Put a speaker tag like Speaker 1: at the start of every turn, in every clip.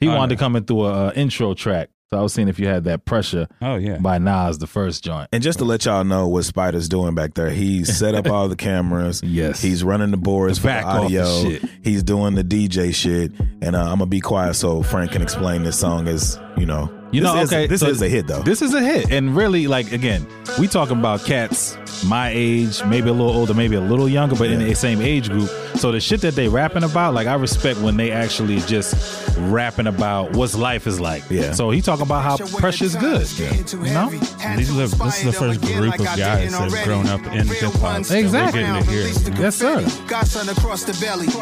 Speaker 1: He
Speaker 2: Oh,
Speaker 1: wanted
Speaker 2: no.
Speaker 1: to come in through a uh, intro track. So I was seeing if you had that pressure
Speaker 2: Oh yeah.
Speaker 1: by Nas, the first joint.
Speaker 3: And just to let y'all know what Spider's doing back there, he's set up all the cameras.
Speaker 1: Yes.
Speaker 3: He's running the boards
Speaker 1: The
Speaker 3: for
Speaker 1: back
Speaker 3: the audio.
Speaker 1: office shit.
Speaker 3: He's doing the DJ shit. And uh, I'm going to be quiet so Frank can explain this song as, you know.
Speaker 1: You
Speaker 3: this
Speaker 1: know,
Speaker 3: is,
Speaker 1: okay.
Speaker 3: This
Speaker 1: so
Speaker 3: is a hit, though.
Speaker 1: This is a hit, and really, like again, we talking about cats my age, maybe a little older, maybe a little younger, but in
Speaker 3: Yeah.
Speaker 1: the same age group. So the shit that they rapping about, like I respect when they actually just rapping about what's life is like.
Speaker 3: Yeah.
Speaker 1: So he talking about how pressure's good. You know,
Speaker 2: These are the, this is the first group of guys that have grown up in hip hop. so we're
Speaker 1: Exactly.
Speaker 2: getting to hear it.
Speaker 1: Yes, sir.
Speaker 4: Godson across the belly.
Speaker 5: You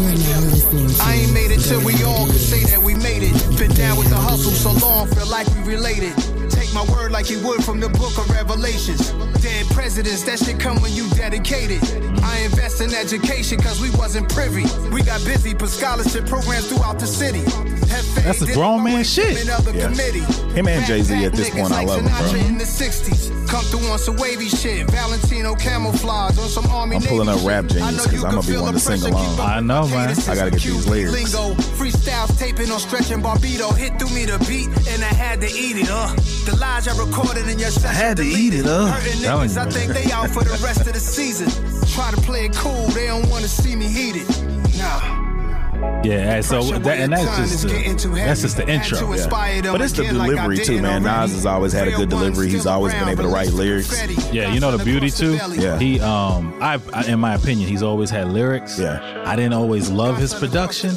Speaker 5: are now listening to
Speaker 4: I ain't made it till we all could say that we made it. Been down with the hustle so long, feel like we related. Take my word like you would from the book of Revelations. Dead presidents, that shit come when you dedicated. I invest in education cause we wasn't privy. We got busy, but scholarship programs throughout the city. Hefe
Speaker 1: That's a
Speaker 4: did it
Speaker 1: grown
Speaker 4: my
Speaker 1: man
Speaker 4: way,
Speaker 1: shit.
Speaker 4: women of the
Speaker 3: Yeah.
Speaker 4: committee.
Speaker 3: Him and Jay-Z at this
Speaker 4: Backpack
Speaker 3: point, I
Speaker 4: niggas
Speaker 3: love him,
Speaker 4: like
Speaker 3: bro.
Speaker 4: Sinatra in the 60s. Come through on some wavy shit. Valentino camouflage on some army
Speaker 3: I'm pulling
Speaker 4: Navy
Speaker 3: up rap
Speaker 4: shit. I
Speaker 3: genius
Speaker 4: know
Speaker 3: 'cause
Speaker 4: you
Speaker 3: I'm
Speaker 4: can
Speaker 3: gonna be
Speaker 4: feel
Speaker 3: one
Speaker 4: the
Speaker 3: to sing
Speaker 4: pressure, keep
Speaker 3: along.
Speaker 4: up
Speaker 1: I know,
Speaker 4: with my
Speaker 1: man.
Speaker 4: haters,
Speaker 3: I gotta get these lyrics.
Speaker 4: Lingo, freestyles taping on stretching Barbido. Hit through me the beat, and I had to eat it up. The lies I recorded in your session. I
Speaker 1: had to eat it up.
Speaker 4: Hurting
Speaker 1: Telling
Speaker 4: niggas,
Speaker 1: you,
Speaker 4: I
Speaker 1: man.
Speaker 4: think they out for the rest of the season. Try to play it cool, they don't wanna see me heated. Nah.
Speaker 1: Yeah. And so
Speaker 4: Pressure
Speaker 1: that, and
Speaker 4: when
Speaker 1: that's
Speaker 4: your
Speaker 1: just
Speaker 4: time is getting
Speaker 1: the,
Speaker 4: too heavy.
Speaker 1: that's just the
Speaker 4: Had
Speaker 1: intro.
Speaker 4: to inspire them
Speaker 3: But it's the
Speaker 4: again like I
Speaker 3: delivery,
Speaker 4: did
Speaker 3: too, man.
Speaker 4: already.
Speaker 3: Nas has always had a
Speaker 4: Real
Speaker 3: good
Speaker 4: ones
Speaker 3: delivery. He's
Speaker 4: still
Speaker 3: always been
Speaker 4: around,
Speaker 3: able to write
Speaker 4: released to
Speaker 3: lyrics.
Speaker 4: Confetti.
Speaker 1: Yeah, you know the beauty
Speaker 4: Across the
Speaker 1: too.
Speaker 4: belly.
Speaker 3: Yeah.
Speaker 1: He, um, I, I, in my opinion, he's always had lyrics.
Speaker 3: Yeah.
Speaker 1: I didn't always love his production,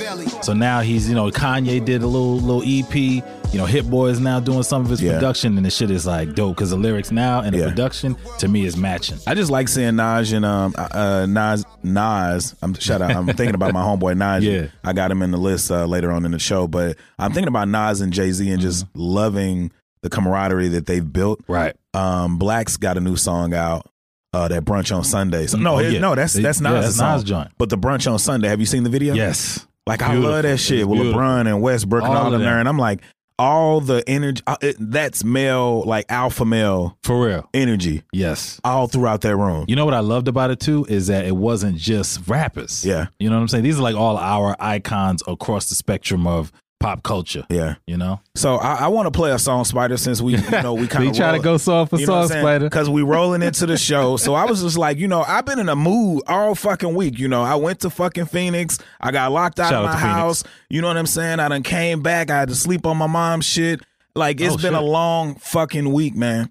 Speaker 1: so now he's, you know, Kanye did a little little EP. You know, Hit Boy is now doing some of his
Speaker 3: Yeah.
Speaker 1: production, and the shit is like dope because the lyrics now and the
Speaker 3: Yeah.
Speaker 1: production to me is matching.
Speaker 3: I just like seeing Nas and um uh Nas Nas. I'm shout out. I'm thinking about my homeboy Nas.
Speaker 1: Yeah.
Speaker 3: I got him in the list uh, later on in the show, but I'm thinking about Nas and Jay Z and just loving the camaraderie that they've built.
Speaker 1: Right.
Speaker 3: Um, Black's got a new song out. Uh, that brunch on Sunday. So, no,
Speaker 1: Oh,
Speaker 3: it-
Speaker 1: yeah.
Speaker 3: no, that's
Speaker 1: Yeah,
Speaker 3: that's Nas.
Speaker 1: that's Nas' joint.
Speaker 3: But the brunch on Sunday. Have you seen the video?
Speaker 1: Yes.
Speaker 3: Like I
Speaker 1: Beautiful.
Speaker 3: love that
Speaker 1: It's
Speaker 3: shit with
Speaker 1: beautiful.
Speaker 3: LeBron and Westbrook
Speaker 1: All
Speaker 3: and
Speaker 1: of
Speaker 3: all of them
Speaker 1: that.
Speaker 3: there, and I'm like, all the energy. Uh, it, that's male, like alpha male
Speaker 1: For real.
Speaker 3: energy,
Speaker 1: Yes.
Speaker 3: all throughout that room.
Speaker 1: You know what I loved about it too is that it wasn't just rappers.
Speaker 3: Yeah.
Speaker 1: You know what I'm saying? These are like all our icons across the spectrum of pop culture.
Speaker 3: Yeah.
Speaker 1: You know.
Speaker 3: So I, I want to play a song, Spider, since we you know we kind
Speaker 1: We
Speaker 3: of
Speaker 1: try to go soft for soft, Spider.
Speaker 3: because we rolling into the show. So I was just like, you know, I've been in a mood all fucking week. You know, I went to fucking Phoenix. I got locked out
Speaker 1: Shout out
Speaker 3: of my
Speaker 1: to Phoenix.
Speaker 3: house. You know what I'm saying? I done came back. I had to sleep on my mom's shit. Like it's
Speaker 1: Oh,
Speaker 3: been a
Speaker 1: shit.
Speaker 3: long fucking week, man.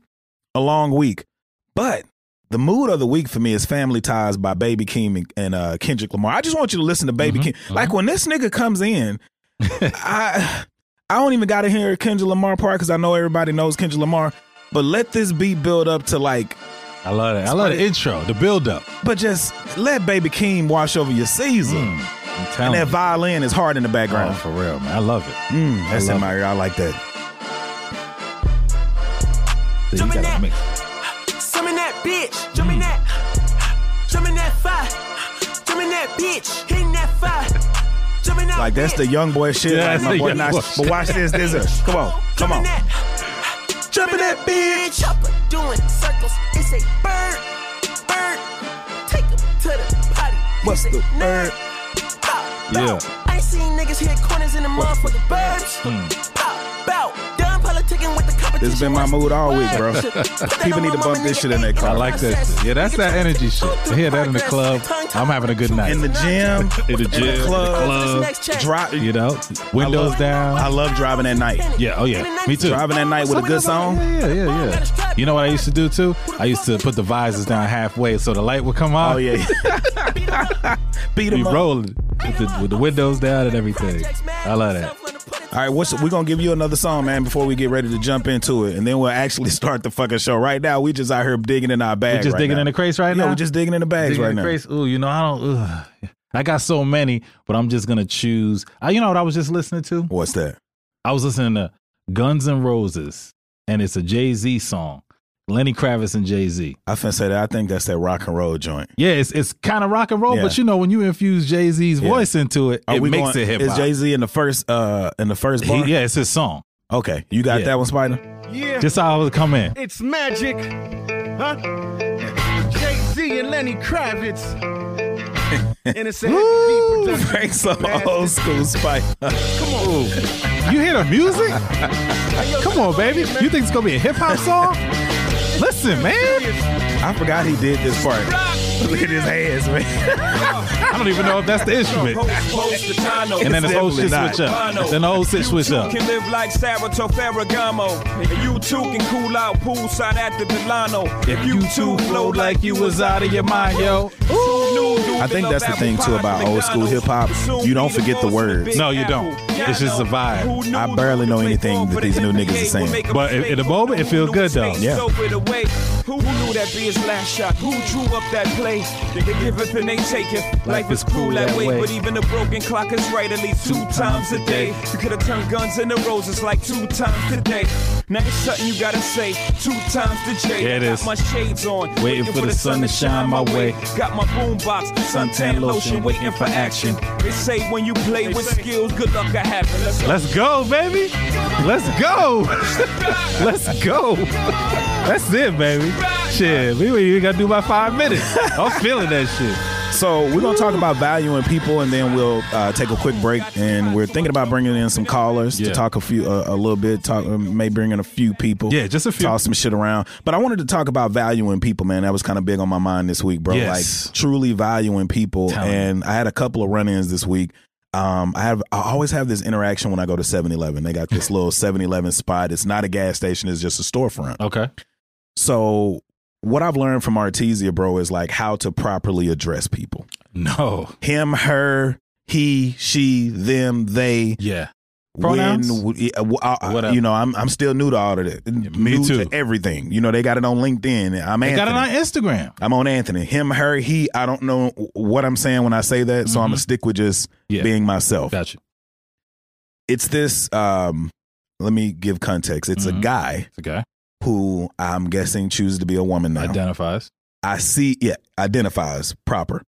Speaker 3: A long week. But the mood of the week for me is Family Ties by Baby Keem and, and uh, Kendrick Lamar. I just want you to listen to Baby
Speaker 1: Mm-hmm.
Speaker 3: Keem. Like when this nigga comes in, I I don't even got to hear Kendrick Lamar part because I know everybody knows Kendrick Lamar. But let this beat build up to like,
Speaker 1: I love it. I love the intro, the build up.
Speaker 3: but just let Baby Keem wash over your
Speaker 1: Mm,
Speaker 3: season.
Speaker 1: I'm
Speaker 3: And
Speaker 1: telling
Speaker 3: that
Speaker 1: you.
Speaker 3: violin is hard in the
Speaker 1: Oh,
Speaker 3: background.
Speaker 1: for real, man. I love it.
Speaker 3: Mm, that's
Speaker 1: I love
Speaker 3: in my ear. I like that.
Speaker 1: Dude, you gotta mix.
Speaker 6: Jump in that bitch, jump in that, jump in that fire, jump in that bitch, hitting that fire, jump in that
Speaker 3: Like that's the
Speaker 6: bitch.
Speaker 3: young boy shit.
Speaker 1: Yeah,
Speaker 3: like
Speaker 1: that's
Speaker 3: my
Speaker 1: the
Speaker 3: boy
Speaker 1: young
Speaker 3: Nas-
Speaker 1: boy
Speaker 3: But
Speaker 1: shit.
Speaker 3: watch this. This is come on, come
Speaker 6: Jump in
Speaker 3: on.
Speaker 6: that-
Speaker 3: Jump in that bitch.
Speaker 6: Chopper doing circles, it's a bird, bird, take him to the potty.
Speaker 3: What's
Speaker 6: He's a
Speaker 3: the
Speaker 6: nerd.
Speaker 3: bird?
Speaker 6: Bow,
Speaker 1: Yeah.
Speaker 6: bow. I ain't seen niggas hit corners in the motherfucking burbs. Bow, bow. Done politicking with the competition.
Speaker 3: Hmm. been my mood all week, bro.
Speaker 6: Put that
Speaker 3: People
Speaker 6: on
Speaker 3: need
Speaker 6: my
Speaker 3: to bump
Speaker 6: mama,
Speaker 3: this
Speaker 6: nigga,
Speaker 3: shit in their
Speaker 6: ain't
Speaker 3: car.
Speaker 1: I like that shit. Yeah, that's that energy shit. I hear that in the club. I'm having a good night.
Speaker 3: In the gym,
Speaker 1: In the gym, in the
Speaker 3: club,
Speaker 6: club.
Speaker 3: drop.
Speaker 1: You know, windows down.
Speaker 3: I love driving at night.
Speaker 1: Yeah, oh yeah, me too.
Speaker 3: Driving at night with a good song.
Speaker 1: Yeah, yeah, yeah, yeah. You know what I used to do too? I used to put the visors down halfway so the light would come on.
Speaker 3: Oh yeah, beat
Speaker 1: be
Speaker 3: him up.
Speaker 1: rolling with the, with the windows down and everything. I love that.
Speaker 3: All right, what's we're gonna give you another song, man, before we get ready to jump into it, and then we'll actually start the fucking show. Right now, we just out here digging in our bags.
Speaker 1: We just
Speaker 3: right
Speaker 1: digging
Speaker 3: now.
Speaker 1: in the crates right
Speaker 3: yeah,
Speaker 1: now.
Speaker 3: we're just digging in the bags
Speaker 1: Digging
Speaker 3: right
Speaker 1: in the
Speaker 3: now.
Speaker 1: crates. Ooh, you know I don't. Ugh. I got so many, but I'm just gonna choose. I, you know what I was just listening to?
Speaker 3: What's that?
Speaker 1: I was listening to Guns N' Roses, and it's a Jay Z song. Lenny Kravitz and Jay Z.
Speaker 3: I finna say that. I think that's that rock and roll joint.
Speaker 1: Yeah, it's it's kind of rock and roll,
Speaker 3: Yeah.
Speaker 1: but you know when you infuse Jay Z's voice into it,
Speaker 3: Are
Speaker 1: it
Speaker 3: we
Speaker 1: makes
Speaker 3: going-
Speaker 1: it hip
Speaker 3: Is Jay
Speaker 1: hop.
Speaker 3: Z in the first uh in the first bar?
Speaker 1: Yeah, it's his song.
Speaker 3: Okay, you got
Speaker 1: Yeah.
Speaker 3: that one, Spider.
Speaker 1: Just how I was come in.
Speaker 7: It's magic, huh? Jay Z and Lenny Kravitz.
Speaker 4: Innocent.
Speaker 3: Ooh, bring some old school spike.
Speaker 1: You hear the music? Come on, baby. You think it's gonna be a hip hop song? Listen, man.
Speaker 3: I forgot he did this part. Look at his hands, man.
Speaker 1: I don't even know if that's the instrument. And then the whole shit
Speaker 3: Definitely
Speaker 1: switch up. Then the whole shit switch up.
Speaker 8: Can live like Sarato Ferragamo. And you too can cool out poolside after Delano.
Speaker 1: If you two flow like you was out of your mind, yo.
Speaker 8: I
Speaker 3: I think that's the thing, too, about old school hip-hop. You don't forget the words.
Speaker 1: No, you don't. It's just a vibe.
Speaker 3: I barely know anything that these new niggas are saying.
Speaker 1: But in- in the moment, it feel good, though.
Speaker 3: Yeah.
Speaker 8: Who knew that be his last shot? Who drew up that play? They give it and they take it. Life is cruel that way, but even a broken clock is right at least two times a day. You could have turned guns into roses like two times today. Now it's something you gotta say two times to Jay.
Speaker 1: Yeah, it
Speaker 8: I got
Speaker 1: is.
Speaker 8: My shades on,
Speaker 1: Waiting for the sun to shine my way.
Speaker 8: Got my boombox, suntan lotion, waiting for action. They say when you play with skills, good luck I have. Let's go.
Speaker 1: Let's go, baby. Let's go. Let's go. That's it, baby. Shit, we ain't even got to do about five minutes. I'm feeling that shit.
Speaker 3: So we're gonna talk about valuing people, and then we'll uh, take a quick break. And we're thinking about bringing in some callers
Speaker 1: Yeah.
Speaker 3: to talk a few, uh, a little bit. Talk, uh, may bring in a few people.
Speaker 1: Yeah, just a few.
Speaker 3: Toss some shit around. But I wanted to talk about valuing people, man. That was kind of big on my mind this week, bro.
Speaker 1: Yes.
Speaker 3: Like truly valuing people.
Speaker 1: Telling
Speaker 3: and I had a couple of run-ins this week. Um, I have I always have this interaction when I go to 7-Eleven. They got this little 7-Eleven spot. It's not a gas station. It's just a storefront.
Speaker 1: Okay.
Speaker 3: So what I've learned from Artesia, bro, is like how to properly address people
Speaker 1: No.
Speaker 3: him, her, he, she, them, they.
Speaker 1: Yeah. Pronouns?
Speaker 3: When, w- yeah, w- I- I-
Speaker 1: Whatever.
Speaker 3: you know, I'm I'm still new to all of that.
Speaker 1: me
Speaker 3: new
Speaker 1: too.
Speaker 3: To everything. You know, they got it on LinkedIn. I'm
Speaker 1: They
Speaker 3: Anthony.
Speaker 1: got it on Instagram.
Speaker 3: I'm on Anthony. Him, her, he. I don't know what I'm saying when I say that, so I'm gonna stick with just
Speaker 1: Mm-hmm. Yeah.
Speaker 3: being myself.
Speaker 1: Gotcha.
Speaker 3: It's this. Um, let me give context. It's
Speaker 1: Mhm.
Speaker 3: a guy
Speaker 1: It's a guy.
Speaker 3: who I'm guessing chooses to be a woman now.
Speaker 1: Identifies.
Speaker 3: I see, yeah, identifies proper.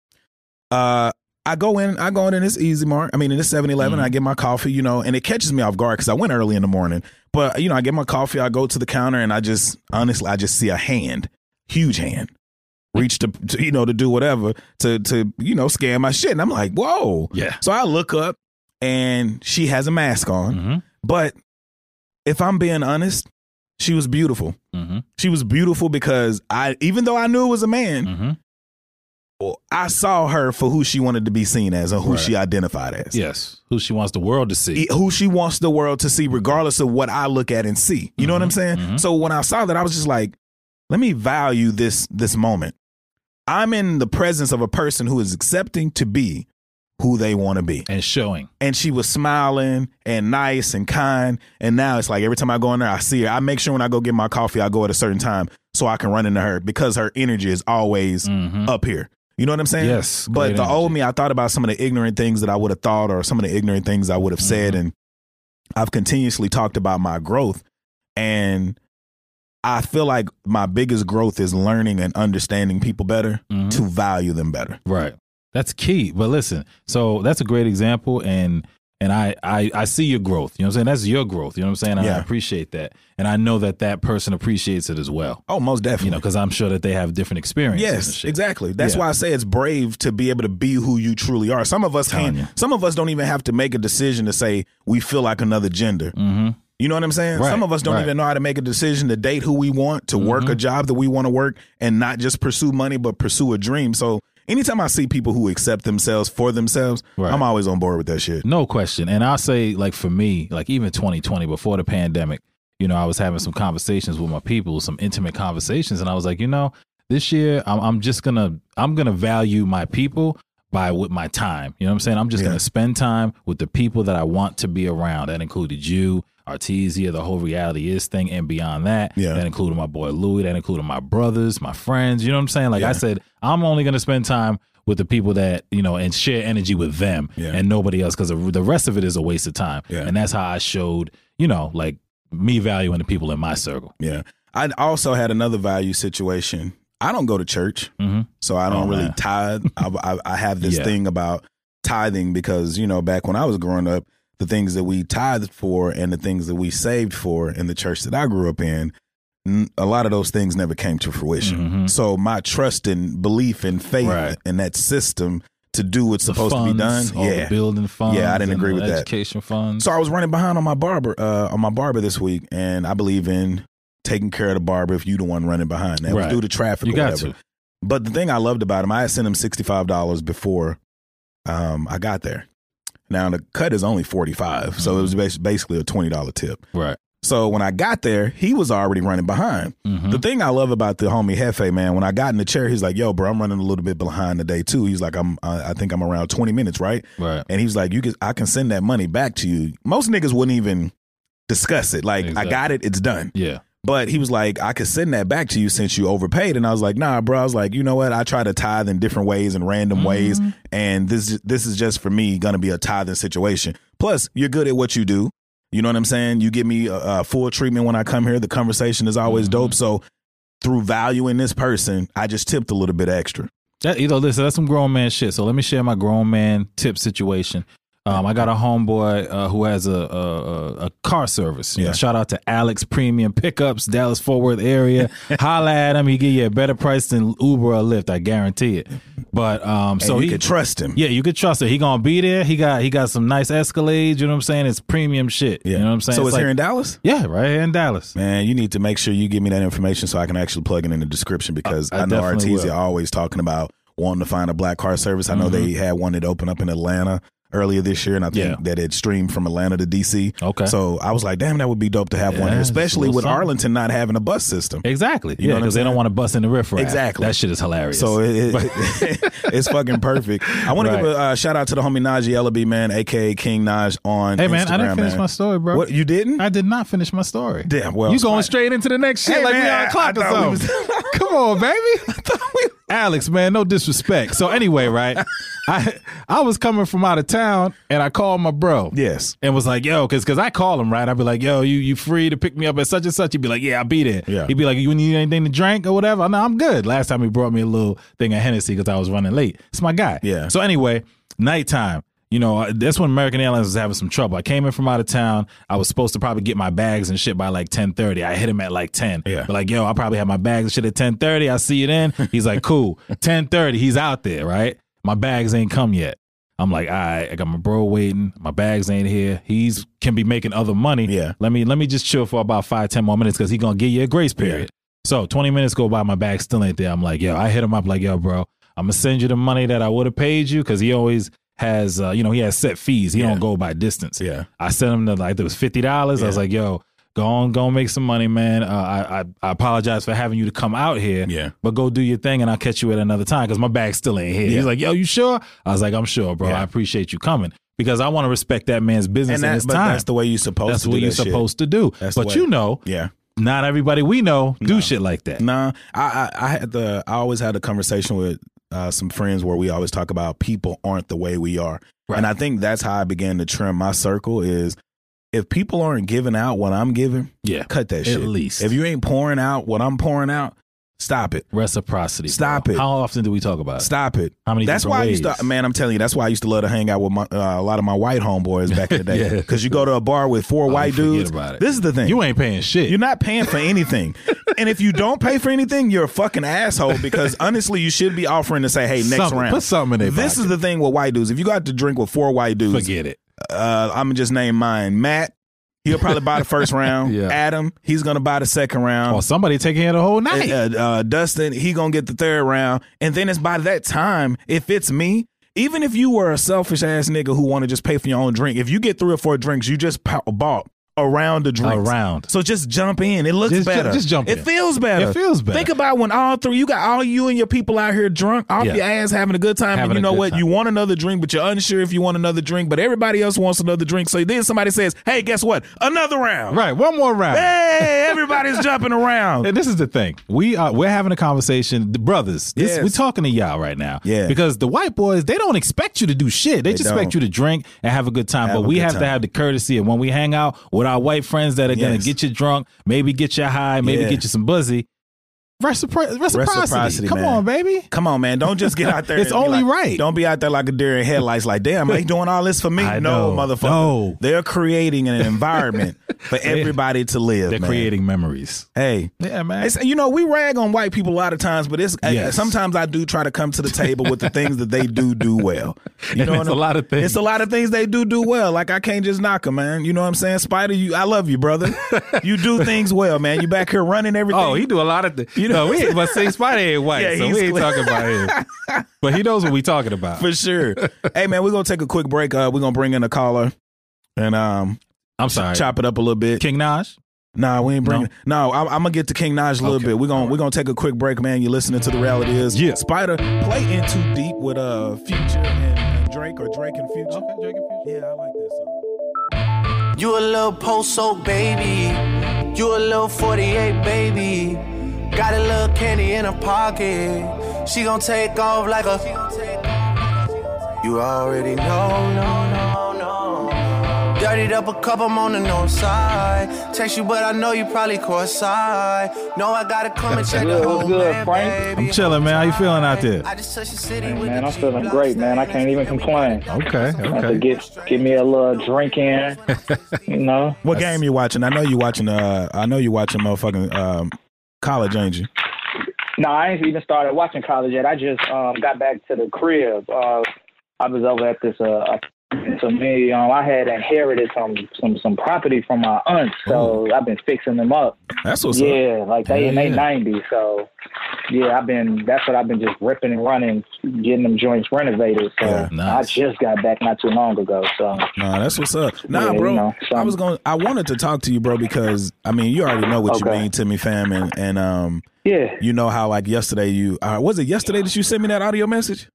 Speaker 3: Uh, I go in, I go in, and it's easy, Mark. I mean, and it's 7 Eleven, I get my coffee, you know, and it catches me off guard because I went early in the morning. But, you know, I get my coffee, I go to the counter, and I just, honestly, I just see a hand, huge hand, reach to, to you know, to do whatever, to, to, you know, scan my shit. And I'm like, whoa.
Speaker 1: Yeah.
Speaker 3: So I look up, and she has a mask on.
Speaker 1: Mm
Speaker 3: But if I'm being honest, she was beautiful.
Speaker 1: hmm. Mm
Speaker 3: She was beautiful because I, even though I knew it was a man,
Speaker 1: hmm. Mm hmm.
Speaker 3: I saw her for who she wanted to be seen as and who
Speaker 1: Right.
Speaker 3: she identified as.
Speaker 1: Yes. Who she wants the world to see.
Speaker 3: It- Who she wants the world to see, regardless of what I look at and see. You know what I'm
Speaker 1: Mhm,
Speaker 3: saying?
Speaker 1: mhm.
Speaker 3: So when I saw that, I was just like, let me value this this moment. I'm in the presence of a person who is accepting to be who they want to be.
Speaker 1: And showing.
Speaker 3: And she was smiling and nice and kind. And now it's like every time I go in there, I see her. I make sure when I go get my coffee, I go at a certain time so I can run into her because her energy is always
Speaker 1: Mm
Speaker 3: up here. You know what I'm saying?
Speaker 1: Yes,
Speaker 3: But
Speaker 1: great
Speaker 3: the old
Speaker 1: energy.
Speaker 3: me, I thought about some of the ignorant things that I would have thought or some of the ignorant things I would have said.
Speaker 1: Mm-hmm.
Speaker 3: And I've continuously talked about my growth. And I feel like my biggest growth is learning and understanding people better
Speaker 1: hmm. Mm hmm.
Speaker 3: to value them better.
Speaker 1: Right. That's key. But listen, so that's a great example and and I, I I see your growth. You know what I'm saying? That's your growth. You know what I'm saying? I
Speaker 3: Yeah.
Speaker 1: appreciate that. And I know that that person appreciates it as well.
Speaker 3: Oh, most definitely.
Speaker 1: You know, cuz I'm sure that they have different experiences. and
Speaker 3: Yes,
Speaker 1: shit.
Speaker 3: exactly. That's
Speaker 1: Yeah.
Speaker 3: why I say it's brave to be able to be who you truly are. Some of us
Speaker 1: Telling
Speaker 3: can't.
Speaker 1: you.
Speaker 3: Some of us don't even have to make a decision to say we feel like another gender.
Speaker 1: Mhm.
Speaker 3: You know what I'm saying?
Speaker 1: Right,
Speaker 3: Some of us don't
Speaker 1: right. Mm-hmm.
Speaker 3: even know how to make a decision to date who we want, to work a job that we want to work, and not just pursue money, but pursue a dream. So anytime I see people who accept themselves for themselves,
Speaker 1: Right.
Speaker 3: I'm always on board with that shit.
Speaker 1: No question. And I'll say, like, for me, like, even 2020, before the pandemic, you know, I was having some conversations with my people, some intimate conversations. And I was like, you know, this year, I'm, I'm just going to, I'm going to value my people by with my time. You know what I'm saying? I'm just going
Speaker 3: Yeah.
Speaker 1: to spend time with the people that I want to be around. That included you, Artesia, the whole reality is thing. And beyond that,
Speaker 3: Yeah.
Speaker 1: that included my boy Louis, that included my brothers, my friends. You know what I'm saying? Like
Speaker 3: Yeah.
Speaker 1: I said, I'm only going to spend time with the people that, you know, and share energy with them
Speaker 3: Yeah.
Speaker 1: and nobody else because the, the rest of it is a waste of time.
Speaker 3: Yeah.
Speaker 1: And that's how I showed, you know, like me valuing the people in my circle.
Speaker 3: Yeah. I also had another value situation. I don't go to church,
Speaker 1: Mm-hmm.
Speaker 3: so I don't
Speaker 1: Oh,
Speaker 3: really
Speaker 1: man.
Speaker 3: tithe. I, I, I have this
Speaker 1: Yeah.
Speaker 3: thing about tithing because, you know, back when I was growing up, the things that we tithed for and the things that we saved for in the church that I grew up in, n- a lot of those things never came to fruition.
Speaker 1: Mhm.
Speaker 3: So my trust and belief and faith
Speaker 1: Right.
Speaker 3: in that system to do what's
Speaker 1: The
Speaker 3: supposed to be done.
Speaker 1: funds, all the
Speaker 3: yeah.
Speaker 1: building funds.
Speaker 3: Yeah, I didn't
Speaker 1: and
Speaker 3: agree
Speaker 1: the
Speaker 3: with that.
Speaker 1: Education funds.
Speaker 3: So I was running behind on my barber uh, on my barber this week, and I believe in taking care of the barber if you the one running behind. That was
Speaker 1: Right.
Speaker 3: due to traffic
Speaker 1: you
Speaker 3: or
Speaker 1: got
Speaker 3: whatever.
Speaker 1: to.
Speaker 3: But the thing I loved about him, I had sent him sixty five dollars before um, I got there. Now the cut is only forty five, so it was bas- basically a twenty dollar tip.
Speaker 1: Right.
Speaker 3: So when I got there, he was already running behind.
Speaker 1: Mhm.
Speaker 3: The thing I love about the homie Hefe man, when I got in the chair, he's like, "Yo, bro, I'm running a little bit behind today too." He's like, "I'm, I, I think I'm around twenty minutes, right?"
Speaker 1: Right.
Speaker 3: And he was like, "You can, I can send that money back to you." Most niggas wouldn't even discuss it. Like, I
Speaker 1: Exactly.
Speaker 3: got it, it's done.
Speaker 1: Yeah.
Speaker 3: But he was like, I could send that back to you since you overpaid. And I was like, Nah, bro. I was like, you know what? I try to tithe in different ways and random
Speaker 1: Mm-hmm.
Speaker 3: ways, and this this is just for me gonna be a tithing situation. Plus, you're good at what you do. You know what I'm saying? You give me a, a full treatment when I come here. The conversation is always dope.
Speaker 1: Mm-hmm.
Speaker 3: So through valuing this person, I just tipped a little bit extra.
Speaker 1: That, you know, listen, that's some grown man shit. So let me share my grown man tip situation. Um, I got a homeboy uh, who has a, a a- a car service. You know,
Speaker 3: Yeah.
Speaker 1: shout out to Alex Premium Pickups, Dallas Fort Worth area. Holla at him; he give you a better price than Uber or Lyft. I guarantee it. But um,
Speaker 3: So
Speaker 1: so
Speaker 3: you
Speaker 1: he
Speaker 3: could trust him.
Speaker 1: yeah, you could trust it. He gonna be there. He got he got some nice Escalades. You know what I'm saying? It's premium shit. You know what I'm saying?
Speaker 3: So it's, here
Speaker 1: like-
Speaker 3: in Dallas?
Speaker 1: yeah, right here in Dallas.
Speaker 3: Man, you need to make sure you give me that information so I can actually plug it in the description because
Speaker 1: I- I
Speaker 3: I, know
Speaker 1: definitely
Speaker 3: Artesia
Speaker 1: will.
Speaker 3: always talking about wanting to find a black car service. I know they had one that opened up in Atlanta earlier this year, and I think
Speaker 1: Mm-hmm. Yeah.
Speaker 3: that it streamed from Atlanta to DC.
Speaker 1: Okay.
Speaker 3: So I was like, damn, that would be dope to have one
Speaker 1: Yeah,
Speaker 3: here,
Speaker 1: it's a
Speaker 3: especially
Speaker 1: little
Speaker 3: with
Speaker 1: something.
Speaker 3: Arlington not having a bus system.
Speaker 1: Exactly.
Speaker 3: You
Speaker 1: yeah,
Speaker 3: know what I'm
Speaker 1: because they don't
Speaker 3: saying?
Speaker 1: want to bust in the riff.
Speaker 3: Exactly.
Speaker 1: That shit is hilarious.
Speaker 3: So it, it, it's fucking perfect. I want
Speaker 1: Right.
Speaker 3: to give a uh, shout out to the homie Najee Ellaby, man, aka King Naj on
Speaker 1: hey man, I didn't
Speaker 3: Instagram,
Speaker 1: finish
Speaker 3: man.
Speaker 1: my story, bro.
Speaker 3: What you didn't?
Speaker 1: I did not finish my story.
Speaker 3: Damn, well,
Speaker 1: you going
Speaker 3: fine.
Speaker 1: straight into the next shit
Speaker 3: Hey,
Speaker 1: like we
Speaker 3: man,
Speaker 1: on a clock
Speaker 3: I
Speaker 1: or
Speaker 3: thought we
Speaker 1: something. Come on, baby. Alex, man, no disrespect. So anyway, right, I I was coming from out of town and I called my bro.
Speaker 3: Yes.
Speaker 1: and was like, "Yo," because because I call him right. I'd be like, "Yo, you you free to pick me up at such and such?" He'd be like, "Yeah, I'll be there."
Speaker 3: Yeah.
Speaker 1: He'd be like, "You need anything to drink or whatever?" I know I'm good. Last time he brought me a little thing of Hennessy because I was running late. It's my guy.
Speaker 3: Yeah.
Speaker 1: So anyway, nighttime. You know, I- that's when American Airlines was having some trouble. I came in from out of town. I was supposed to probably get my bags and shit by like ten thirty. I hit him at like ten.
Speaker 3: Yeah.
Speaker 1: But like, yo, I probably have my bags and shit at ten thirty. I see it in. He's like, cool. Ten thirty. He's out there, right? My bags ain't come yet. I'm like, all right, I got my bro waiting. My bags ain't here. He's can be making other money.
Speaker 3: Yeah.
Speaker 1: Let me let me just chill for about five, ten more minutes because he gonna give you a grace period. So 20 minutes go by, my bag still ain't there. I'm like, yo, I hit him up like, yo, bro, I'm gonna send you the money that I would have paid you because he always has, uh, you know, he has set fees. He don't go by distance.
Speaker 3: Yeah.
Speaker 1: I sent him the like it was fifty dollars. I was like, yo, go on, go make some money, man. Uh, I, I I apologize for having you to come out here.
Speaker 3: Yeah.
Speaker 1: But go do your thing, and I'll catch you at another time because my bag still ain't here.
Speaker 3: Yeah.
Speaker 1: He's like, yo, you sure? I was like, I'm sure, bro.
Speaker 3: Yeah.
Speaker 1: I appreciate you coming because I want to respect that man's business
Speaker 3: And
Speaker 1: and,
Speaker 3: that,
Speaker 1: his
Speaker 3: but
Speaker 1: time.
Speaker 3: that's the way you're supposed
Speaker 1: That's
Speaker 3: to
Speaker 1: what
Speaker 3: do
Speaker 1: you're
Speaker 3: that shit.
Speaker 1: supposed to do.
Speaker 3: That's the
Speaker 1: but
Speaker 3: way.
Speaker 1: you know,
Speaker 3: Yeah.
Speaker 1: not everybody we know do shit like that.
Speaker 3: Nah, I, I I had the I always had a conversation with uh, some friends where we always talk about people aren't the way we are,
Speaker 1: Right.
Speaker 3: and I think that's how I began to trim my circle is if people aren't giving out what I'm giving,
Speaker 1: Yeah.
Speaker 3: cut that
Speaker 1: At
Speaker 3: shit.
Speaker 1: least.
Speaker 3: if you ain't pouring out what I'm pouring out, stop it.
Speaker 1: Reciprocity. bro.
Speaker 3: Stop it.
Speaker 1: How often do we talk about it?
Speaker 3: Stop it.
Speaker 1: How many
Speaker 3: That's
Speaker 1: different
Speaker 3: why I
Speaker 1: ways?
Speaker 3: used to, man. I'm telling you, that's why I used to love to hang out with my, uh, a lot of my white homeboys back in the day.
Speaker 1: Yeah.
Speaker 3: Because you go to a bar with four
Speaker 1: Oh,
Speaker 3: white
Speaker 1: forget
Speaker 3: dudes.
Speaker 1: about it.
Speaker 3: This is the thing.
Speaker 1: You ain't paying shit.
Speaker 3: You're not paying for anything. and if you don't pay for anything, you're a fucking asshole because honestly, you should be offering to say, hey, next
Speaker 1: Something.
Speaker 3: round.
Speaker 1: Put something in their
Speaker 3: This
Speaker 1: pocket.
Speaker 3: is the thing with white dudes. If you got to drink with four white dudes,
Speaker 1: Forget it.
Speaker 3: uh, I'm going to just name mine Matt. He'll probably buy the first round.
Speaker 1: Yeah.
Speaker 3: Adam, he's going to buy the second round.
Speaker 1: Or somebody taking it the whole
Speaker 3: Uh,
Speaker 1: night.
Speaker 3: uh, uh, Dustin, he going to get the third round. And then it's by that time, if it's me, even if you were a selfish ass nigga who want to just pay for your own drink, if you get three or four drinks, you just pow- bought around the drink.
Speaker 1: Around.
Speaker 3: So just jump in. It looks
Speaker 1: Just ju-
Speaker 3: better.
Speaker 1: just jump
Speaker 3: It
Speaker 1: in.
Speaker 3: feels better.
Speaker 1: It feels better.
Speaker 3: Think about when all three you got all you and your people out here drunk, off
Speaker 1: Yeah.
Speaker 3: your ass having a good time,
Speaker 1: Having
Speaker 3: and
Speaker 1: a
Speaker 3: you know
Speaker 1: good
Speaker 3: what?
Speaker 1: time.
Speaker 3: You want another drink, but you're unsure if you want another drink, but everybody else wants another drink. So then somebody says, Hey, guess what? Another round.
Speaker 1: right. One more round.
Speaker 3: Hey, everybody's jumping around.
Speaker 1: And this is the thing. We are we're having a conversation, the brothers. This,
Speaker 3: Yes.
Speaker 1: We're talking to y'all right now.
Speaker 3: Yeah.
Speaker 1: Because the white boys, they don't expect you to do shit. They, just expect
Speaker 3: don't.
Speaker 1: you to drink and have a good time.
Speaker 3: Have
Speaker 1: but
Speaker 3: a
Speaker 1: we
Speaker 3: good
Speaker 1: have to
Speaker 3: time.
Speaker 1: have the courtesy. And when we hang out with our white friends that are gonna
Speaker 3: Yes.
Speaker 1: get you drunk, maybe get you high, maybe
Speaker 3: Yeah.
Speaker 1: get you some buzzy. Recipro- reciprocity.
Speaker 3: Reciprocity,
Speaker 1: Come
Speaker 3: man.
Speaker 1: on, baby.
Speaker 3: Come on, man. Don't just get out there.
Speaker 1: It's
Speaker 3: and be
Speaker 1: only
Speaker 3: like-
Speaker 1: right.
Speaker 3: Don't be out there like a deer in headlights. Like, damn, they doing all this for me.
Speaker 1: I
Speaker 3: no,
Speaker 1: know.
Speaker 3: motherfucker.
Speaker 1: No.
Speaker 3: They're creating an environment for everybody to live.
Speaker 1: They're
Speaker 3: man.
Speaker 1: creating memories.
Speaker 3: Hey,
Speaker 1: Yeah, man.
Speaker 3: It's, you know, we rag on white people a lot of times, but it's
Speaker 1: Yes.
Speaker 3: sometimes I do try to come to the table with the things that they do do well. You
Speaker 1: And
Speaker 3: know,
Speaker 1: it's
Speaker 3: what
Speaker 1: a
Speaker 3: I'm-
Speaker 1: lot of things.
Speaker 3: It's a lot of things they do do well. Like I can't just knock them, man. You know what I'm saying? Spider, you, I love you, brother. you do things well, man. You back here running everything.
Speaker 1: Oh, he do a lot of things. You know, we ain't but see Spider ain't white,
Speaker 3: Yeah,
Speaker 1: so
Speaker 3: he's
Speaker 1: we ain't
Speaker 3: clear.
Speaker 1: talking about him. But he knows what we talking about.
Speaker 3: for sure. hey, man, we're gonna take a quick break. Uh, we're gonna bring in a caller and um
Speaker 1: I'm sorry,
Speaker 3: chop it up a little bit.
Speaker 1: King Nash.
Speaker 3: Nah, we ain't bringing. No, I'm, I'm gonna get to King Naj a little
Speaker 1: Okay.
Speaker 3: bit. We're gonna we're gonna take a quick break, man. You're listening to the reality is
Speaker 1: Yeah.
Speaker 3: Spider play into deep with uh Future and and Drake or Drake and Future. Okay, Drake and Future. Yeah, I like that song.
Speaker 5: You a little post-so baby. You a little 48 baby. Got a little candy in her pocket. She gon' take off like a. You already know, no, no, no. Dirtied up a cup, I'm on the north side. Text you, but I know you probably caught side. No, I gotta come and check the
Speaker 9: Good,
Speaker 5: whole
Speaker 9: what's good,
Speaker 5: man,
Speaker 9: Frank?
Speaker 5: baby.
Speaker 1: I'm chilling, man. How you feeling out there?
Speaker 5: I just touched the city
Speaker 9: Hey,
Speaker 5: with
Speaker 9: man,
Speaker 5: the
Speaker 9: I'm feeling
Speaker 5: G-Block
Speaker 9: great, man. I
Speaker 5: standing.
Speaker 9: can't even complain.
Speaker 1: Okay,
Speaker 9: About to
Speaker 1: okay.
Speaker 9: get get me a little drink in, you know.
Speaker 3: What game you watching? I know you watching. Uh, I know you watching motherfucking um, college, ain't you?
Speaker 9: No, I ain't even started watching college yet. I just um, got back to the crib. Uh, I was over at this. Uh, to me, um, I had inherited some some some property from my aunt, so I've been fixing them up.
Speaker 3: That's Oh. what's up.
Speaker 9: yeah, like they in
Speaker 1: Hell
Speaker 9: they
Speaker 1: yeah.
Speaker 9: ninety. So yeah, I've been that's what I've been just ripping and running, getting them joints renovated. So
Speaker 3: Yeah,
Speaker 1: nice.
Speaker 9: I just got back not too long ago. So
Speaker 3: Nah, that's what's up. Nah,
Speaker 9: Yeah, you
Speaker 3: bro.
Speaker 9: know,
Speaker 3: I was
Speaker 9: some-
Speaker 3: going. to I wanted to talk to you, bro, because I mean, you already know what
Speaker 9: Okay.
Speaker 3: you mean to me, fam, and and um,
Speaker 9: yeah,
Speaker 3: you know how like yesterday you uh, was it yesterday that you sent me that audio message?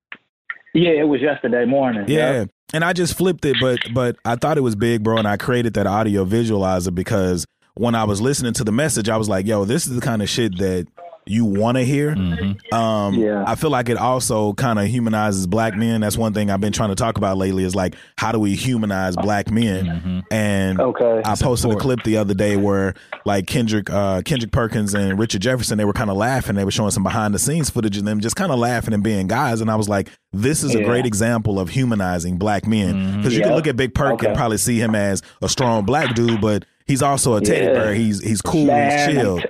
Speaker 9: yeah, it was yesterday morning.
Speaker 3: Yeah. And I just flipped it, but but I thought it was big, bro, and I created that audio visualizer because when I was listening to the message, I was like, yo, this is the kind of shit that you want to hear.
Speaker 1: Mm.
Speaker 3: Um,
Speaker 9: Yeah.
Speaker 3: I feel like it also kind of humanizes black men. That's one thing I've been trying to talk about lately is like, how do we humanize black men? And
Speaker 9: Okay.
Speaker 3: I posted a clip the other day where like Kendrick, uh, Kendrick Perkins and Richard Jefferson, they were kind of laughing. They were showing some behind the scenes footage of them just kind of laughing and being guys. And I was like, this is a
Speaker 9: Yeah.
Speaker 3: great example of humanizing black men because you can
Speaker 9: Yeah.
Speaker 3: look at Big Perk and
Speaker 9: Okay.
Speaker 3: probably see him as a strong black dude, but he's also a teddy
Speaker 9: Yeah.
Speaker 3: bear. He's he's cool,
Speaker 9: Man,
Speaker 3: he's
Speaker 9: I'm
Speaker 3: chill.
Speaker 9: t-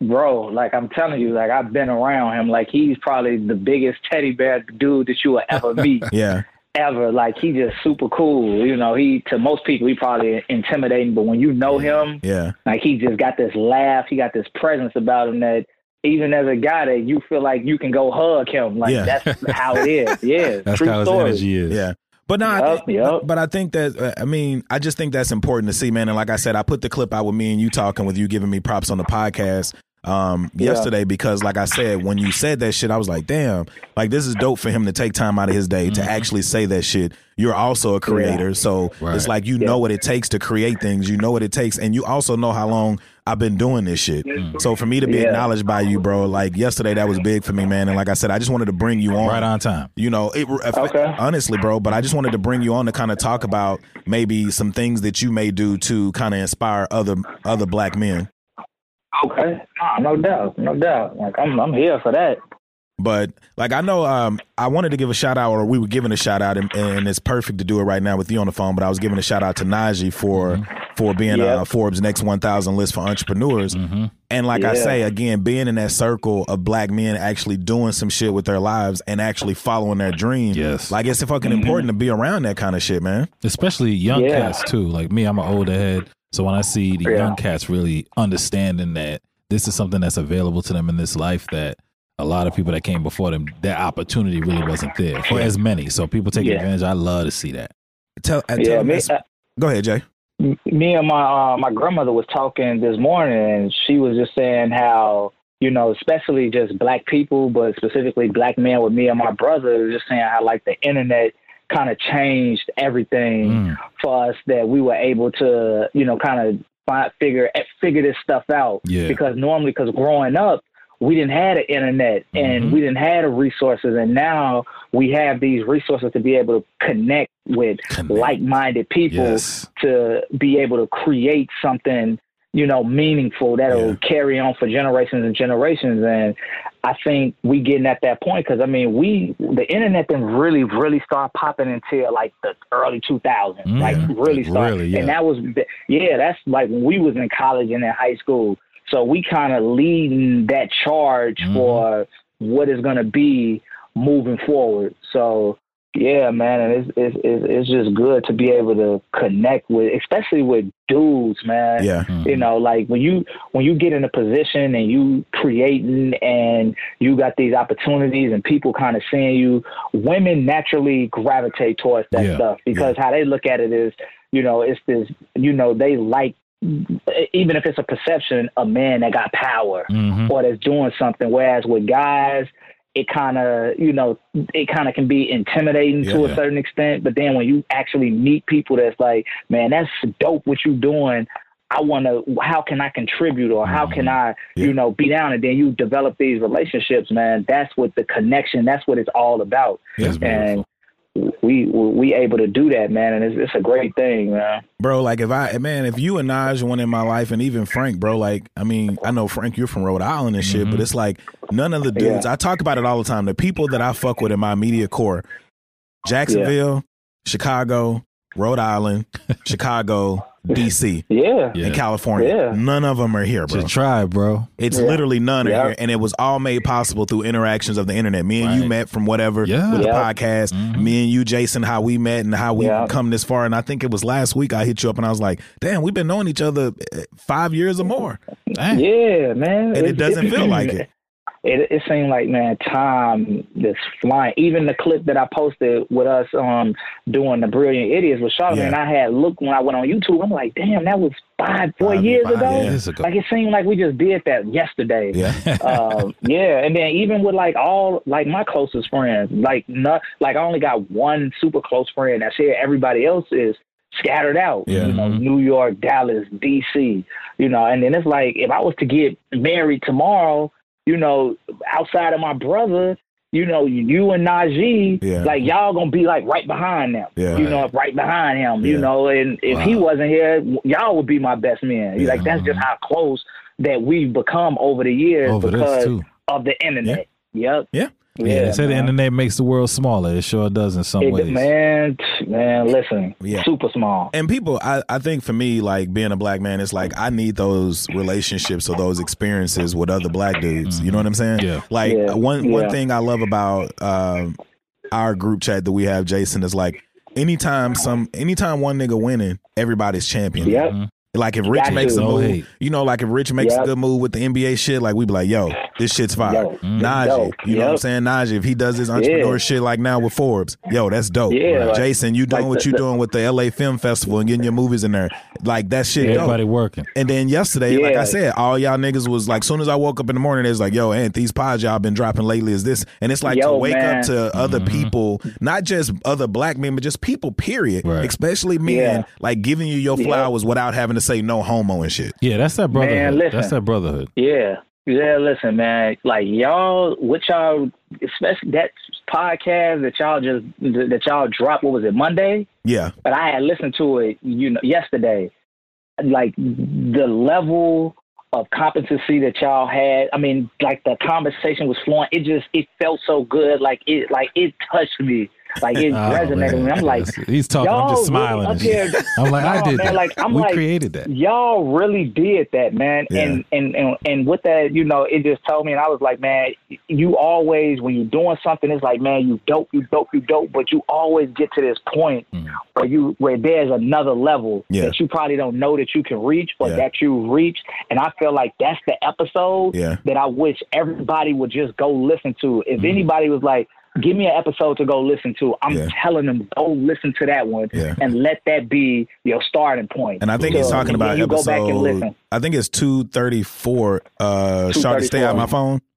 Speaker 9: bro, like I'm telling you, like I've been around him. Like he's probably the biggest teddy bear dude that you will ever meet.
Speaker 3: Yeah,
Speaker 9: ever. Like he just super cool. You know, he to most people he probably intimidating, but when you know him,
Speaker 3: yeah,
Speaker 9: like he just got this laugh, he got this presence about him that even as a guy that you feel like you can go hug him. Like
Speaker 3: Yeah.
Speaker 9: that's how it is. Yeah.
Speaker 1: That's
Speaker 9: true
Speaker 1: how his
Speaker 9: story.
Speaker 1: energy is.
Speaker 3: yeah. But no, I
Speaker 9: Yup,
Speaker 3: think,
Speaker 9: yup.
Speaker 3: but I think that uh, I mean I just think that's important to see, man. And like I said, I put the clip out with me and you talking with you giving me props on the podcast um
Speaker 9: Yeah.
Speaker 3: yesterday because like I said, when you said that shit, I was like, damn, like this is dope for him to take time out of his day to actually say that shit. You're also a creator, so
Speaker 1: Right.
Speaker 3: it's like you know what it takes to create things. You know what it takes, and you also know how long. I've been doing this shit. So for me to be
Speaker 9: Yeah.
Speaker 3: acknowledged by you, bro, like yesterday that was big for me, man. And like I said, I just wanted to bring you on.
Speaker 1: Right on time.
Speaker 3: You know, it,
Speaker 9: Okay.
Speaker 3: honestly, bro, but I just wanted to bring you on to kind of talk about maybe some things that you may do to kind of inspire other other black men.
Speaker 9: Okay. Nah, no doubt. No doubt. Like I'm I'm here for that.
Speaker 3: But like I know, um, I wanted to give a shout out, or we were giving a shout out, and, and it's perfect to do it right now with you on the phone. But I was giving a shout out to Najee for for being
Speaker 9: Yeah.
Speaker 3: uh, Forbes Next 1,000 list for entrepreneurs. And like I
Speaker 9: Yeah.
Speaker 3: say again, being in that circle of black men actually doing some shit with their lives and actually following their dream.
Speaker 1: Yes.
Speaker 3: like it's fucking
Speaker 1: Mm-hmm.
Speaker 3: important to be around that kind of shit, man.
Speaker 1: Especially young
Speaker 9: Yeah.
Speaker 1: cats too. Like me, I'm an older head, so when I see the
Speaker 9: Yeah.
Speaker 1: young cats really understanding that this is something that's available to them in this life that a lot of people that came before them, that opportunity really wasn't there for as many. So people take
Speaker 9: Yeah.
Speaker 1: advantage. I love to see that.
Speaker 3: Tell, uh,
Speaker 9: yeah,
Speaker 3: tell
Speaker 9: me,
Speaker 3: us- go ahead, Jay.
Speaker 9: M- me and my uh, my grandmother was talking this morning, and she was just saying how you know, especially just black people, but specifically black men with me and my brother, just saying how like the internet kind of changed everything
Speaker 1: Mm.
Speaker 9: for us that we were able to you know kind of find, figure eh, figure this stuff out
Speaker 1: Yeah.
Speaker 9: because normally because growing up we didn't have the internet
Speaker 1: Mm-hmm.
Speaker 9: and we didn't have the resources and now we have these resources to be able to connect with
Speaker 1: Connect.
Speaker 9: like-minded people
Speaker 1: Yes.
Speaker 9: to be able to create something you know, meaningful that'll carry on for generations and generations. And I think we getting at that point because I mean, we the internet didn't really, really start popping until like the early 2000s, like really start.
Speaker 1: Really, Mm, yeah.
Speaker 9: And that was, yeah, that's like when we was in college and in high school. So we kind of leading that charge
Speaker 1: Mm-hmm.
Speaker 9: for what is going to be moving forward. So yeah, man, and it's, it's it's it's just good to be able to connect with, especially with dudes, man.
Speaker 3: Yeah.
Speaker 1: Mm.
Speaker 9: You know, like when you when you get in a position and you creating and you got these opportunities and people kind of seeing you, women naturally gravitate towards that
Speaker 1: Yeah.
Speaker 9: stuff because how they look at it is, you know, it's this, you know, they like even if it's a perception, a man that got power
Speaker 1: Mm-hmm.
Speaker 9: or that's doing something. Whereas with guys, it kind of you know it kind of can be intimidating to a certain extent. But then when you actually meet people, that's like, man, that's dope what you doing. I want to. How can I contribute, or how can
Speaker 3: Mm-hmm.
Speaker 9: I, you know, be down? And then you develop these relationships, man. That's what the connection. That's what it's all about.
Speaker 1: That's
Speaker 9: and
Speaker 1: beautiful.
Speaker 9: we, we we able to do that, man, and it's, it's a great thing, man.
Speaker 3: Bro, like if I man, if you and Naj went in my life and even Frank, bro, like I mean, I know Frank, you're from Rhode Island and shit, but it's like none of the dudes I talk about it all the time. The people that I fuck with in my media core, Jacksonville, Chicago, Rhode Island, Chicago, DC,
Speaker 9: Yeah,
Speaker 1: Yeah.
Speaker 3: and California.
Speaker 9: Yeah.
Speaker 3: None of them are here, bro.
Speaker 1: Should try, bro.
Speaker 3: It's literally none
Speaker 9: Yeah.
Speaker 3: are here. And it was all made possible through interactions of the internet. Me and you
Speaker 1: Right.
Speaker 3: met from whatever
Speaker 1: Yeah. Mm-hmm.
Speaker 3: with the
Speaker 9: Yeah.
Speaker 3: podcast. Me and you, Jason, how we met and how we
Speaker 9: Yeah.
Speaker 3: come this far. And I think it was last week I hit you up and I was like, damn, we've been knowing each other eh, five years or more.
Speaker 1: Dang.
Speaker 9: yeah, man.
Speaker 3: And it doesn't feel like it.
Speaker 9: it, it seemed like man, time is flying. Even the clip that I posted with us um doing the Brilliant Idiots with Charlamagne,
Speaker 3: Yeah.
Speaker 9: I had looked when I went on YouTube. I'm like, damn, that was five, four
Speaker 3: Five-
Speaker 9: years
Speaker 3: five
Speaker 9: ago.
Speaker 3: years
Speaker 1: ago.
Speaker 9: Like it seemed like we just did that yesterday.
Speaker 3: Yeah.
Speaker 9: um, yeah, and then even with like all like my closest friends, like not like I only got one super close friend. That's here. Everybody else is scattered out.
Speaker 3: Yeah.
Speaker 9: You know,
Speaker 1: Mm-hmm. Um,
Speaker 9: New York, Dallas, D.C. You know, and then it's like if I was to get married tomorrow, you know, outside of my brother. You know, you and Najee,
Speaker 3: Yeah.
Speaker 9: like y'all gonna be like right behind them.
Speaker 3: Yeah.
Speaker 9: You know, right behind him. You
Speaker 3: Yeah.
Speaker 9: know, and if he wasn't here, y'all would be my best man. Like that's just how close that we've become over the years
Speaker 1: Over this,
Speaker 9: because
Speaker 1: too.
Speaker 9: of the internet. Yep.
Speaker 3: Yeah.
Speaker 1: Yeah, they say the
Speaker 9: man.
Speaker 1: internet makes the world smaller. It sure does in some
Speaker 9: It-
Speaker 1: ways.
Speaker 9: man, t- man, listen,
Speaker 3: Yeah.
Speaker 9: super small.
Speaker 3: And people, I, I think for me, like being a black man, it's like I need those relationships or those experiences with other black dudes. You know what I'm saying?
Speaker 1: Yeah.
Speaker 3: Like
Speaker 9: Yeah,
Speaker 3: one
Speaker 9: yeah.
Speaker 3: one thing I love about um, our group chat that we have, Jason, is like anytime some anytime one nigga winning, everybody's champion.
Speaker 9: Yep.
Speaker 1: Mhm.
Speaker 3: Like if Rich
Speaker 9: Got
Speaker 3: makes
Speaker 9: you.
Speaker 3: a
Speaker 1: No
Speaker 3: move,
Speaker 1: hate.
Speaker 3: you know, like if Rich makes
Speaker 9: Yep.
Speaker 3: a good move with the NBA shit, like we be like, yo, this shit's fire.
Speaker 9: Yo,
Speaker 3: Najee,
Speaker 9: dope.
Speaker 3: you know what I'm
Speaker 9: Yep.
Speaker 3: saying? Najee, if he does his entrepreneur
Speaker 9: Yeah.
Speaker 3: shit like now with Forbes, yo, that's dope.
Speaker 9: Yeah, like-
Speaker 3: Jason, you doing
Speaker 9: like
Speaker 3: what
Speaker 9: the-
Speaker 3: you
Speaker 9: the-
Speaker 3: doing with the LA Film Festival and getting your movies in there. Like that shit dope.
Speaker 1: Everybody working.
Speaker 3: And then yesterday, like
Speaker 9: Yeah.
Speaker 3: I said, all y'all niggas was like, soon as I woke up in the morning, it's like, yo, and these pods y'all been dropping lately is this, and it's like
Speaker 9: Yo,
Speaker 3: to wake
Speaker 9: man.
Speaker 3: up to other people, not just other black men, but just people, period.
Speaker 1: Right.
Speaker 3: Especially men,
Speaker 9: Yeah.
Speaker 3: like giving you your flowers without having to say no homo and shit.
Speaker 1: Yeah, that's that brotherhood. that's
Speaker 9: listen.
Speaker 1: that brotherhood.
Speaker 9: Yeah. Yeah, listen, man. Like y'all, what y'all, especially that podcast that y'all just that y'all dropped. What was it Monday?
Speaker 3: Yeah,
Speaker 9: but I had listened to it, you know, yesterday. Like the level of competency that y'all had. I mean, like the conversation was flowing. It just it felt so good. Like it like it touched me. Like it
Speaker 1: Oh,
Speaker 9: resonated. with
Speaker 1: man.
Speaker 9: me. I'm like,
Speaker 1: he's talking. I'm
Speaker 9: y'all
Speaker 1: just smiling.
Speaker 9: really
Speaker 1: and
Speaker 9: up here-
Speaker 1: shit. I'm like, I
Speaker 9: No,
Speaker 1: did
Speaker 9: man,
Speaker 1: that.
Speaker 9: like, I'm
Speaker 1: we
Speaker 9: like-
Speaker 1: created that.
Speaker 9: y'all really did that, man. And, and and and with that, you know, it just told me, and I was like, man, you always when you're doing something, it's like, man, you dope, you dope, you dope, but you always get to this point where you where there's another level
Speaker 3: Mm. Yeah.
Speaker 9: that you probably don't know that you can reach, but
Speaker 3: Yeah.
Speaker 9: that you reach. And I feel like that's the episode
Speaker 3: Yeah. Mm.
Speaker 9: that I wish everybody would just go listen to. If anybody was like. Give me an episode to go listen to. I'm
Speaker 3: Yeah.
Speaker 9: telling them go listen to that one
Speaker 3: Yeah.
Speaker 9: and let that be your starting point.
Speaker 3: And I think
Speaker 9: So,
Speaker 3: he's talking about
Speaker 9: you
Speaker 3: episode.
Speaker 9: Go back and listen.
Speaker 3: I think it's two thirty four. Uh, Shawty, stay out of my phone.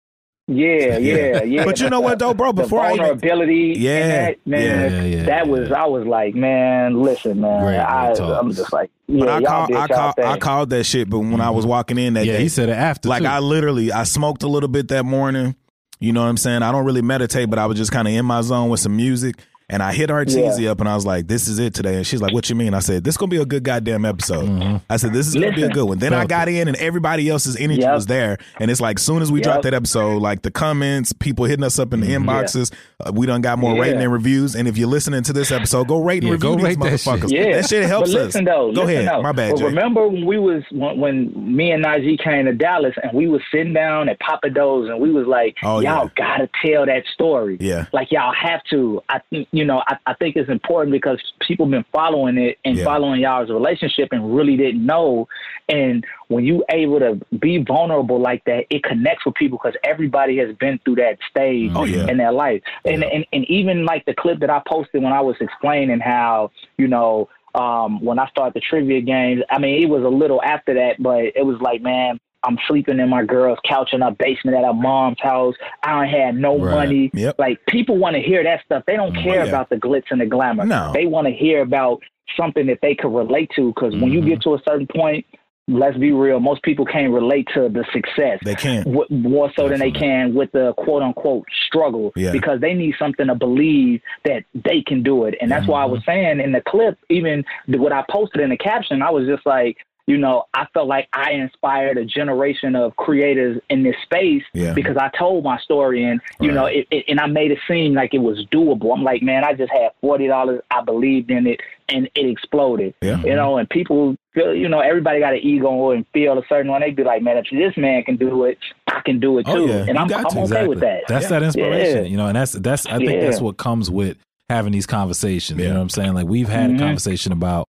Speaker 9: Yeah, yeah, yeah.
Speaker 3: But you know what though, bro?
Speaker 9: The
Speaker 3: Before I even,
Speaker 9: vulnerability,
Speaker 3: Yeah,
Speaker 9: and that, man,
Speaker 1: yeah, yeah, yeah,
Speaker 9: that was I was like, man, listen, man,
Speaker 1: Great, great
Speaker 9: I,
Speaker 1: talks.
Speaker 9: I'm just like, yeah,
Speaker 3: but I
Speaker 9: y'all
Speaker 3: called,
Speaker 9: did
Speaker 3: I
Speaker 9: y'all
Speaker 3: called,
Speaker 9: thing.
Speaker 3: I called that shit. But when I was walking in that
Speaker 1: Yeah,
Speaker 3: day,
Speaker 1: he said it after.
Speaker 3: like
Speaker 1: too.
Speaker 3: I literally, I smoked a little bit that morning. You know what I'm saying? I don't really meditate, but I was just kind of in my zone with some music. And I hit Arteezy up and I was like, this is it today. And she's like, what you mean? I said, this going to be a good goddamn episode.
Speaker 1: Mm-hmm.
Speaker 3: I said, this is going to be a
Speaker 9: Listen.
Speaker 3: good one. Then I got in and everybody else's energy
Speaker 9: Yep.
Speaker 3: was there. And it's like, soon as we
Speaker 9: Yep.
Speaker 3: dropped that episode, like the comments, people hitting us up in the
Speaker 1: Mm-hmm.
Speaker 3: inboxes, uh, we done got more
Speaker 9: Yeah.
Speaker 3: rating and reviews. And if you're listening to this episode, go rate and
Speaker 1: Yeah,
Speaker 3: review
Speaker 1: go
Speaker 3: these
Speaker 1: rate that shit.
Speaker 3: motherfuckers.
Speaker 9: Yeah,
Speaker 3: That shit helps
Speaker 9: but listen
Speaker 3: us.
Speaker 9: Though,
Speaker 3: go
Speaker 9: listen
Speaker 3: ahead.
Speaker 9: Though.
Speaker 3: My bad,
Speaker 9: But
Speaker 3: Jay.
Speaker 9: remember when we was when, when me and Najee came to Dallas and we was sitting down at Papa Do's and we was like,
Speaker 3: Oh, yeah.
Speaker 9: y'all gotta tell that story.
Speaker 3: Yeah.
Speaker 9: like y'all have to. I think you know I, I think it's important because people been following it and
Speaker 3: Yeah.
Speaker 9: following y'all's relationship and really didn't know. And when you able to be vulnerable like that, it connects with people because everybody has been through that stage
Speaker 3: Oh, yeah.
Speaker 9: in their life. And, and and even like the clip that I posted when I was explaining how, you know, um, when I started the trivia games, I mean, it was a little after that, but it was like, man, I'm sleeping in my girl's couch in her basement at her mom's house. I don't have no
Speaker 1: Right.
Speaker 9: money.
Speaker 3: Yep. Oh,
Speaker 9: Like people want to hear that stuff. They don't care
Speaker 3: yeah.
Speaker 9: about the glitz and the glamour.
Speaker 3: No.
Speaker 9: They want to hear about something that they could relate to. Because when
Speaker 3: Mm-hmm.
Speaker 9: you get to a certain point, let's be real, most people can't relate to the success
Speaker 3: They can't.
Speaker 9: w- more so than they can with the quote unquote struggle
Speaker 3: Yeah.
Speaker 9: because they need something to believe that they can do it. And that's why I
Speaker 3: Mm-hmm.
Speaker 9: was saying in the clip, even th- what I posted in the caption, I was just like, you know, I felt like I inspired a generation of creators in this space
Speaker 3: Yeah.
Speaker 9: because I told my story and, you know, it, it, and I made it seem like it was doable. I'm like, man, I just had $40. I believed in it and it exploded.
Speaker 3: Yeah.
Speaker 9: You know, and people, feel, you know, everybody got an ego and feel a certain one. They'd be like, man, if this man can do it, I can do it
Speaker 1: Oh,
Speaker 9: too.
Speaker 1: yeah.
Speaker 9: And I'm,
Speaker 3: got
Speaker 9: I'm
Speaker 3: to,
Speaker 9: okay with that.
Speaker 1: That's that inspiration,
Speaker 9: Yeah.
Speaker 1: you know, and that's that's I think
Speaker 9: Yeah.
Speaker 1: that's what comes with having these conversations. You
Speaker 3: Yeah.
Speaker 1: know what I'm saying? Like we've had
Speaker 9: Mhm.
Speaker 1: a conversation about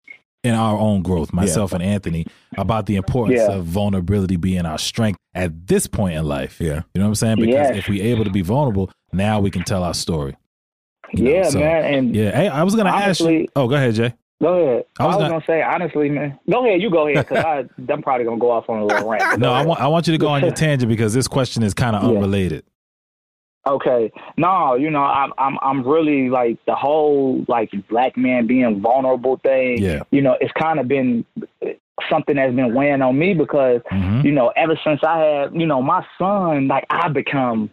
Speaker 1: in our own growth, myself and Anthony, about the importance
Speaker 9: Yeah.
Speaker 1: of vulnerability being our strength at this point in life.
Speaker 3: Yeah.
Speaker 1: You know what I'm saying? Because
Speaker 9: Yes.
Speaker 1: if we're able to be vulnerable, now we can tell our story. you know,
Speaker 9: yeah,
Speaker 1: so-
Speaker 9: man. And
Speaker 1: Yeah. Hey, I was gonna ask you.
Speaker 9: Honestly-
Speaker 1: Oh, go ahead, Jay.
Speaker 9: go ahead.
Speaker 1: I
Speaker 9: I
Speaker 1: was
Speaker 9: was,
Speaker 1: not-
Speaker 9: going to say, honestly, man. Go ahead. You go ahead because I'm probably going to go off on a little rant.
Speaker 1: No,
Speaker 9: Go
Speaker 1: I
Speaker 9: ahead.
Speaker 1: want I want you to go on your tangent because this question is kind of
Speaker 9: Yeah.
Speaker 1: unrelated.
Speaker 9: Okay. No, you know, I'm I'm I'm really like the whole like black man being vulnerable thing.
Speaker 1: Yeah.
Speaker 9: You know, it's kind of been something that's been weighing on me because
Speaker 3: Mm-hmm.
Speaker 1: Mhm.
Speaker 9: you know ever since I had you know my son like I become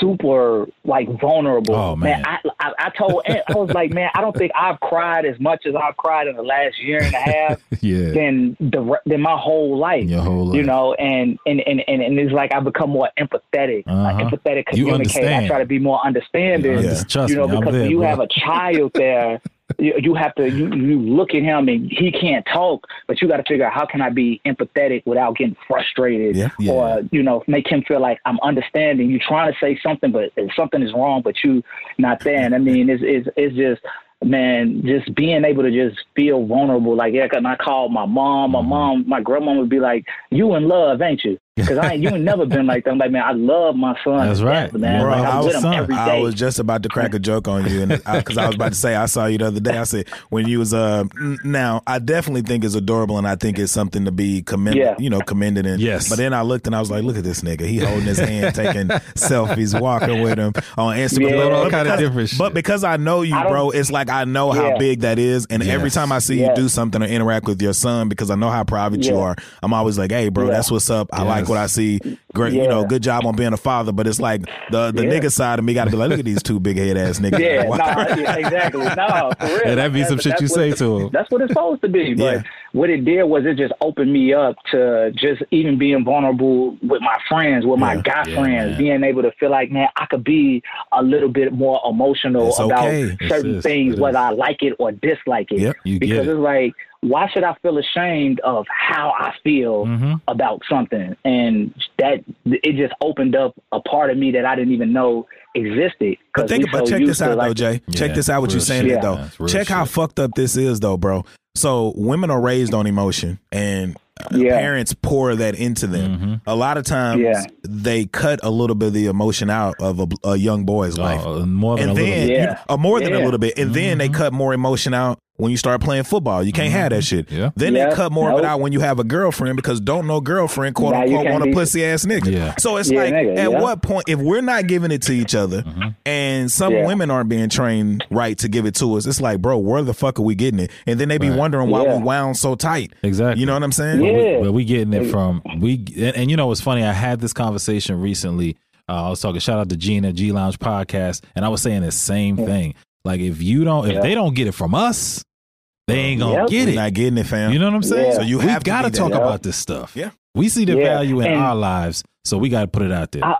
Speaker 9: super like vulnerable.
Speaker 1: Oh, man.
Speaker 9: I, I I told Ant, I was like man I don't think I've cried as much as I've cried in the last year and a half
Speaker 1: Yeah.
Speaker 9: than the re- than my whole life.
Speaker 1: Your whole life.
Speaker 9: You know, and and and and, and it's like I become more empathetic, like
Speaker 1: Uh-huh.
Speaker 9: empathetic
Speaker 1: You
Speaker 9: communicator. I
Speaker 1: understand.
Speaker 9: try to be more understanding.
Speaker 1: Yeah, just trust
Speaker 9: you know,
Speaker 1: me, I'm
Speaker 9: because
Speaker 1: there,
Speaker 9: when you
Speaker 1: bro.
Speaker 9: have a child there, you, you have to you, you look at him and he can't talk, but you got to figure out how can I be empathetic without getting frustrated
Speaker 3: Yeah,
Speaker 1: yeah.
Speaker 9: or you know make him feel like I'm understanding. You trying to say something, but and something is wrong, but you not there. And I mean, it's it's it's just. Man, just being able to just feel vulnerable, like yeah, and I called my mom.
Speaker 1: Mm-hmm.
Speaker 9: My mom, my grandma would be like, "You in love, ain't you?" Because I ain't, you ain't never been like that. I'm like, man, I love my son.
Speaker 1: That's
Speaker 9: to
Speaker 1: right.
Speaker 9: death, man.
Speaker 1: Bro,
Speaker 9: like,
Speaker 3: I
Speaker 9: I'm with
Speaker 3: was,
Speaker 9: him
Speaker 1: son.
Speaker 9: every day.
Speaker 3: I was just about to crack a joke on you, and because I, was about to say, I saw you the other day. I said when you was uh n- now, I definitely think it's adorable, and I think it's something to be commended,
Speaker 9: Yeah.
Speaker 3: you know, commended. And
Speaker 1: Yes.
Speaker 3: but then I looked and I was like, look at this nigga, he holding his hand, taking selfies, walking with him on
Speaker 9: Yeah.
Speaker 3: Instagram,
Speaker 9: Doing all
Speaker 3: But
Speaker 1: kinda
Speaker 3: because-
Speaker 1: different shit.
Speaker 3: But because I know you,
Speaker 9: I don't-
Speaker 3: bro, it's like I know how
Speaker 9: Yeah.
Speaker 3: big that is, and every
Speaker 1: Yes.
Speaker 3: time I see you
Speaker 9: Yeah.
Speaker 3: do something or interact with your son, because I know how private you
Speaker 9: Yeah.
Speaker 3: are, I'm always like, hey, bro,
Speaker 9: Yeah.
Speaker 3: that's what's up. I like
Speaker 1: Yes.
Speaker 3: what I see. Great, you
Speaker 9: Yeah.
Speaker 3: know, good job on being a father, but it's like the the
Speaker 9: Yeah.
Speaker 3: nigga side of me got to be like, look at these two big head ass niggas.
Speaker 9: Yeah,
Speaker 3: Why-
Speaker 9: nah, yeah, exactly. No, for real.
Speaker 1: Yeah, that'd be
Speaker 9: That's-
Speaker 1: some shit
Speaker 9: that's
Speaker 1: you
Speaker 9: what-
Speaker 1: say to him.
Speaker 9: That's what it's supposed to be. But
Speaker 3: Yeah.
Speaker 9: what it did was it just opened me up to just even being vulnerable with my friends, with my
Speaker 3: Yeah,
Speaker 9: guy
Speaker 1: yeah,
Speaker 9: friends,
Speaker 1: man.
Speaker 9: being able to feel like, man, I could be a little bit more emotional
Speaker 3: It's
Speaker 9: about
Speaker 3: okay.
Speaker 1: It's
Speaker 9: certain
Speaker 1: this,
Speaker 9: things,
Speaker 1: it
Speaker 9: whether
Speaker 1: is.
Speaker 9: I like it or dislike it.
Speaker 3: Yep,
Speaker 1: you get
Speaker 9: because
Speaker 1: it.
Speaker 9: it's like, why should I feel ashamed of how I feel
Speaker 1: Mm-hmm.
Speaker 9: about something? And that it just opened up a part of me that I didn't even know existed.
Speaker 3: But
Speaker 9: 'Cause
Speaker 3: think
Speaker 9: we
Speaker 3: about
Speaker 9: so
Speaker 3: check
Speaker 9: used
Speaker 3: this
Speaker 9: to,
Speaker 3: out
Speaker 9: like,
Speaker 3: though, Jay. check
Speaker 1: Yeah,
Speaker 3: this out. What
Speaker 1: real
Speaker 3: you're saying
Speaker 9: shit.
Speaker 3: it
Speaker 9: Yeah,
Speaker 3: though.
Speaker 1: that's real
Speaker 3: Check how
Speaker 1: shit.
Speaker 3: fucked up this is though, bro. So women are raised on emotion, and
Speaker 9: Yeah.
Speaker 3: parents pour that into them.
Speaker 1: Mm-hmm.
Speaker 3: A lot of times,
Speaker 9: Yeah.
Speaker 3: they cut a little bit of the emotion out of a, a young boy's life.
Speaker 1: Oh, more than
Speaker 3: and
Speaker 1: a
Speaker 3: then
Speaker 1: little bit.
Speaker 9: Yeah.
Speaker 3: you- uh, more than a
Speaker 9: Yeah.
Speaker 3: little bit, and then they cut more emotion out when you start playing football. You can't have that shit.
Speaker 1: Yeah.
Speaker 3: Then they
Speaker 9: Yeah.
Speaker 3: cut more of it
Speaker 9: Nope.
Speaker 3: out when you have a girlfriend because don't no girlfriend quote
Speaker 9: Nah, you
Speaker 3: unquote
Speaker 9: can't
Speaker 3: want a
Speaker 9: be-
Speaker 3: pussy ass nigga.
Speaker 1: Yeah.
Speaker 3: So it's
Speaker 9: Yeah,
Speaker 3: like
Speaker 9: nigga,
Speaker 3: at
Speaker 9: yeah.
Speaker 3: what point if we're not giving it to each other and some
Speaker 9: Yeah.
Speaker 3: women aren't being trained right to give it to us, it's like bro, where the fuck are we getting it? And then they be wondering why
Speaker 9: Yeah.
Speaker 3: we wound so tight.
Speaker 1: Exactly.
Speaker 3: You know what I'm saying?
Speaker 9: Yeah.
Speaker 1: But we getting it from we and, and you know what's funny? I had this conversation recently. Uh, I was talking shout out to Gina G Lounge podcast, and I was saying the same thing. Like if you don't, if
Speaker 9: Yeah.
Speaker 1: they don't get it from us, they ain't gonna
Speaker 9: Yep.
Speaker 1: get
Speaker 3: You're
Speaker 1: it.
Speaker 3: not getting it, fam.
Speaker 1: You know what I'm saying?
Speaker 9: Yeah.
Speaker 1: So
Speaker 9: So
Speaker 1: you
Speaker 3: you
Speaker 1: we
Speaker 3: have to
Speaker 1: gotta
Speaker 3: be there.
Speaker 1: talk
Speaker 9: Yeah.
Speaker 1: about this stuff.
Speaker 3: Yeah.
Speaker 1: we see the
Speaker 9: Yeah.
Speaker 1: value in
Speaker 9: And-
Speaker 1: our lives, so we gotta put it out there.
Speaker 9: I-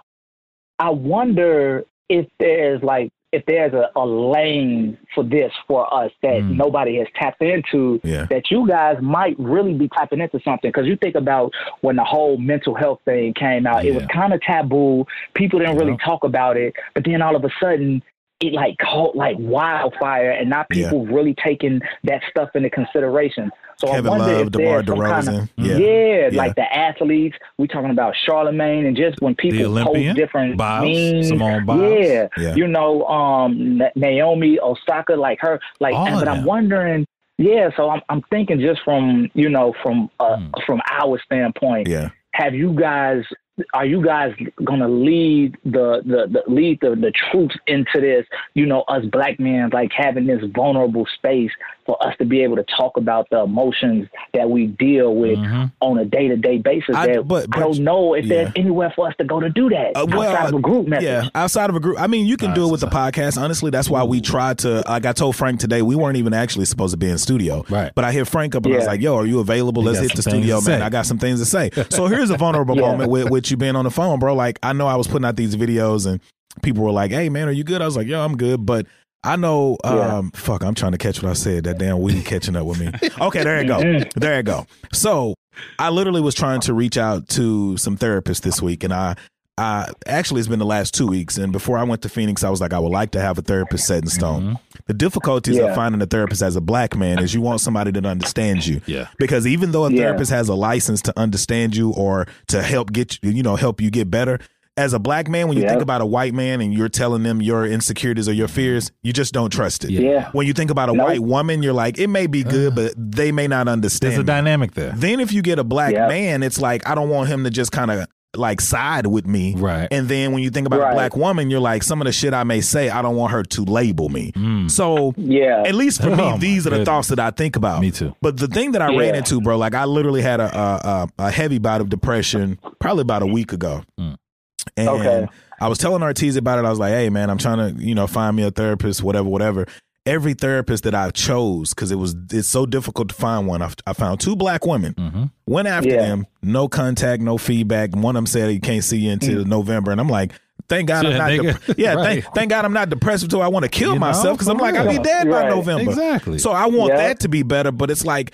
Speaker 9: I wonder if there's like if there's a, a lane for this for us that
Speaker 1: Mm.
Speaker 9: nobody has tapped into
Speaker 3: Yeah.
Speaker 9: that you guys might really be tapping into something because you think about when the whole mental health thing came out it was kind of taboo people didn't really talk about it but then all of a sudden it like caught like wildfire and not
Speaker 3: Yeah.
Speaker 9: people really taking that stuff into consideration so
Speaker 3: Kevin
Speaker 9: I wonder
Speaker 3: Love,
Speaker 9: if
Speaker 3: DeMar
Speaker 9: there's some kind of
Speaker 3: DeRozan.
Speaker 9: yeah,
Speaker 3: yeah.
Speaker 9: like the athletes. We talking about Charlemagne and just when
Speaker 1: The
Speaker 9: people
Speaker 1: Olympian,
Speaker 9: post different
Speaker 1: Biles,
Speaker 9: memes.
Speaker 1: Simone Biles.
Speaker 9: Yeah.
Speaker 3: Yeah.
Speaker 9: you know, um, Na- Naomi Osaka, like her, like.
Speaker 1: All
Speaker 9: and-
Speaker 1: of
Speaker 9: but
Speaker 1: them.
Speaker 9: I'm wondering. Yeah, so I'm I'm thinking just from you know from uh, from our standpoint.
Speaker 3: Hmm. Yeah.
Speaker 9: Have you guys? Are you guys gonna lead the, the, the lead the, the troops into this? You know, us black men like having this vulnerable space for us to be able to talk about the emotions that we deal with on a day to day basis.
Speaker 3: Mm-hmm. I-
Speaker 9: that
Speaker 3: but-
Speaker 9: I
Speaker 3: but-
Speaker 9: don't know if
Speaker 3: yeah.
Speaker 9: there's anywhere for us to go to do that
Speaker 3: Uh, well,
Speaker 9: outside of a group message.
Speaker 3: Yeah, outside of a group. I mean, you can do it with the podcast. Honestly, that's why we tried to. Like I told Frank today, we weren't even actually supposed to be in studio.
Speaker 1: Right.
Speaker 3: But I hit Frank up and I was
Speaker 9: Yeah.
Speaker 3: like, "Yo, are you available? Let's
Speaker 1: got
Speaker 3: hit the
Speaker 1: some things
Speaker 3: studio,
Speaker 1: to
Speaker 3: man.
Speaker 1: say.
Speaker 3: I got some things to say." So here's a vulnerable
Speaker 9: Yeah.
Speaker 3: moment with, with you being on the phone, bro. Like I know I was putting out these videos and people were like, "Hey, man, are you good?" I was like, "Yo, I'm good," but. I know.
Speaker 9: Yeah.
Speaker 3: Um, Fuck, I'm trying to catch what I said. That damn weed catching up with me. Okay, there you go.
Speaker 9: Mm-hmm.
Speaker 3: There you go. So I literally was trying to reach out to some therapists this week, and I, I actually it's been the last two weeks. And before I went to Phoenix, I was like, I would like to have a therapist set in stone. The difficulties of
Speaker 9: Yeah.
Speaker 3: finding a therapist as a black man is you want somebody that understands you.
Speaker 1: Yeah.
Speaker 3: Because even though a
Speaker 9: Yeah.
Speaker 3: therapist has a license to understand you or to help get you, you know, help you get better. As a black man, when you
Speaker 9: Yeah.
Speaker 3: think about a white man and you're telling them your insecurities or your fears, you just don't trust it.
Speaker 9: Yeah.
Speaker 3: When you think about a
Speaker 9: Nope.
Speaker 3: white woman, you're like, it may be good, but they may not understand.
Speaker 1: There's a
Speaker 3: me.
Speaker 1: dynamic there.
Speaker 3: Then if you get a black
Speaker 9: Yeah.
Speaker 3: man, it's like I don't want him to just kind of like side with me.
Speaker 1: Right.
Speaker 3: And then when you think about a
Speaker 9: Right.
Speaker 3: black woman, you're like, some of the shit I may say, I don't want her to label me. So
Speaker 9: Yeah.
Speaker 3: at least for me,
Speaker 1: Oh, my
Speaker 3: these are the
Speaker 1: goodness.
Speaker 3: thoughts that I think about.
Speaker 1: Me too.
Speaker 3: But the thing that I ran
Speaker 9: Yeah.
Speaker 3: into, bro, like I literally had a a, a, a heavy bout of depression probably about a week ago.
Speaker 1: Mm.
Speaker 3: And
Speaker 9: Okay.
Speaker 3: I was telling Ortiz about it. I was like, hey, man, I'm trying to, you know, find me a therapist, whatever, whatever. Every therapist that I chose, because it was it's so difficult to find one. I, I found two black women,
Speaker 1: Mm-hmm.
Speaker 3: went after
Speaker 9: Yeah.
Speaker 3: them, no contact, no feedback. One of them said he can't see you
Speaker 9: Mm.
Speaker 3: until November, and I'm like, thank God
Speaker 1: Yeah,
Speaker 3: I'm not,
Speaker 1: nigga.
Speaker 3: dep- yeah,
Speaker 1: Right.
Speaker 3: thank, thank God I'm not depressed until I want to kill
Speaker 1: You know,
Speaker 3: myself because I'm
Speaker 1: for
Speaker 3: like I'll be
Speaker 1: real.
Speaker 3: dead by
Speaker 9: Right.
Speaker 3: November.
Speaker 1: Exactly.
Speaker 3: So I want
Speaker 9: Yeah.
Speaker 3: that to be better, but it's like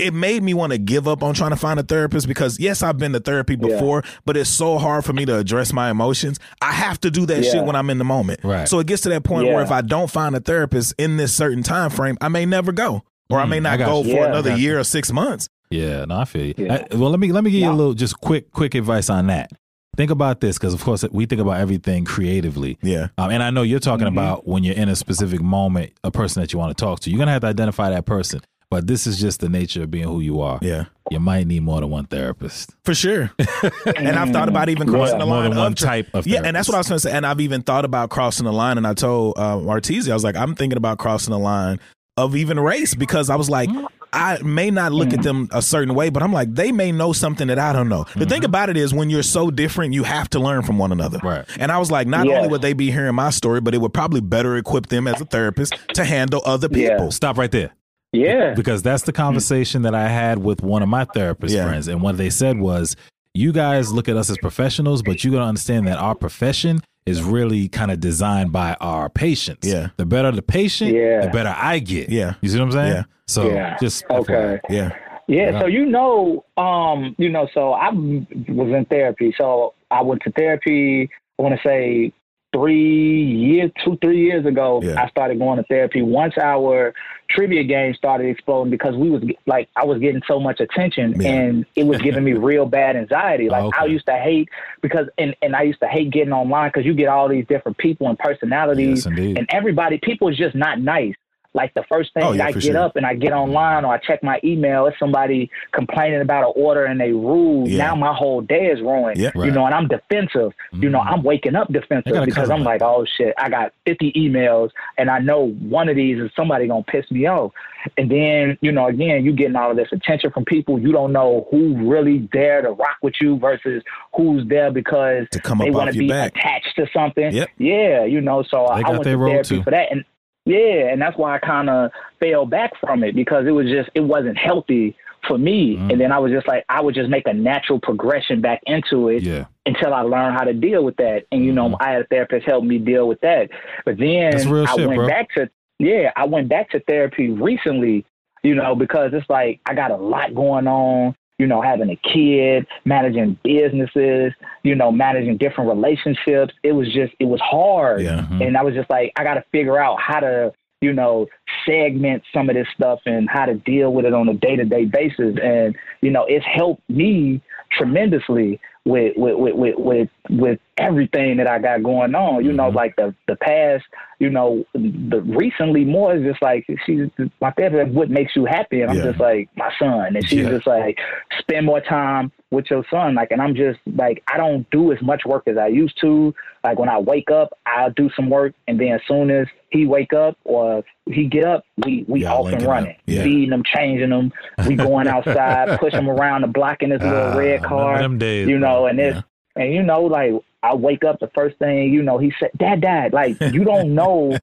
Speaker 3: it made me want to give up on trying to find a therapist because yes, I've been to therapy before, but it's so hard for me to address my emotions. I have to do that
Speaker 9: Yeah.
Speaker 3: shit when I'm in the moment.
Speaker 1: Right.
Speaker 3: So it gets to that point where
Speaker 9: Yeah.
Speaker 3: if I don't find a therapist in this certain time frame, I may never go. Or I may
Speaker 1: Mm, I
Speaker 3: not
Speaker 1: got
Speaker 3: go
Speaker 1: you.
Speaker 3: for
Speaker 9: Yeah.
Speaker 3: another
Speaker 1: Got
Speaker 3: year or six months.
Speaker 1: Yeah, no, I feel you.
Speaker 9: Yeah.
Speaker 1: I- well, let me let me give you a
Speaker 9: Yeah.
Speaker 1: little just quick quick advice on that. Think about this because of course we think about everything creatively.
Speaker 3: Yeah.
Speaker 1: Um, and I know you're talking
Speaker 3: Mm-hmm.
Speaker 1: about when you're in a specific moment, a person that you want to talk to. You're gonna have to identify that person. But this is just the nature of being who you are.
Speaker 3: Yeah.
Speaker 1: You might need more than one therapist.
Speaker 3: For sure. and I've thought about even crossing the
Speaker 1: More
Speaker 3: line
Speaker 1: than one
Speaker 3: of tra-
Speaker 1: type of
Speaker 3: Yeah, and
Speaker 1: therapist.
Speaker 3: that's what I was going to say. And I've even thought about crossing the line. And I told uh, Arteezy, I was like, I'm thinking about crossing the line of even race because I was like,
Speaker 1: Mm.
Speaker 3: I may not look at them a certain way, but I'm like, they may know something that I don't know. The thing about it is, when you're so different, you have to learn from one another.
Speaker 1: Mm-hmm. Right.
Speaker 3: And I was like, not
Speaker 9: Yeah.
Speaker 3: only would they be hearing my story, but it would probably better equip them as a therapist to handle other
Speaker 9: Yeah.
Speaker 3: people.
Speaker 1: Stop right there.
Speaker 9: yeah.
Speaker 1: because that's the conversation that I had with one of my therapist
Speaker 3: Mm-hmm. Yeah.
Speaker 1: friends, and what they said was, "You guys look at us as professionals, but you got to understand that our profession is really kind of designed by our patients.
Speaker 3: Yeah.
Speaker 1: the better the patient,
Speaker 9: Yeah.
Speaker 1: the better I get.
Speaker 3: Yeah.
Speaker 1: you see what I'm saying?
Speaker 3: Yeah.
Speaker 1: So
Speaker 9: Yeah.
Speaker 1: just
Speaker 9: Okay.
Speaker 3: Yeah.
Speaker 9: Yeah, so you know, um, you know, so I was in therapy. So I went to therapy. I want to say three years, two, three years ago.
Speaker 3: Yeah.
Speaker 9: I started going to therapy once our trivia game started exploding because we was like I was getting so much attention
Speaker 3: Yeah.
Speaker 9: and it was giving me real bad anxiety. Like I
Speaker 1: Okay.
Speaker 9: used to hate because and and I used to hate getting online because you get all these different people and personalities
Speaker 1: Yes, indeed.
Speaker 9: and everybody people is just not nice. Like the first thing
Speaker 3: Oh, yeah,
Speaker 9: I
Speaker 3: for
Speaker 9: get
Speaker 3: sure.
Speaker 9: up up and I get online or I check my email, it's somebody complaining about an order and they rude.
Speaker 3: Yeah.
Speaker 9: Now my whole day is ruined.
Speaker 3: Yeah. Mm.
Speaker 9: You
Speaker 1: Right.
Speaker 9: know, and I'm defensive. You know, I'm waking up
Speaker 1: I gotta
Speaker 9: defensive because
Speaker 1: cover
Speaker 9: I'm
Speaker 1: that.
Speaker 9: like, oh shit, I got 50 emails and I know one of these is somebody gonna piss me off. And then, you know, again, you getting all of this attention from people. You don't know who really there to rock with you versus who's there because
Speaker 3: To come
Speaker 9: they
Speaker 3: up
Speaker 9: want
Speaker 3: off
Speaker 9: to
Speaker 3: your
Speaker 9: be
Speaker 3: back.
Speaker 9: attached to something.
Speaker 3: Yep.
Speaker 9: Yeah, you know, so
Speaker 1: They
Speaker 9: I
Speaker 1: got
Speaker 9: went
Speaker 1: their
Speaker 9: to
Speaker 1: role
Speaker 9: therapy
Speaker 1: too.
Speaker 9: for that and Yeah, and that's why I kind of fell back from it because it was just it wasn't healthy for me.
Speaker 1: Mm.
Speaker 9: And then I was just like, I would just make a natural progression back into it
Speaker 1: Yeah. Mm-hmm.
Speaker 9: until I learned how to deal with that. And you know, I had a therapist help me deal with that. But then
Speaker 1: That's real
Speaker 9: I
Speaker 1: shit,
Speaker 9: went
Speaker 1: bro.
Speaker 9: back to yeah, I went back to therapy recently. You know, because it's like I got a lot going on. You know, having a kid, managing businesses, you know, managing different relationships. It was just, it was hard.
Speaker 3: Yeah.
Speaker 9: And I was just like, I got to figure out how to, you know, segment some of this stuff and how to deal with it on a day to day basis. And, you know, it's helped me tremendously with, with, with, with, with, with everything that I got going on, you know, like the, the past, you know, the recently more is just like, she's my therapist, what makes you happy? And I'm
Speaker 3: Yeah.
Speaker 9: just like my son. And she's
Speaker 3: Yeah.
Speaker 9: just like, spend more time with your son. Like, and I'm just like, I don't do as much work as I used to. Like when I wake up, I'll do some work, and then as soon as he wake up or he get up, we we
Speaker 3: Y'all
Speaker 9: off and
Speaker 3: linking up.
Speaker 9: running,
Speaker 3: Yeah.
Speaker 9: feeding him, changing him. We going outside, push him around the block in his little
Speaker 1: Ah,
Speaker 9: red car.
Speaker 1: remember them days,
Speaker 9: you know,
Speaker 1: bro.
Speaker 9: and it's and you know like. I wake up the first thing, you know, he said, Dad, Dad, like, you don't know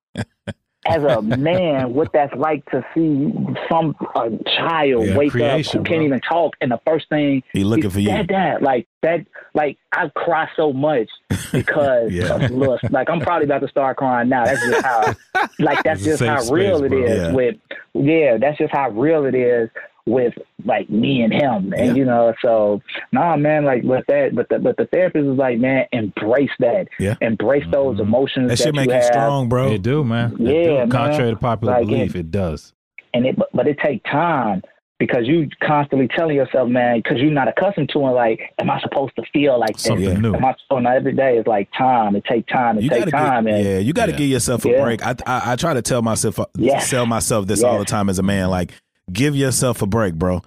Speaker 9: as a man what that's like to see some a child
Speaker 1: Yeah,
Speaker 9: wake
Speaker 1: creation,
Speaker 9: up who
Speaker 1: bro.
Speaker 9: can't even talk and the first thing
Speaker 3: He looking
Speaker 9: is,
Speaker 3: for you.
Speaker 9: Dad, Dad, like that like I cry so much because
Speaker 3: Yeah.
Speaker 9: of look like I'm probably about to start crying now. That's just how like that's
Speaker 1: It's a
Speaker 9: just
Speaker 1: safe
Speaker 9: how
Speaker 1: space,
Speaker 9: real it
Speaker 1: bro.
Speaker 9: is
Speaker 3: Yeah.
Speaker 9: with yeah, that's just how real it is with like me and him and
Speaker 3: Yeah.
Speaker 9: you know so nah man like but that but the but the therapist was like man embrace that
Speaker 3: Yeah. Mm-hmm.
Speaker 9: embrace those emotions
Speaker 3: That
Speaker 9: that,
Speaker 3: shit make
Speaker 9: you
Speaker 3: you
Speaker 9: have
Speaker 3: strong, bro.
Speaker 1: It do, man. It
Speaker 9: Yeah,
Speaker 1: do.
Speaker 9: man.
Speaker 1: Contrary to popular
Speaker 9: Like,
Speaker 1: belief, it does.
Speaker 9: and it but, but it take time because you constantly telling yourself, man, because you're not accustomed to it. Like, am I supposed to feel like this?
Speaker 1: Something
Speaker 3: Yeah.
Speaker 1: new.
Speaker 9: Am I so now every day is like time. It take time. It take
Speaker 3: gotta
Speaker 9: time.
Speaker 3: give,
Speaker 9: and
Speaker 3: yeah, you got to
Speaker 1: Yeah.
Speaker 3: give yourself a
Speaker 9: Yeah.
Speaker 3: break. I, I I try to tell myself,
Speaker 9: Yes.
Speaker 3: tell myself this all the
Speaker 9: Yes.
Speaker 3: time as a man, like give yourself a break, bro.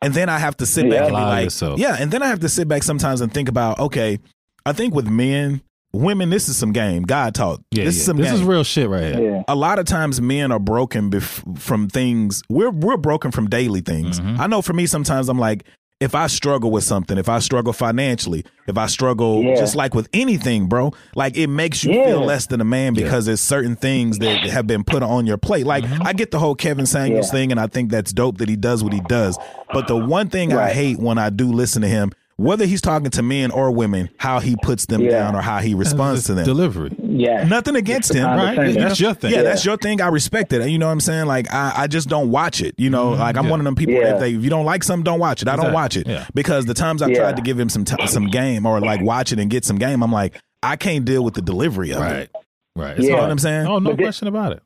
Speaker 3: And then I have to sit
Speaker 9: Yeah.
Speaker 3: back and be
Speaker 1: Allow
Speaker 3: like,
Speaker 1: yourself.
Speaker 3: yeah. And then I have to sit back sometimes and think about, okay, I think with men, women, this is some game. God talk.
Speaker 1: Yeah,
Speaker 3: this
Speaker 1: yeah.
Speaker 3: is some
Speaker 1: this
Speaker 3: game.
Speaker 1: is real shit right here.
Speaker 9: yeah.
Speaker 3: a lot of times men are broken bef- from things we're we're broken from daily things
Speaker 9: Mm-hmm.
Speaker 3: i know for me sometimes i'm like if i struggle with something if i struggle financially if i struggle
Speaker 9: Yeah.
Speaker 3: just like with anything bro like it makes you
Speaker 9: Yeah.
Speaker 3: feel less than a man because there's certain things that have been put on your plate like i get the whole kevin samuels
Speaker 9: Mm-hmm. Yeah.
Speaker 3: thing and i think that's dope that he does what he does but the one thing i
Speaker 9: Right.
Speaker 3: hate when i do listen to him whether he's talking to men or women how he puts them
Speaker 9: Yeah.
Speaker 3: down or how he responds to them
Speaker 1: Delivery.
Speaker 9: yeah.
Speaker 3: nothing against him, right?
Speaker 9: condescending.
Speaker 1: That's your thing.
Speaker 3: Yeah,
Speaker 1: Yeah.
Speaker 3: that's your thing. I respect it. You know what I'm saying? Like I, I just don't watch it. You know, like I'm one of them people
Speaker 9: Yeah.
Speaker 3: that they, if you don't like something, don't watch it. I don't
Speaker 1: Mm-hmm. Exactly.
Speaker 3: watch it
Speaker 1: Yeah.
Speaker 3: because the times I
Speaker 9: Yeah.
Speaker 3: tried to give him some t- some game or like watch it and get some game, I'm like I can't deal with the delivery of
Speaker 1: Right.
Speaker 3: it.
Speaker 1: Right.
Speaker 3: You
Speaker 9: Yeah.
Speaker 3: know what I'm saying?
Speaker 1: Oh, no
Speaker 9: But thi-
Speaker 1: question about it.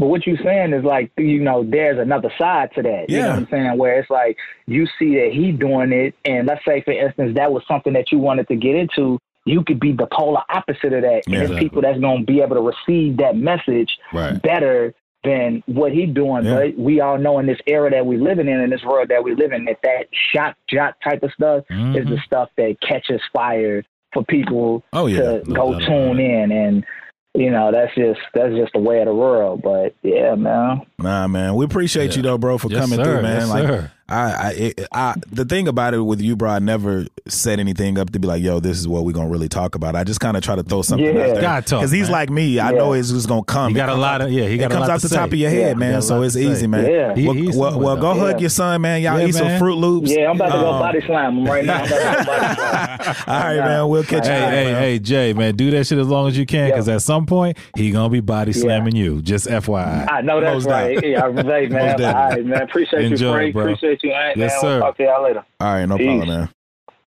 Speaker 9: But what you're saying is like, you know, there's another side to that. You
Speaker 3: Yeah.
Speaker 9: know what I'm saying? Where it's like you see that he doing it, and let's say for instance that was something that you wanted to get into. You could be the polar opposite of that, and
Speaker 1: Yeah,
Speaker 9: there's
Speaker 1: exactly.
Speaker 9: people that's gonna be able to receive that message
Speaker 1: Right.
Speaker 9: better than what he doing.
Speaker 3: Yeah.
Speaker 9: But we all know in this era that we living in, in this world that we live in, that that shock jock type of stuff
Speaker 1: Mm-hmm.
Speaker 9: is the stuff that catches fire for people
Speaker 1: Oh, yeah.
Speaker 9: to
Speaker 1: No
Speaker 9: go
Speaker 1: doubt about
Speaker 9: tune
Speaker 1: it.
Speaker 9: in and you know that's just that's just the way of the world but yeah man
Speaker 3: Nah, man. We appreciate you though, bro, for
Speaker 1: Yes,
Speaker 3: coming
Speaker 1: sir.
Speaker 3: through, man.
Speaker 1: Yes,
Speaker 3: like
Speaker 1: sir.
Speaker 3: I, I, it, I, the thing about it with you, bro, I never set anything up to be like, yo, this is what we're gonna really talk about. I just kind of try to throw something
Speaker 9: Yeah.
Speaker 3: out there
Speaker 1: God talk,
Speaker 3: because he's
Speaker 1: man.
Speaker 3: like me. I
Speaker 9: Yeah.
Speaker 3: know it's just gonna come.
Speaker 1: He got
Speaker 3: It
Speaker 1: a
Speaker 3: comes
Speaker 1: lot
Speaker 3: out-
Speaker 1: of yeah. He got
Speaker 3: um, it
Speaker 1: a
Speaker 3: comes
Speaker 1: lot
Speaker 3: out
Speaker 1: to
Speaker 3: the top
Speaker 1: say.
Speaker 3: of your head,
Speaker 1: He got
Speaker 3: man.
Speaker 1: a
Speaker 3: So
Speaker 1: lot
Speaker 3: it's
Speaker 1: to say.
Speaker 3: easy, man.
Speaker 9: Yeah.
Speaker 1: He-
Speaker 3: well,
Speaker 1: he's
Speaker 3: well,
Speaker 1: somewhere
Speaker 3: well,
Speaker 1: though.
Speaker 3: go hug
Speaker 9: Yeah.
Speaker 3: your son, man. Y'all
Speaker 1: Yeah,
Speaker 3: eat some
Speaker 1: man.
Speaker 3: Fruit Loops.
Speaker 9: yeah i'm about to
Speaker 1: Oh.
Speaker 9: go
Speaker 3: Um,
Speaker 9: body slam him right now I'm about to go body slam him.
Speaker 3: All right, man. We'll catch
Speaker 1: Hey,
Speaker 3: you.
Speaker 1: hey, hey, Jay, man, do that shit as long as you can,
Speaker 9: Yeah.
Speaker 1: because at some point he gonna be body
Speaker 9: Yeah.
Speaker 1: slamming you. Just FYI.
Speaker 9: I know that's
Speaker 3: Most
Speaker 9: right. Yeah, I'm right, man.
Speaker 3: Most
Speaker 9: All right, man. Appreciate
Speaker 1: Enjoy,
Speaker 9: you, Frank.
Speaker 1: bro.
Speaker 9: Appreciate you, Aunt,
Speaker 1: Yes,
Speaker 9: man.
Speaker 1: sir.
Speaker 9: We'll talk to y'all later.
Speaker 3: All right, no
Speaker 9: Peace.
Speaker 3: problem, man.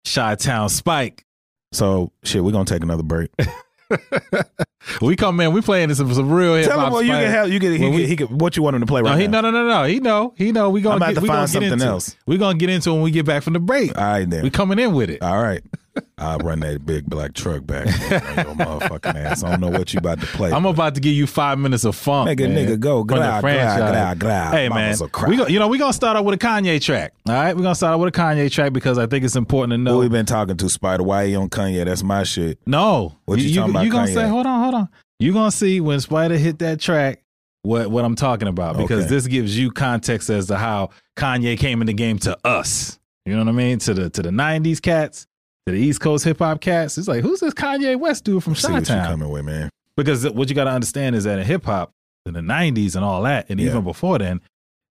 Speaker 1: Shy Town Spike.
Speaker 3: So shit, we're gonna take another break.
Speaker 1: We come in, we playing some some real hip
Speaker 3: Tell
Speaker 1: hop.
Speaker 3: him what you can help. You can. He,
Speaker 1: When
Speaker 3: can,
Speaker 1: we-
Speaker 3: he can. What you want him to play
Speaker 1: No,
Speaker 3: right
Speaker 1: he
Speaker 3: now?
Speaker 1: no no no no. He know. He know. We gonna
Speaker 3: I'm about
Speaker 1: get,
Speaker 3: to
Speaker 1: we
Speaker 3: find
Speaker 1: gonna get
Speaker 3: something
Speaker 1: into
Speaker 3: else.
Speaker 1: It. We gonna get into it when we get back from the break.
Speaker 3: All right, then.
Speaker 1: We coming in with it.
Speaker 3: All right. I'll run that big black truck back. on your motherfucking ass. I don't know what you about to play.
Speaker 1: I'm about to give you five minutes of funk.
Speaker 3: Make a
Speaker 1: man,
Speaker 3: nigga go.
Speaker 1: from the
Speaker 3: Gra, gra,
Speaker 1: franchise.
Speaker 3: gra, gra.
Speaker 1: Hey man,
Speaker 3: Mamas will cry.
Speaker 1: we go, you know we gonna start out with a Kanye track. All right, we gonna start out with a Kanye track because I think it's important to know.
Speaker 3: Who we been talking to, Spider? Why he on Kanye? That's my shit.
Speaker 1: No.
Speaker 3: What you talking about,
Speaker 1: you gonna
Speaker 3: Kanye?
Speaker 1: say, hold on, hold on. You're gonna see when Spider hit that track what what I'm talking about because
Speaker 3: Okay.
Speaker 1: this gives you context as to how Kanye came in the game to us. You know what I mean? To the to the nineties cats, to the East Coast hip hop cats. It's like, who's this Kanye West dude from
Speaker 3: See what you
Speaker 1: Chi-Town?
Speaker 3: coming with, man.
Speaker 1: Because what you gotta understand is that in hip hop, in the 90s and all that. And
Speaker 3: Yeah.
Speaker 1: even before then,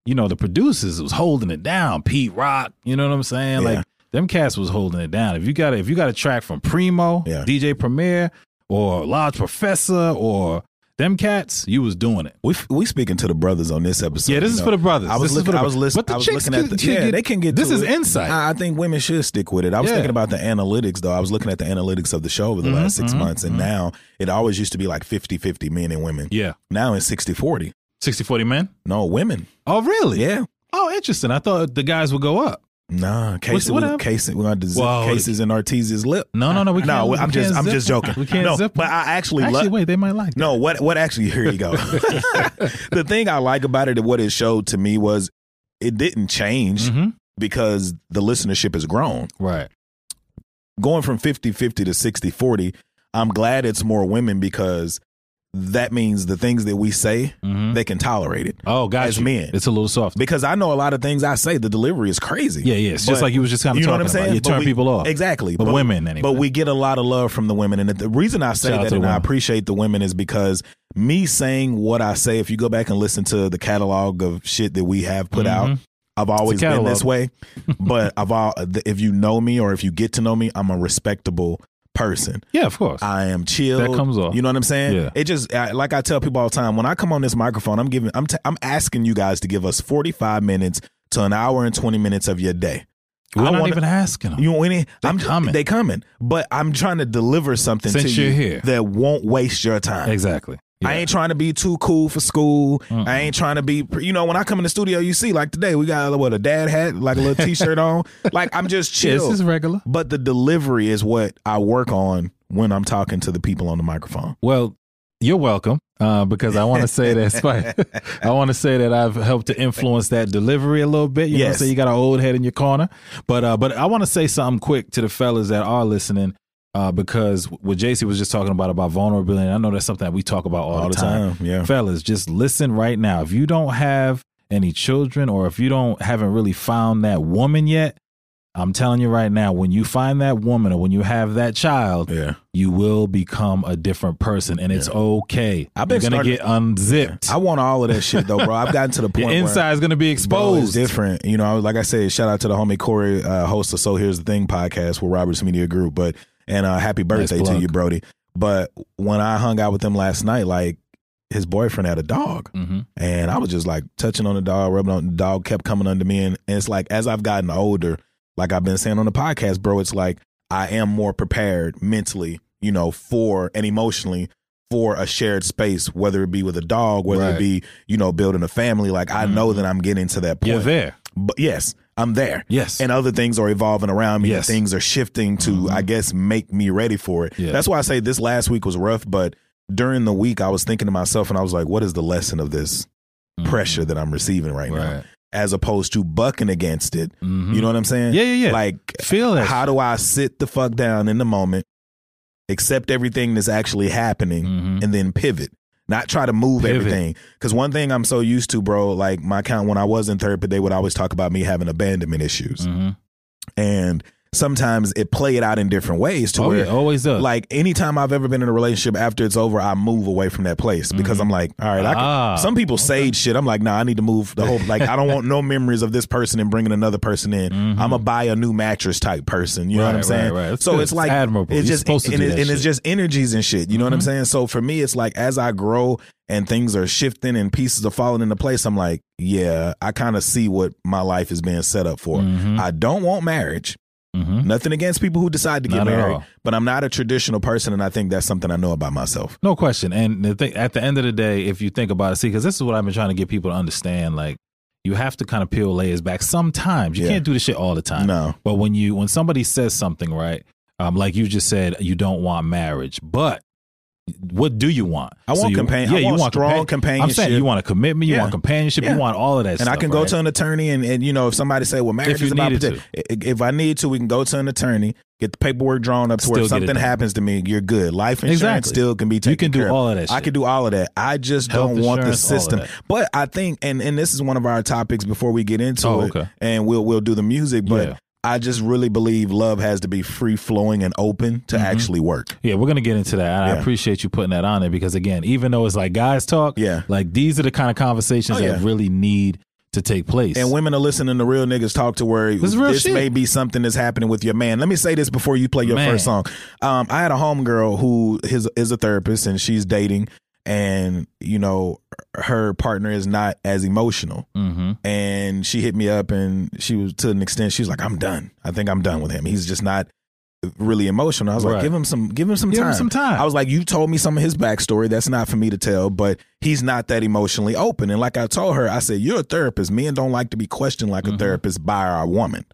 Speaker 1: you know, the producers was holding it down. Pete Rock, you know what I'm saying?
Speaker 3: Yeah.
Speaker 1: Like them cats was holding it down. If you got a, if you got a track from Primo,
Speaker 3: Yeah.
Speaker 1: DJ Premier, or Large Professor, or them cats, you was doing it.
Speaker 3: We we speaking to the brothers on this episode.
Speaker 1: Yeah, this
Speaker 3: you
Speaker 1: is
Speaker 3: know.
Speaker 1: for the brothers.
Speaker 3: I was
Speaker 1: This is
Speaker 3: looking.
Speaker 1: for the
Speaker 3: I was
Speaker 1: bro-
Speaker 3: listening.
Speaker 1: But the
Speaker 3: I was
Speaker 1: chicks
Speaker 3: looking at
Speaker 1: can-
Speaker 3: the.
Speaker 1: can
Speaker 3: yeah,
Speaker 1: get-
Speaker 3: they can get.
Speaker 1: this
Speaker 3: to
Speaker 1: is
Speaker 3: it.
Speaker 1: insight.
Speaker 3: I, I think women should stick with it. I was
Speaker 1: Yeah.
Speaker 3: thinking about the analytics though. I was looking at the analytics of the show over the last 6
Speaker 1: Mm-hmm,
Speaker 3: months, and now it always used to be like 50-50 men and women.
Speaker 1: Yeah.
Speaker 3: Now it's 60-40.
Speaker 1: 60 40 men?
Speaker 3: No women.
Speaker 1: Oh, really?
Speaker 3: Yeah.
Speaker 1: Oh, interesting. I thought the guys would go up.
Speaker 3: Nah, Casey.
Speaker 1: what
Speaker 3: was-
Speaker 1: happened?
Speaker 3: Casey. We're gonna zip
Speaker 1: Whoa.
Speaker 3: Casey's and Ortiz's lip.
Speaker 1: No, no, no. We can't.
Speaker 3: No,
Speaker 1: we
Speaker 3: I'm just.
Speaker 1: can't
Speaker 3: I'm
Speaker 1: zip
Speaker 3: just
Speaker 1: them.
Speaker 3: joking.
Speaker 1: We can't
Speaker 3: no,
Speaker 1: zip
Speaker 3: But
Speaker 1: them.
Speaker 3: I actually,
Speaker 1: Actually,
Speaker 3: love.
Speaker 1: wait, they might like that.
Speaker 3: No, what what actually here you go. the thing I like about it and what it showed to me was it didn't change
Speaker 1: Mhm.
Speaker 3: because the listenership has grown.
Speaker 1: Right.
Speaker 3: Going from 50-50 to 60-40, I'm glad it's more women because that means the things that we say,
Speaker 1: Mhm.
Speaker 3: they can tolerate it.
Speaker 1: Oh, guys,
Speaker 3: As men.
Speaker 1: It's a little soft.
Speaker 3: Because I know a lot of things I say, the delivery is crazy.
Speaker 1: Yeah, yeah. It's just
Speaker 3: But
Speaker 1: like you was just kind of
Speaker 3: you know
Speaker 1: talking
Speaker 3: what I'm saying?
Speaker 1: about. You
Speaker 3: But
Speaker 1: turn
Speaker 3: we-
Speaker 1: people off.
Speaker 3: Exactly.
Speaker 1: But women, anyway.
Speaker 3: But we get a lot of love from the women. And the reason I say
Speaker 1: Shout out to
Speaker 3: that
Speaker 1: the
Speaker 3: and I
Speaker 1: women.
Speaker 3: appreciate the women is because me saying what I say, if you go back and listen to the catalog of shit that we have put out, I've always been
Speaker 1: Mm-hmm. catalog.
Speaker 3: this way. but I've all, if you know me or if you get to know me, I'm a respectable person.
Speaker 1: Yeah, of course.
Speaker 3: I am chill.
Speaker 1: That comes off.
Speaker 3: You know what I'm saying?
Speaker 1: Yeah.
Speaker 3: It just I, like I tell people all the time when I come on this microphone, I'm giving I'm t- I'm asking you guys to give us 45 minutes to an hour and 20 minutes of your day.
Speaker 1: We're
Speaker 3: I
Speaker 1: not
Speaker 3: wanna-
Speaker 1: even asking them.
Speaker 3: You know, any, I'm
Speaker 1: coming.
Speaker 3: They coming, but I'm trying to deliver something
Speaker 1: Since
Speaker 3: to you
Speaker 1: you're here.
Speaker 3: that won't waste your time.
Speaker 1: exactly. Yeah.
Speaker 3: I ain't trying to be too cool for school. I ain't trying to be, you know, when I come in the studio, you see, like today, we got what a dad hat, like a little t-shirt on. Like I'm just
Speaker 1: Yeah,
Speaker 3: chill.
Speaker 1: this is regular.
Speaker 3: but the delivery is what I work on when I'm talking to the people on the microphone.
Speaker 1: Well, you're welcome. Uh, because I want to say that Spider, I want to say that I've helped to influence that delivery a little bit. You know, what I'm
Speaker 3: Yes.
Speaker 1: saying? you got an old head in your corner, but uh, but I want to say something quick to the fellas that are listening, uh, because what JC was just talking about about vulnerability. And I know that's something that we talk about all, the time.
Speaker 3: yeah.
Speaker 1: fellas just listen right now if you don't have any children or if you don't haven't really found that woman yet i'm telling you right now when you find that woman or when you have that child
Speaker 3: Yeah.
Speaker 1: you will become a different person and it's okay
Speaker 3: I've been
Speaker 1: you're gonna
Speaker 3: starting-
Speaker 1: get unzipped
Speaker 3: I want all of that shit though, bro. I've gotten to the point
Speaker 1: your
Speaker 3: where
Speaker 1: inside's gonna be
Speaker 3: Bro, it's
Speaker 1: exposed
Speaker 3: different. You know, I was- like I said, shout out to the homie Corey, uh, host of So Here's the Thing podcast with Roberts Media Group. But and uh, happy birthday to
Speaker 1: plug.
Speaker 3: you, Brody. But when I hung out with him last night, like his boyfriend had a dog,
Speaker 1: Mhm.
Speaker 3: and I was just like touching on the dog, rubbing on the dog, kept coming under me, and, and it's like as I've gotten older, like I've been saying on the podcast, bro, it's like I am more prepared mentally, you know, for and emotionally for a shared space, whether it be with a dog, whether it
Speaker 1: Right. Mm-hmm.
Speaker 3: be, you know, building a family. Like I know that I'm getting to that point.
Speaker 1: you're there
Speaker 3: But yes, I'm there.
Speaker 1: yes
Speaker 3: And other things are evolving around me.
Speaker 1: Yes. Mm-hmm.
Speaker 3: Things are shifting to, I guess, make me ready for it.
Speaker 1: Yeah.
Speaker 3: That's why I say this last week was rough, but during the week I was thinking to myself and I was like, what is the lesson of this pressure that I'm receiving right, now?
Speaker 1: Mm-hmm. Right.
Speaker 3: As opposed to bucking against it.
Speaker 1: Mhm.
Speaker 3: You know what I'm saying?
Speaker 1: Yeah, yeah, yeah.
Speaker 3: Like
Speaker 1: feel that
Speaker 3: how do I sit the fuck down in the moment, accept everything that's actually happening,
Speaker 1: Mhm.
Speaker 3: and then pivot? Not try to move
Speaker 1: Pivot.
Speaker 3: everything. Because one thing I'm so used to, bro, like my count when I was in therapy, they would always talk about me having abandonment issues.
Speaker 1: Mhm.
Speaker 3: And sometimes it played out in different ways to
Speaker 1: oh
Speaker 3: where
Speaker 1: yeah always does
Speaker 3: like anytime I've ever been in a relationship after it's over, I move away from that place because I'm like, all right, I can,
Speaker 1: Mm-hmm. Ah,
Speaker 3: some people sage shit. I'm like, nah, I need to move the whole, like, I don't want no memories of this person and bringing another person in. I'm a buy a new mattress type person. You know what
Speaker 1: Mm-hmm. Right,
Speaker 3: I'm saying?
Speaker 1: right, right. That's
Speaker 3: So
Speaker 1: good.
Speaker 3: it's like,
Speaker 1: It's admirable.
Speaker 3: It's
Speaker 1: You're
Speaker 3: just,
Speaker 1: supposed to
Speaker 3: and,
Speaker 1: do
Speaker 3: it-
Speaker 1: that
Speaker 3: and it's
Speaker 1: shit. Mm-hmm.
Speaker 3: just energies and shit. You know what I'm saying? So for me, it's like, as I grow and things are shifting and pieces are falling into place, I'm like, yeah, I kind of see what my life is being set up
Speaker 1: Mm-hmm.
Speaker 3: for. I don't want marriage.
Speaker 1: Mhm.
Speaker 3: Nothing against people who decide to get
Speaker 1: Not at
Speaker 3: married,
Speaker 1: all.
Speaker 3: but I'm not a traditional person, and I think that's something I know about myself.
Speaker 1: No question. And the thing, at the end of the day, if you think about it, see, because this is what I've been trying to get people to understand. Like, you have to kind of peel layers back. Sometimes you
Speaker 3: Yeah.
Speaker 1: can't do this shit all the time.
Speaker 3: No.
Speaker 1: But when you when somebody says something, right? Um, like you just said, you don't want marriage, but what do you want?
Speaker 3: I want
Speaker 1: you,
Speaker 3: companion- I want strong
Speaker 1: compan- I'm saying
Speaker 3: companionship.
Speaker 1: you want a commitment. You
Speaker 3: Yeah.
Speaker 1: want companionship.
Speaker 3: Yeah.
Speaker 1: You want all of that.
Speaker 3: and I can go to an attorney and, and you know if somebody say well marriage
Speaker 1: you
Speaker 3: is about
Speaker 1: needed
Speaker 3: prote- I- if I need to we can go to an attorney get the paperwork drawn up to where
Speaker 1: Still
Speaker 3: if
Speaker 1: get it
Speaker 3: something
Speaker 1: done.
Speaker 3: happens to me you're good life insurance
Speaker 1: Exactly.
Speaker 3: still can be
Speaker 1: You can
Speaker 3: taken
Speaker 1: do
Speaker 3: care
Speaker 1: all of that
Speaker 3: I
Speaker 1: shit.
Speaker 3: can do all of that I just
Speaker 1: Health
Speaker 3: don't want the
Speaker 1: insurance, all of
Speaker 3: system
Speaker 1: that.
Speaker 3: but I think and and this is one of our topics before we get into
Speaker 1: Oh,
Speaker 3: it
Speaker 1: okay.
Speaker 3: and we'll we'll do the music but
Speaker 1: Yeah.
Speaker 3: I just really believe love has to be free flowing and open
Speaker 1: Mm-hmm.
Speaker 3: to actually work.
Speaker 1: Yeah, we're gonna get into that. I
Speaker 3: Yeah.
Speaker 1: appreciate you putting that on there because again, even though it's like guys talk,
Speaker 3: Yeah.
Speaker 1: like these are the kind of conversations
Speaker 3: Oh,
Speaker 1: that
Speaker 3: yeah.
Speaker 1: really need to take place.
Speaker 3: And women are listening to real niggas talk to where
Speaker 1: This
Speaker 3: this,
Speaker 1: is real shit.
Speaker 3: may be something that's happening with your man. Let me say this before you play your
Speaker 1: Man.
Speaker 3: first song. Um, I had a homegirl who is, is a therapist and she's dating, and you know her partner is not as emotional.
Speaker 1: mm-hmm.
Speaker 3: And she hit me up and she was to an extent. She's like, "I'm done. I think I'm done with him. He's just not." really emotional. I was
Speaker 1: Right.
Speaker 3: like, give him some, give him some
Speaker 1: Give him
Speaker 3: time.
Speaker 1: some time.
Speaker 3: I was like, you told me some of his backstory. That's not for me to tell, but he's not that emotionally open. And like I told her, I said, you're a therapist. Men don't like to be questioned like a therapist by our woman.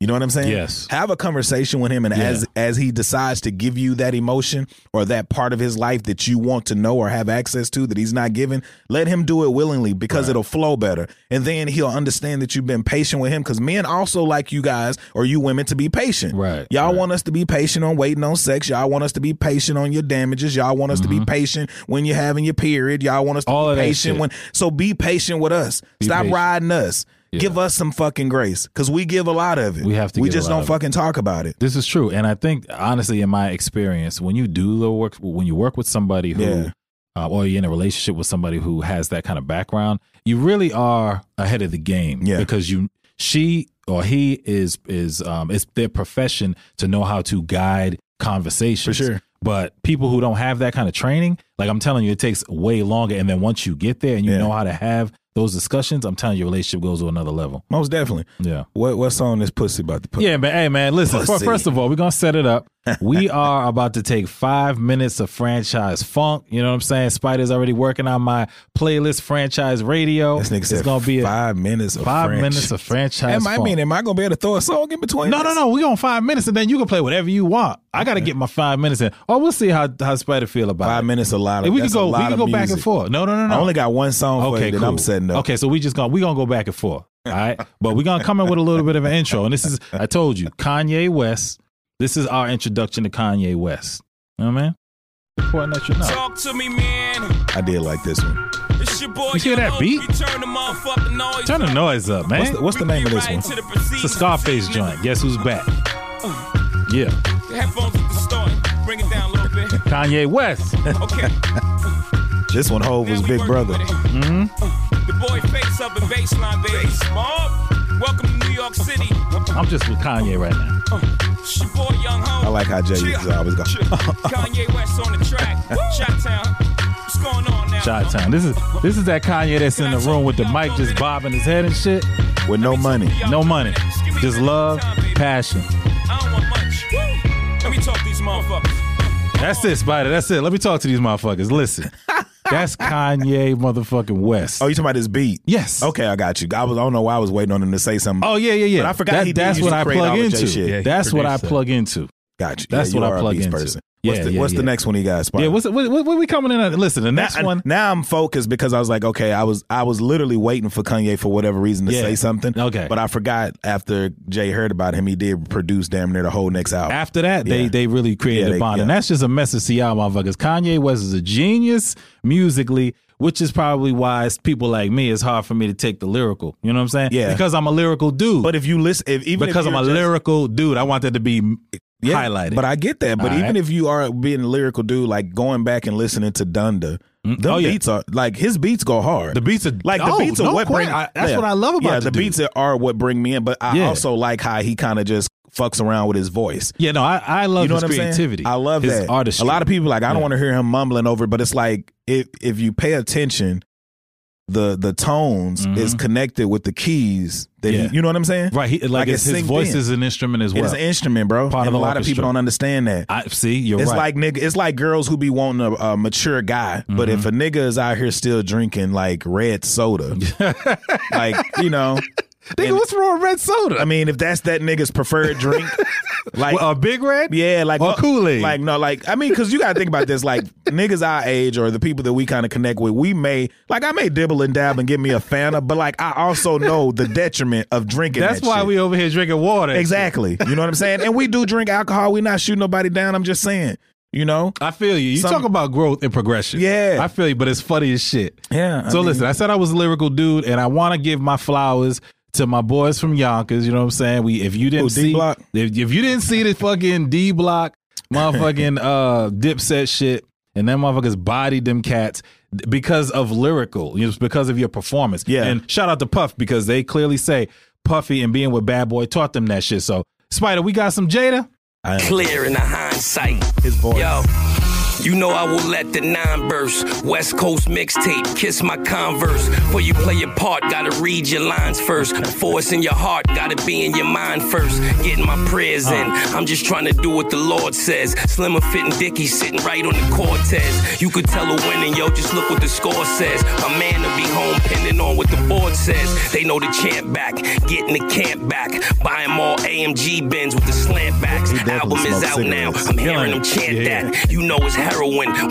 Speaker 3: You know what I'm saying?
Speaker 1: Mm-hmm. Yes.
Speaker 3: Have a conversation with him, and
Speaker 1: Yeah.
Speaker 3: as as he decides to give you that emotion or that part of his life that you want to know or have access to that he's not given, let him do it willingly because it'll flow better, and then he'll understand that you've been patient with him. Because men also like you guys or you women to be patient.
Speaker 1: Right,
Speaker 3: Y'all
Speaker 1: right.
Speaker 3: want us to be patient on waiting on sex. Y'all want us to be patient on your damages. Y'all want us to be patient when you're having your period. Y'all want us to
Speaker 1: Mm-hmm. All of
Speaker 3: be
Speaker 1: that
Speaker 3: patient
Speaker 1: shit.
Speaker 3: when. So be patient with us. Stop
Speaker 1: patient.
Speaker 3: riding us. Give us some fucking grace because we give a lot of it.
Speaker 1: We have to
Speaker 3: We
Speaker 1: give a
Speaker 3: just
Speaker 1: lot
Speaker 3: don't
Speaker 1: of it.
Speaker 3: fucking talk about it.
Speaker 1: This is true, and I think honestly, in my experience, when you do the work, when you work with somebody who,
Speaker 3: Yeah.
Speaker 1: uh, or you're in a relationship with somebody who has that kind of background, you really are ahead of the game
Speaker 3: Yeah.
Speaker 1: because you, she or he is is um, it's their profession to know how to guide conversations.
Speaker 3: For sure.
Speaker 1: But people who don't have that kind of training, like I'm telling you, it takes way longer. And then once you get there and you
Speaker 3: Yeah.
Speaker 1: know how to have those discussions, I'm telling you, your relationship goes to another level.
Speaker 3: Most definitely.
Speaker 1: Yeah.
Speaker 3: What what song is Pussy about to put?
Speaker 1: Yeah, but hey, man, listen. fir-
Speaker 3: Pussy.
Speaker 1: First of all, we're gonna set it up. We are about to take five minutes of franchise funk. You know what I'm saying? Spider's already working on my playlist, franchise radio.
Speaker 3: This nigga
Speaker 1: it's
Speaker 3: said
Speaker 1: gonna be a five,
Speaker 3: five minutes of French.
Speaker 1: minutes of franchise.
Speaker 3: That might
Speaker 1: funk.
Speaker 3: mean, am I gonna be able to throw a song in between?
Speaker 1: no, no,
Speaker 3: this?
Speaker 1: no. We're on five minutes, and then you can play whatever you want. I gotta get my five minutes in. Oh, we'll see how how Spider feel about
Speaker 3: Five
Speaker 1: it.
Speaker 3: minutes, a lot of.
Speaker 1: And we can
Speaker 3: that's a
Speaker 1: go. We
Speaker 3: lot
Speaker 1: can
Speaker 3: of
Speaker 1: go back and
Speaker 3: music.
Speaker 1: forth. No, no, no, no.
Speaker 3: I only got one song for
Speaker 1: Okay,
Speaker 3: you that
Speaker 1: cool.
Speaker 3: I'm setting up.
Speaker 1: Okay, so we just gonna we gonna go back and forth. All right, but we're gonna come in with a little bit of an intro, and this is I told you Kanye West. This is our introduction to Kanye West. You know what I mean? Important that you know.
Speaker 8: Talk to me, man.
Speaker 3: I did like this one.
Speaker 8: It's your boy.
Speaker 1: You hear that
Speaker 8: Young
Speaker 1: beat?
Speaker 8: Loki. Turn the motherfucking noise.
Speaker 1: Turn the noise up, man.
Speaker 3: What's the, what's the name of this one?
Speaker 8: Right to the
Speaker 1: it's a Scarface joint. Guess who's back? Yeah,
Speaker 8: Headphones at the start. Bring it down a little bit.
Speaker 1: Kanye West.
Speaker 8: Okay.
Speaker 3: This one, Hove was
Speaker 8: Now we
Speaker 3: Big
Speaker 8: working
Speaker 3: Brother.
Speaker 8: with it. The boy face up in baseline, baby. Small. Welcome to New York City.
Speaker 1: I'm just with Kanye right now.
Speaker 8: It's your boy, Young Ho.
Speaker 3: I like how Jay
Speaker 8: Chill.
Speaker 3: is always going.
Speaker 8: Chill. Kanye West on the track. Shot Town. What's going on now?
Speaker 1: Shot Town. This is this is that Kanye that's in the room with the mic just bobbing his head and shit.
Speaker 3: with no money.
Speaker 1: No money, just love, passion.
Speaker 8: I don't want much. Woo. Let me talk to these motherfuckers.
Speaker 1: That's it, Spider. That's it. Let me talk to these motherfuckers. Listen, that's Kanye motherfucking West.
Speaker 3: Oh, you talking about this beat?
Speaker 1: yes.
Speaker 3: Okay, I got you. I was I don't know why I was waiting on him to say something.
Speaker 1: Oh yeah, yeah, yeah.
Speaker 3: But I forgot
Speaker 1: That-
Speaker 3: he did
Speaker 1: that's
Speaker 3: used
Speaker 1: what
Speaker 3: to
Speaker 1: I
Speaker 3: create all
Speaker 1: plug
Speaker 3: the Jay
Speaker 1: into.
Speaker 3: shit. Yeah,
Speaker 1: That's what I plug into.
Speaker 3: got you.
Speaker 1: that's what
Speaker 3: you
Speaker 1: I
Speaker 3: are a
Speaker 1: plug
Speaker 3: beats
Speaker 1: into.
Speaker 3: Person.
Speaker 1: Yeah,
Speaker 3: what's the,
Speaker 1: yeah,
Speaker 3: what's
Speaker 1: yeah.
Speaker 3: the next one he got? Spot?
Speaker 1: Yeah. What's what, what, what we coming in? At? Listen, the next
Speaker 3: now,
Speaker 1: one.
Speaker 3: Now I'm focused because I was like, okay, I was I was literally waiting for Kanye for whatever reason to
Speaker 1: Yeah.
Speaker 3: say something.
Speaker 1: Okay.
Speaker 3: but I forgot after Jay heard about him, he did produce damn near the whole next album.
Speaker 1: After that, they
Speaker 3: Yeah.
Speaker 1: they really created
Speaker 3: Yeah,
Speaker 1: a
Speaker 3: they-
Speaker 1: bond, and
Speaker 3: yeah.
Speaker 1: that's just a message to y'all motherfuckers. Kanye West is a genius musically, which is probably why it's people like me. It's hard for me to take the lyrical. You know what I'm saying?
Speaker 3: Yeah.
Speaker 1: Because I'm a lyrical dude.
Speaker 3: but if you listen, if even if
Speaker 1: because I'm
Speaker 3: you're
Speaker 1: a
Speaker 3: just-
Speaker 1: lyrical dude, I want that to be
Speaker 3: Yeah,
Speaker 1: highlighted.
Speaker 3: But I get that. But
Speaker 1: All
Speaker 3: even
Speaker 1: right.
Speaker 3: if you are being a lyrical dude, like going back and listening to Donda, the
Speaker 1: oh, yeah.
Speaker 3: beats are like his beats go hard.
Speaker 1: The beats are
Speaker 3: like the
Speaker 1: oh,
Speaker 3: beats are
Speaker 1: no
Speaker 3: what bring.
Speaker 1: question. I- that's what I love about
Speaker 3: yeah.
Speaker 1: the
Speaker 3: The,
Speaker 1: dude.
Speaker 3: beats are what bring me in, but I
Speaker 1: Yeah.
Speaker 3: also like how he kind of just fucks around with his voice.
Speaker 1: yeah, no, I, I love
Speaker 3: You know
Speaker 1: his
Speaker 3: what I'm
Speaker 1: creativity.
Speaker 3: saying? I love
Speaker 1: his
Speaker 3: that.
Speaker 1: artistry.
Speaker 3: A lot of people like I
Speaker 1: Yeah.
Speaker 3: don't want to hear him mumbling over, it, but it's like if if you pay attention, the the tones is connected with the keys. That he-
Speaker 1: Mm-hmm. Yeah.
Speaker 3: you know what I'm saying?
Speaker 1: right, he, like,
Speaker 3: Like,
Speaker 1: his,
Speaker 3: it's
Speaker 1: his
Speaker 3: synced
Speaker 1: voice
Speaker 3: in.
Speaker 1: is an instrument as
Speaker 3: It
Speaker 1: well.
Speaker 3: is an instrument, bro.
Speaker 1: Part of
Speaker 3: and
Speaker 1: the
Speaker 3: a lot of people
Speaker 1: orchestra.
Speaker 3: don't understand that.
Speaker 1: I see. You're
Speaker 3: It's
Speaker 1: right.
Speaker 3: like nigga. It's like girls who be wanting a, a mature guy, but
Speaker 1: Mm-hmm.
Speaker 3: if a nigga is out here still drinking like red soda, like you know,
Speaker 1: Nigga, what's wrong with red soda?
Speaker 3: I mean, if that's that nigga's preferred drink, like
Speaker 1: Well, a big red?
Speaker 3: yeah, like
Speaker 1: Or
Speaker 3: no-
Speaker 1: Kool-Aid?
Speaker 3: like no, like I mean, because you gotta think about this. Like niggas our age or the people that we kind of connect with, we may like I may dibble and dab and give me a Fanta, but like I also know the detriment of drinking.
Speaker 1: That's
Speaker 3: that
Speaker 1: why
Speaker 3: shit.
Speaker 1: we over here drinking water.
Speaker 3: exactly. You know what I'm saying? And we do drink alcohol. We not shooting nobody down. I'm just saying. You know,
Speaker 1: I feel you. You
Speaker 3: Some-
Speaker 1: talk about growth and progression.
Speaker 3: Yeah.
Speaker 1: I feel you, but it's funny as shit.
Speaker 3: Yeah, I
Speaker 1: So
Speaker 3: mean-
Speaker 1: listen, I said I was a lyrical dude, and I want to give my flowers to my boys from Yonkers. You know what I'm saying? We if you didn't
Speaker 3: Oh,
Speaker 1: see
Speaker 3: D-Block?
Speaker 1: if, if you didn't see the fucking D block motherfucking uh dipset shit and them motherfuckers bodied them cats because of lyrical, you know, it's because of your performance.
Speaker 3: Yeah.
Speaker 1: And shout out to Puff because they clearly say Puffy and being with Bad Boy taught them that shit. So Spider, we got some Jada.
Speaker 10: clear in the hindsight.
Speaker 3: His voice.
Speaker 10: Yo. You know I will let the nine burst. West Coast mixtape, kiss my converse. Before you play your part, gotta read your lines first. Before it's in your heart, gotta be in your mind first. Getting my prayers in. I'm just trying to do what the Lord says. Slimmer fitting Dicky sitting right on the Cortez. You could tell a winning, yo, just look what the score says. A man to be home, pending on what the board says. They know the champ back, getting the camp back. Buying more AMG bins with the slant backs. Album is
Speaker 3: smoked
Speaker 10: out now.
Speaker 3: cigarettes.
Speaker 10: I'm hearing them chant that. You know it's heroin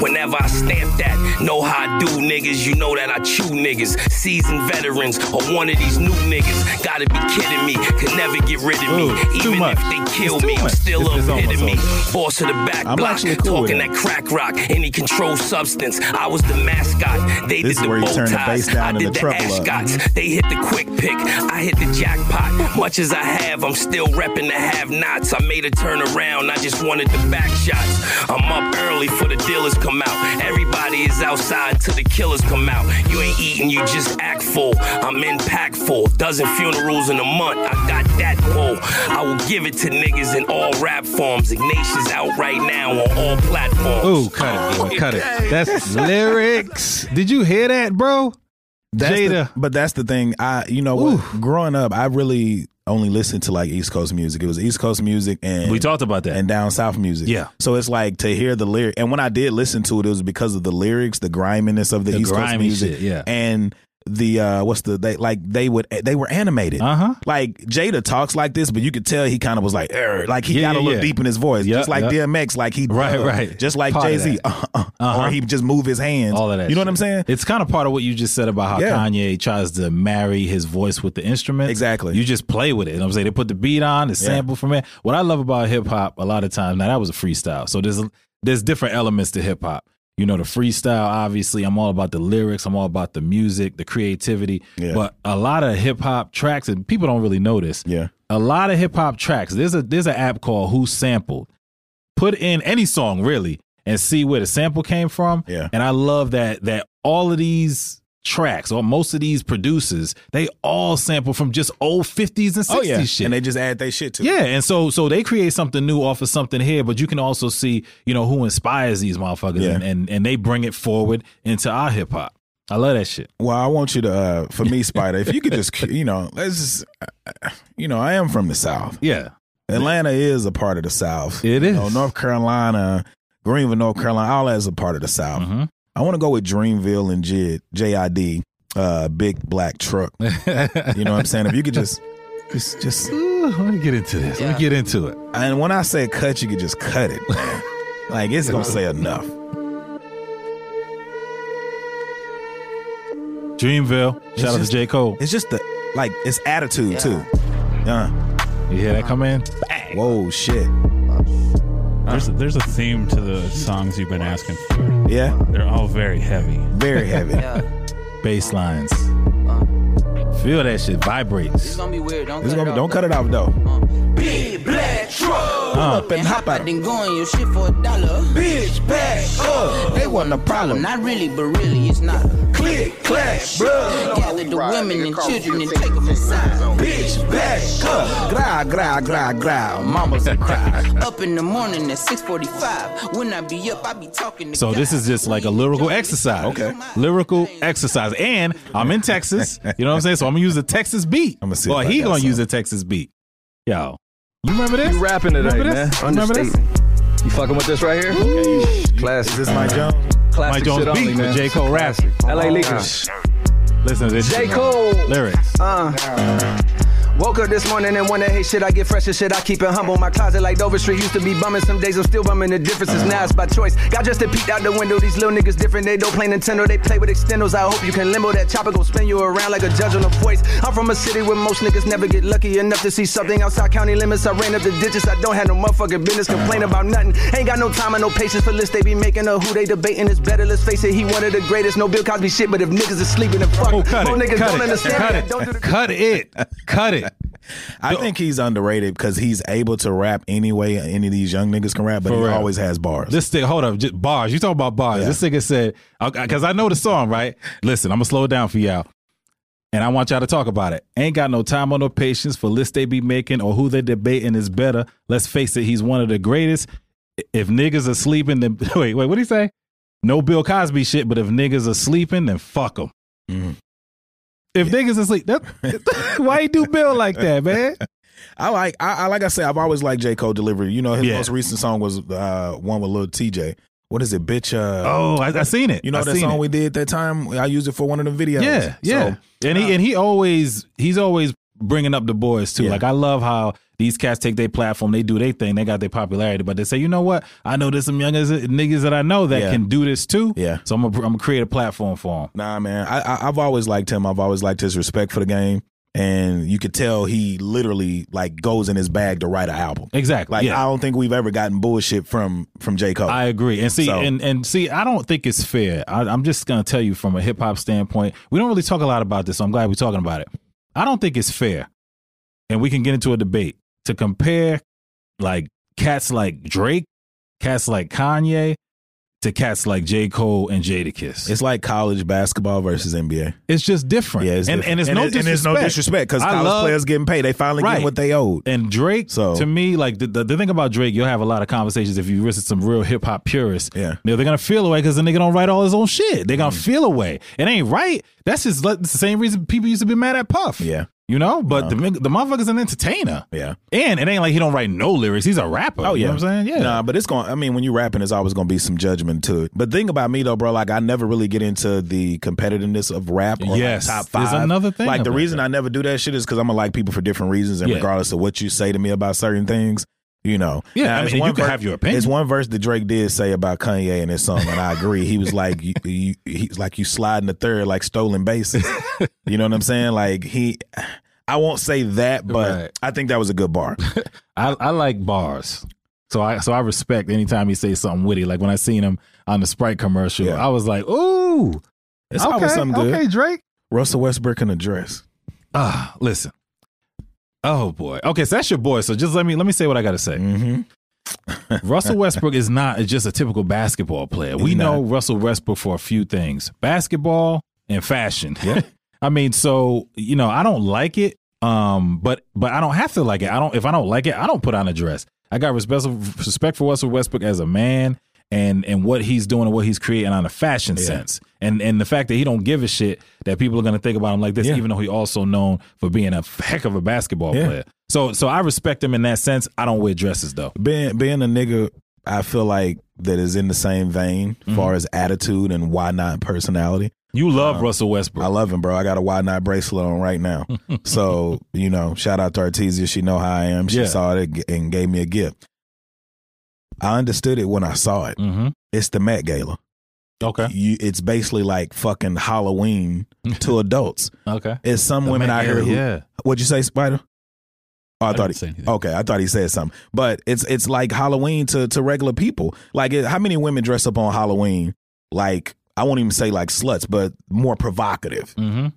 Speaker 10: whenever I stamp that. Know how I do, niggas. You know that I chew niggas. Seasoned veterans or one of these new niggas. Gotta be kidding me. Could never get rid of me.
Speaker 1: Ooh, it's too
Speaker 10: Even
Speaker 1: much.
Speaker 10: if they kill
Speaker 1: It's too
Speaker 10: me, I'm
Speaker 1: much.
Speaker 10: still
Speaker 1: It's- it's
Speaker 10: a
Speaker 1: almost
Speaker 10: epitome.
Speaker 1: over.
Speaker 10: Boss of the back
Speaker 3: I'm
Speaker 10: block.
Speaker 3: actually cool with
Speaker 10: talking
Speaker 3: it.
Speaker 10: that crack rock. Any controlled substance. I was the mascot. They
Speaker 3: This is
Speaker 10: did
Speaker 3: where
Speaker 10: the
Speaker 3: you
Speaker 10: bow
Speaker 3: turn the
Speaker 10: ties.
Speaker 3: bass down
Speaker 10: I
Speaker 3: and
Speaker 10: did
Speaker 3: the
Speaker 10: the,
Speaker 3: treble up.
Speaker 10: ascots. They hit the quick pick. I hit the jackpot. Much as I have, I'm still repping the have nots. I made a turnaround. I just wanted the back shots. I'm up early for the dealers come out. Everybody is outside till the killers come out. You ain't eating, you just act full. I'm impactful. Dozen funerals in a month. I got that pole. I will give it to niggas in all rap forms. Ignatius out right now on all platforms.
Speaker 1: Ooh, cut it, boy, cut it. That's lyrics. Did you hear that, bro?
Speaker 3: That's
Speaker 1: Jada.
Speaker 3: The, but that's the thing. I you know what? Growing up, I really only listened to like East Coast music. It was East Coast music and
Speaker 1: We talked about that.
Speaker 3: and down south music.
Speaker 1: Yeah.
Speaker 3: So it's like to hear the lyric, and when I did listen to it, it was because of the lyrics, the griminess of the,
Speaker 1: The
Speaker 3: East Coast
Speaker 1: grimy
Speaker 3: music,
Speaker 1: shit, yeah.
Speaker 3: and the uh what's the they like they would they were animated.
Speaker 1: Uh huh.
Speaker 3: Like Jada talks like this, but you could tell he kind of was like, "Er," like
Speaker 1: Yeah,
Speaker 3: he got a
Speaker 1: yeah,
Speaker 3: little
Speaker 1: yeah.
Speaker 3: deep in his voice,
Speaker 1: Yup,
Speaker 3: just like
Speaker 1: yup.
Speaker 3: DMX, like he
Speaker 1: Right,
Speaker 3: uh,
Speaker 1: right.
Speaker 3: just like
Speaker 1: Part
Speaker 3: Jay
Speaker 1: of
Speaker 3: Z,
Speaker 1: that.
Speaker 3: uh, uh,
Speaker 1: Uh-huh.
Speaker 3: or he just move his hands,
Speaker 1: All of that.
Speaker 3: You know
Speaker 1: shit.
Speaker 3: what I'm saying?
Speaker 1: It's kind of part of what you just said about how
Speaker 3: Yeah.
Speaker 1: Kanye tries to marry his voice with the instrument.
Speaker 3: Exactly.
Speaker 1: You just play with it. You know what I'm saying? They put the beat on, the sample from it. What I love about hip hop a lot of times, now that was a freestyle. So there's there's different elements to hip hop. You know, the freestyle, obviously, I'm all about the lyrics, I'm all about the music, the creativity.
Speaker 3: Yeah.
Speaker 1: But a lot of hip hop tracks, and people don't really know this.
Speaker 3: Yeah.
Speaker 1: A lot of hip hop tracks. There's a there's an app called Who Sampled put in any song really and see where the sample came from.
Speaker 3: Yeah.
Speaker 1: And I love that that all of these tracks or most of these producers, they all sample from just old 50s and 60s
Speaker 3: Oh yeah,
Speaker 1: shit.
Speaker 3: and they just add their shit to. it.
Speaker 1: yeah, and so so they create something new off of something here, but you can also see, you know, who inspires these motherfuckers
Speaker 3: Yeah.
Speaker 1: and, and and they bring it forward into our hip hop. I love that shit.
Speaker 3: Well, I want you to, uh, for me, Spider, if you could just, you know, let's just, uh, you know, I am from the South.
Speaker 1: Yeah.
Speaker 3: Atlanta is a part of the South.
Speaker 1: It
Speaker 3: You
Speaker 1: is.
Speaker 3: know, North Carolina, Greenville, North Carolina, all that is a part of the South.
Speaker 1: Mhm.
Speaker 3: I want to go with Dreamville and JID, JID, uh, big black truck. You know what I'm saying? If you could just, just, just,
Speaker 1: Ooh, let me get into this. Let me get into it.
Speaker 3: and when I say cut, you could just cut it, man. like, it's going to say enough.
Speaker 1: Dreamville. Shout out
Speaker 3: just-
Speaker 1: to J. Cole.
Speaker 3: It's just the, like, it's attitude, too. Uh,
Speaker 1: You hear that come in?
Speaker 3: Uh-huh. whoa, shit.
Speaker 11: There's a, there's a theme to the songs you've been asking for.
Speaker 3: Yeah,
Speaker 11: They're all very heavy.
Speaker 3: very heavy.
Speaker 1: Bass lines. Feel that shit vibrates.
Speaker 5: gonna be weird. Don't
Speaker 3: This is Uh-huh. gonna be- don't cut it off though. Uh.
Speaker 5: Big black truck.
Speaker 3: Up and hop out.
Speaker 5: Then go on your shit for a dollar.
Speaker 3: Bitch, back up. They wasn't a problem.
Speaker 5: Not really, but really it's not.
Speaker 3: Click, clack, bruh.
Speaker 5: Gather the women and children and take them inside.
Speaker 3: Bitch, back up. Growl, growl, growl, growl. Mamas a cry.
Speaker 5: Up in the morning at 6:45. When I be up, I be talking to
Speaker 1: So this is just like a lyrical exercise.
Speaker 3: Okay.
Speaker 1: Lyrical exercise. And I'm in Texas. You know what I'm saying? So I'm gonna use a Texas beat.
Speaker 3: I'ma see
Speaker 1: Well,
Speaker 3: if I
Speaker 1: he
Speaker 3: got
Speaker 1: gonna
Speaker 3: some.
Speaker 1: use a Texas beat. Yo. You remember this?
Speaker 12: You rapping today,
Speaker 1: Remember this?
Speaker 12: man.
Speaker 1: Remember this?
Speaker 12: Understatement. You fucking with this right here? Classic.
Speaker 3: Is this my jump?
Speaker 12: classic
Speaker 1: Mike Uh-huh. Jones
Speaker 12: shit
Speaker 1: beat
Speaker 12: only, man.
Speaker 1: with J. Cole rap.
Speaker 12: LA Lakers.
Speaker 1: Listen to this.
Speaker 12: J.
Speaker 1: shit.
Speaker 12: Cole.
Speaker 1: Lyrics.
Speaker 12: Uh, Woke up this morning and wonder, hey, shit, I get fresh as shit. I keep it humble. My closet like Dover Street used to be bumming. Some days I'm still bumming. The difference is now it's by choice. Got just a peek out the window. These little niggas different. They don't play Nintendo. They play with extendos. I hope you can limbo that chopper. Go spin you around like a judge on a voice. I'm from a city where most niggas never get lucky enough to see something outside county limits. I ran up the ditches. I don't have no motherfucking business. Complain about nothing. Ain't got no time and no patience for lists they be making or who they debating is better. Let's face it, he one of the greatest. No Bill Cosby shit, but if niggas is sleeping, then fuck.
Speaker 1: Oh, cut
Speaker 12: Most
Speaker 1: it.
Speaker 12: niggas
Speaker 1: Cut
Speaker 12: don't
Speaker 1: it.
Speaker 12: understand
Speaker 1: Cut
Speaker 12: it. Don't do the
Speaker 1: it. Cut it. Cut it.
Speaker 3: I think he's underrated because he's able to rap anyway. Any of these young niggas can rap, but
Speaker 1: For
Speaker 3: he
Speaker 1: real.
Speaker 3: always has bars.
Speaker 1: This thing, hold up, just bars. You talking about bars? This nigga said, because I know the song, right? Listen, I'm gonna slow it down for y'all, and I want y'all to talk about it. Ain't got no time or no patience for lists they be making or who they debating is better. Let's face it, he's one of the greatest. If niggas are sleeping, then wait, wait, what do he say? No Bill Cosby shit, but if niggas are sleeping, then fuck them.
Speaker 12: Mm-hmm.
Speaker 1: If niggas asleep, that, why you do Bill like that, man?
Speaker 3: I like I, I like I said I've always liked J Cole delivery. You know his
Speaker 1: Yeah.
Speaker 3: most recent song was uh, one with Lil TJ. What is it, bitch? Uh,
Speaker 1: Oh, I, I seen it.
Speaker 3: you know
Speaker 1: I
Speaker 3: that
Speaker 1: seen
Speaker 3: song
Speaker 1: it.
Speaker 3: we did that time. I used it for one of the videos.
Speaker 1: Yeah, yeah.
Speaker 3: So,
Speaker 1: and he and he always he's always bringing up the boys too.
Speaker 3: Yeah.
Speaker 1: Like I love how these cats take their platform, they do their thing, they got their popularity, but they say, you know what? I know there's some young as- niggas that I know that
Speaker 3: Yeah.
Speaker 1: can do this too.
Speaker 3: Yeah.
Speaker 1: So I'm gonna, I'm gonna create a platform for them.
Speaker 3: Nah, man. I, I I've always liked him. I've always liked his respect for the game, and you could tell he literally like goes in his bag to write an album.
Speaker 1: Exactly.
Speaker 3: Like
Speaker 1: yeah.
Speaker 3: I don't think we've ever gotten bullshit from from J Cole.
Speaker 1: I agree. And see,
Speaker 3: So-
Speaker 1: and, and see, I don't think it's fair. I, I'm just going to tell you from a hip hop standpoint, we don't really talk a lot about this, so I'm glad we're talking about it. I don't think it's fair, and we can get into a debate to compare like cats like Drake, cats like Kanye, to cats like J. Cole and Jadakiss. It's,
Speaker 3: it's like college basketball versus NBA.
Speaker 1: it's just different.
Speaker 3: Yeah, it's
Speaker 1: and,
Speaker 3: different.
Speaker 1: and it's no
Speaker 3: it-
Speaker 1: disrespect.
Speaker 3: and it's no disrespect because
Speaker 1: I
Speaker 3: college
Speaker 1: love-
Speaker 3: players getting paid. They finally
Speaker 1: Right.
Speaker 3: getting what they owed.
Speaker 1: And Drake,
Speaker 3: So-
Speaker 1: to me, like the, the, the thing about Drake, you'll have a lot of conversations if you visit some real hip hop purists.
Speaker 3: Yeah.
Speaker 1: They're, they're gonna feel away because the nigga don't write all his own shit. They're gonna feel away. It ain't right. That's just like, it's the same reason people used to be mad at Puff.
Speaker 3: Yeah.
Speaker 1: You know, but the the, the motherfucker's an entertainer.
Speaker 3: Yeah.
Speaker 1: And it ain't like he don't write no lyrics. He's a rapper.
Speaker 3: Oh yeah,
Speaker 1: You know what I'm saying? Yeah.
Speaker 3: Nah, but it's going. I mean, when you rapping, there's always going to be some judgment to it. But the thing about me though, bro, like I never really get into the competitiveness of rap. Or
Speaker 1: Yes,
Speaker 3: like, top
Speaker 1: there's
Speaker 3: five.
Speaker 1: another thing
Speaker 3: Like the
Speaker 1: about
Speaker 3: reason
Speaker 1: that.
Speaker 3: I never do that shit is because I'm gonna like people for different reasons, and
Speaker 1: Yeah.
Speaker 3: regardless of what you say to me about certain things. You know,
Speaker 1: Yeah, I
Speaker 3: it's
Speaker 1: mean,
Speaker 3: one
Speaker 1: you can have your opinion.
Speaker 3: It's one verse that Drake did say about Kanye in his song, and I agree. He was like, you, you, "He's like you slide in the third like stolen bases." you know what I'm saying? Like he, I won't say that, but
Speaker 1: Right.
Speaker 3: I think that was a good bar.
Speaker 1: I, I like bars. So I so I respect anytime he says something witty. Like when I seen him on the Sprite commercial,
Speaker 3: Yeah.
Speaker 1: I was like, ooh.
Speaker 3: It's
Speaker 1: okay,
Speaker 3: always something good.
Speaker 1: Okay, Drake.
Speaker 3: Russell Westbrook can address.
Speaker 1: Ah, listen. Oh boy. Okay, so that's your boy. So just let me let me say what I got to say.
Speaker 3: Mm-hmm.
Speaker 1: Russell Westbrook is not just a typical basketball player. We
Speaker 3: He's
Speaker 1: know Russell Westbrook for a few things: basketball and fashion. I mean, so you know, I don't like it, um, but but I don't have to like it. I don't if I don't like it, I don't put on a dress. I got respect respect for Russell Westbrook as a man and and what he's doing and what he's creating on a fashion sense, and and the fact that he don't give a shit that people are going to think about him like this,
Speaker 3: Yeah.
Speaker 1: even though he also known for being a heck of a basketball
Speaker 3: Yeah.
Speaker 1: player. So so I respect him in that sense. I don't wear dresses though.
Speaker 3: Being being a nigga, I feel like that is in the same vein
Speaker 11: Mm-hmm.
Speaker 3: as far as attitude and why not personality.
Speaker 1: You
Speaker 3: Um,
Speaker 1: love Russell Westbrook.
Speaker 3: I love him, bro. I got a why not bracelet on right now. so you know, shout out to Artesia. She know how I am. She
Speaker 1: Yeah.
Speaker 3: saw it and gave me a gift. I understood it when I saw it.
Speaker 1: Mm-hmm.
Speaker 3: It's the Met Gala.
Speaker 1: Okay.
Speaker 3: You, it's basically like fucking Halloween to adults.
Speaker 1: Okay.
Speaker 3: It's some women out here who
Speaker 1: yeah.
Speaker 3: What'd you say, Spider? Oh, I,
Speaker 11: I
Speaker 3: thought
Speaker 11: didn't
Speaker 3: he,
Speaker 11: say anything.
Speaker 3: okay. I thought he said something, but it's it's like Halloween to to regular people. Like, it, how many women dress up on Halloween? Like, I won't even say like sluts, but more provocative.
Speaker 1: Mm-hmm.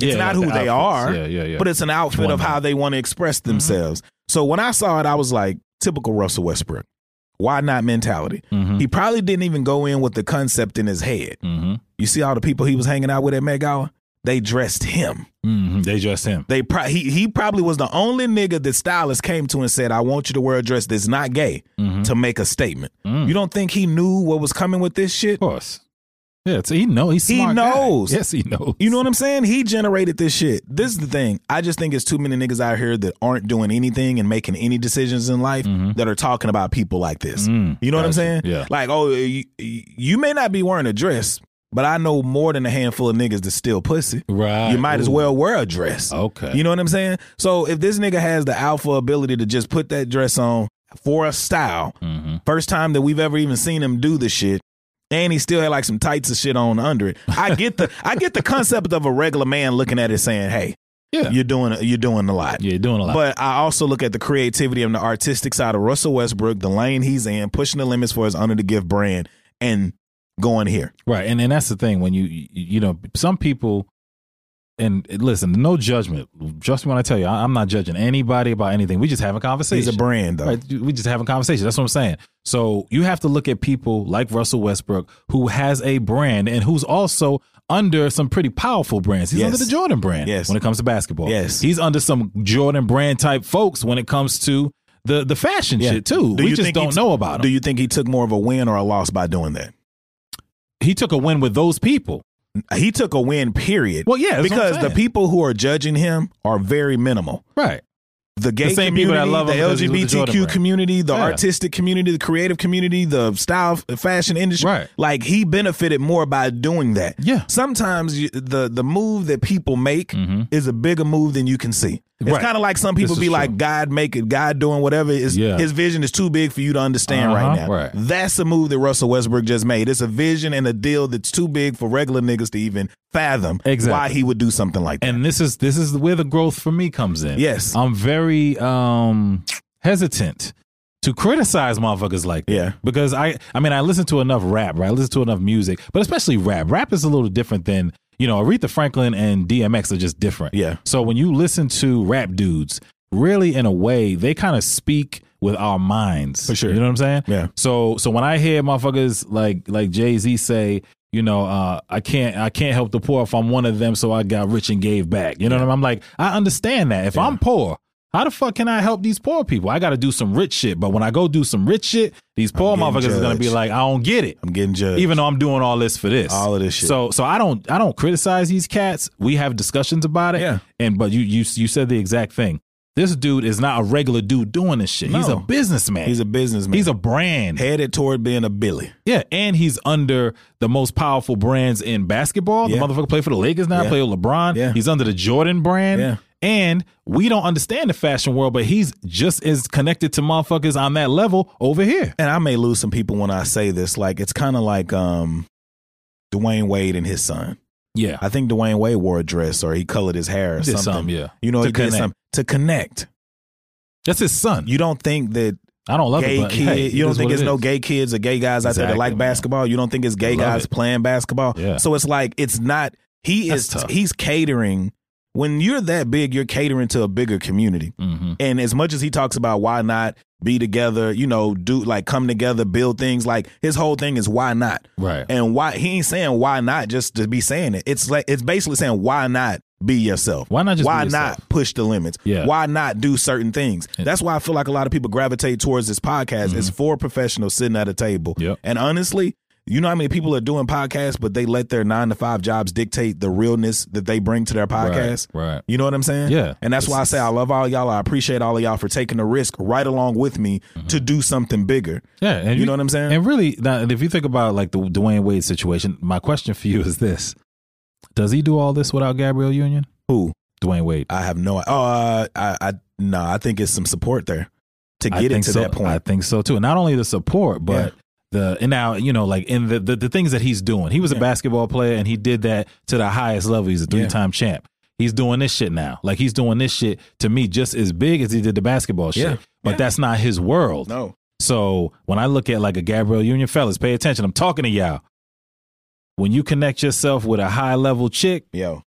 Speaker 3: It's not who they are,
Speaker 1: Yeah, yeah, yeah.
Speaker 3: But it's an outfit
Speaker 1: one
Speaker 3: of how
Speaker 1: night.
Speaker 3: they want to express themselves. So when I saw it, I was like, typical Russell Westbrook. Why not uh, mentality?
Speaker 1: Mhm.
Speaker 3: He probably didn't even go in with the concept in his head.
Speaker 1: mm-hmm.
Speaker 3: You see all the people he was hanging out with at Met Gala? They dressed him.
Speaker 1: Mm-hmm. They dress him.
Speaker 3: They pro- he he probably was the only nigga that stylist came to and said, "I want you to wear a dress that's not gay to make a statement." You don't think he knew what was coming with this shit?
Speaker 1: Of course. Yeah, so he knows. He's a
Speaker 3: He
Speaker 1: smart guy.
Speaker 3: knows.
Speaker 1: Yes, he knows.
Speaker 3: You know what I'm saying? He generated this shit. This is the thing. I just think it's too many niggas out here that aren't doing anything and making any decisions in life that are talking about people like this.
Speaker 1: Mm-hmm. Mm,
Speaker 3: you know what I'm
Speaker 1: gotcha.
Speaker 3: saying?
Speaker 1: Yeah.
Speaker 3: Like, oh, you, you may not be wearing a dress, But I know more than a handful of niggas that steal pussy.
Speaker 1: Right.
Speaker 3: You might as
Speaker 1: Ooh.
Speaker 3: well wear a dress.
Speaker 1: Okay.
Speaker 3: You know what I'm saying? So if this nigga has the alpha ability to just put that dress on for a style,
Speaker 1: Mm-hmm.
Speaker 3: first time that we've ever even seen him do this shit, and he still had like some tights and shit on under it. I get the I get the concept of a regular man looking at it saying, "Hey,
Speaker 1: Yeah.
Speaker 3: you're doing you're doing a lot."
Speaker 1: Yeah, you're doing a lot.
Speaker 3: But I also look at the creativity and the artistic side of Russell Westbrook, the lane he's in, pushing the limits for his under the gift brand, and going here.
Speaker 1: Right, and and that's the thing when you you you know some people, and listen, no judgment. Trust me when I tell you, I, am not judging anybody about anything. We just having conversations.
Speaker 3: He's a brand, though.
Speaker 1: Right, We just having conversations. That's what I'm saying. So you have to look at people like Russell Westbrook, who has a brand and who's also under some pretty powerful brands. He's
Speaker 3: Yes.
Speaker 1: under the Jordan brand
Speaker 3: Yes.
Speaker 1: when it comes to basketball.
Speaker 3: Yes.
Speaker 1: he's under some Jordan brand type folks when it comes to the the fashion shit too. we just
Speaker 3: think he
Speaker 1: don't
Speaker 3: t-
Speaker 1: know about him.
Speaker 3: Do you think he took more of a win or a loss by doing that?
Speaker 1: he took a win with those people.
Speaker 3: He took a win, period.
Speaker 1: Well, yeah, that's what I'm
Speaker 3: because the
Speaker 1: saying.
Speaker 3: people who are judging him are very minimal.
Speaker 1: Right.
Speaker 3: The gay
Speaker 1: The same people
Speaker 3: community,
Speaker 1: that love
Speaker 3: the
Speaker 1: him because he's with the Jordan
Speaker 3: LGBTQ
Speaker 1: brand.
Speaker 3: community, the
Speaker 1: Yeah.
Speaker 3: artistic community, the creative community, the style, the fashion industry.
Speaker 1: Right.
Speaker 3: Like he benefited more by doing that.
Speaker 1: Yeah. Mm.
Speaker 3: Sometimes you, the the move that people make
Speaker 1: Mm-hmm.
Speaker 3: is a bigger move than you can see. It's
Speaker 1: Right.
Speaker 3: kind of like some people
Speaker 1: This
Speaker 3: be
Speaker 1: is
Speaker 3: like,
Speaker 1: true.
Speaker 3: God make it, God doing whatever. Is
Speaker 1: Yeah.
Speaker 3: his vision is too big for you to understand right
Speaker 1: Uh-huh.
Speaker 3: now.
Speaker 1: Right.
Speaker 3: That's a move that Russell Westbrook just made. It's a vision and a deal that's too big for regular niggas to even fathom
Speaker 1: Exactly.
Speaker 3: why he would do something like that.
Speaker 1: and this is this is where the growth for me comes in.
Speaker 3: Yes.
Speaker 1: I'm very um hesitant to criticize motherfuckers like that.
Speaker 3: Yeah.
Speaker 1: Because I I mean I listen to enough rap, right? I listen to enough music, but especially rap. Rap is a little different than, you know, Aretha Franklin and DMX are just different.
Speaker 3: Yeah.
Speaker 1: So when you listen to rap dudes, really in a way, they kind of speak with our minds.
Speaker 3: For sure.
Speaker 1: You know what I'm saying?
Speaker 3: Yeah.
Speaker 1: So so when I hear motherfuckers like like Jay Z say, you know, uh, I can't I can't help the poor if I'm one of them, so I got rich and gave back. You know what I mean? I'm like, I understand that. If I'm poor, how the fuck can I help these poor people? I got to do some rich shit. But when I go do some rich shit, these poor
Speaker 3: I'm
Speaker 1: motherfuckers
Speaker 3: getting
Speaker 1: is gonna be
Speaker 3: judged.
Speaker 1: like, I don't get it.
Speaker 3: I'm getting judged.
Speaker 1: Even though I'm doing all this for this,
Speaker 3: All of this shit.
Speaker 1: So, so I don't, I don't criticize these cats. We have discussions about it.
Speaker 3: Yeah.
Speaker 1: And but you, you, you said the exact thing. This dude is not a regular dude doing this shit. He's a
Speaker 3: No.
Speaker 1: businessman.
Speaker 3: he's a businessman.
Speaker 1: He's a brand.
Speaker 3: headed toward being a Billy.
Speaker 1: Yeah, and he's under the most powerful brands in basketball.
Speaker 3: Yeah.
Speaker 1: The motherfucker played for the Lakers now,
Speaker 3: Yeah.
Speaker 1: play with LeBron.
Speaker 3: Yeah.
Speaker 1: He's under the Jordan brand.
Speaker 3: Yeah.
Speaker 1: And we don't understand the fashion world, but he's just as connected to motherfuckers on that level over here.
Speaker 3: And I may lose some people when I say this. Like it's kind of like um, Dwayne Wade and his son.
Speaker 1: Yeah.
Speaker 3: I think Dwayne Wade wore a dress or he colored his hair or
Speaker 1: He did
Speaker 3: something.
Speaker 1: something, yeah.
Speaker 3: You know,
Speaker 1: To
Speaker 3: he did
Speaker 1: connect.
Speaker 3: something to connect.
Speaker 1: That's his son.
Speaker 3: You don't think that
Speaker 1: I don't love
Speaker 3: gay
Speaker 1: it, but
Speaker 3: kid.
Speaker 1: hey,
Speaker 3: you
Speaker 1: it
Speaker 3: don't
Speaker 1: is
Speaker 3: think
Speaker 1: what
Speaker 3: it's
Speaker 1: it
Speaker 3: no
Speaker 1: is.
Speaker 3: gay kids or gay guys out there that
Speaker 1: Exactly,
Speaker 3: like
Speaker 1: man.
Speaker 3: basketball. You don't think it's gay
Speaker 1: Love
Speaker 3: guys
Speaker 1: it.
Speaker 3: playing basketball.
Speaker 1: Yeah.
Speaker 3: So it's like it's not. He
Speaker 1: That's
Speaker 3: is.
Speaker 1: tough.
Speaker 3: He's catering. When you're that big, you're catering to a bigger community.
Speaker 1: Mhm.
Speaker 3: And as much as he talks about why not be together, you know, do like come together, build things. Like his whole thing is why not,
Speaker 1: Right.
Speaker 3: And why he ain't saying why not just to be saying it. It's like it's basically saying why not be yourself.
Speaker 1: Why not just
Speaker 3: why
Speaker 1: be yourself?
Speaker 3: not push the limits?
Speaker 1: Yeah.
Speaker 3: Why not do certain things? That's why I feel like a lot of people gravitate towards this podcast. It's for professionals sitting at a table.
Speaker 1: Mm-hmm. Yep.
Speaker 3: And honestly, you know how many people are doing podcasts, but they let their nine to five jobs dictate the realness that they bring to their podcast.
Speaker 1: right.
Speaker 3: You know what I'm saying?
Speaker 1: Yeah.
Speaker 3: And that's why I say I love all y'all. I appreciate all of y'all for taking the risk right along with me to do something bigger.
Speaker 1: Yeah, Mm-hmm. and
Speaker 3: You know what I'm saying?
Speaker 1: And really, now, if you think about like the Dwayne Wade situation, my question for you is this: Does he do all this without Gabriel Union?
Speaker 3: Who?
Speaker 1: Dwayne Wade.
Speaker 3: I have no. Oh, uh, I, I no. I think it's some support there to
Speaker 1: I
Speaker 3: get it
Speaker 1: think
Speaker 3: to
Speaker 1: so.
Speaker 3: that point.
Speaker 1: I think so too. And not only the support, but the and now you know like in the, the the things that he's doing. He was a basketball player and he did that to the highest level. He's a three time champ. He's doing this shit now. Like he's doing this shit to me just as big as he did the basketball shit.
Speaker 3: Yeah.
Speaker 1: But that's not his world.
Speaker 3: no.
Speaker 1: So when I look at like a Gabriel Union, fellas, pay attention. I'm talking to y'all. When you connect yourself with a high level chick
Speaker 3: Yo.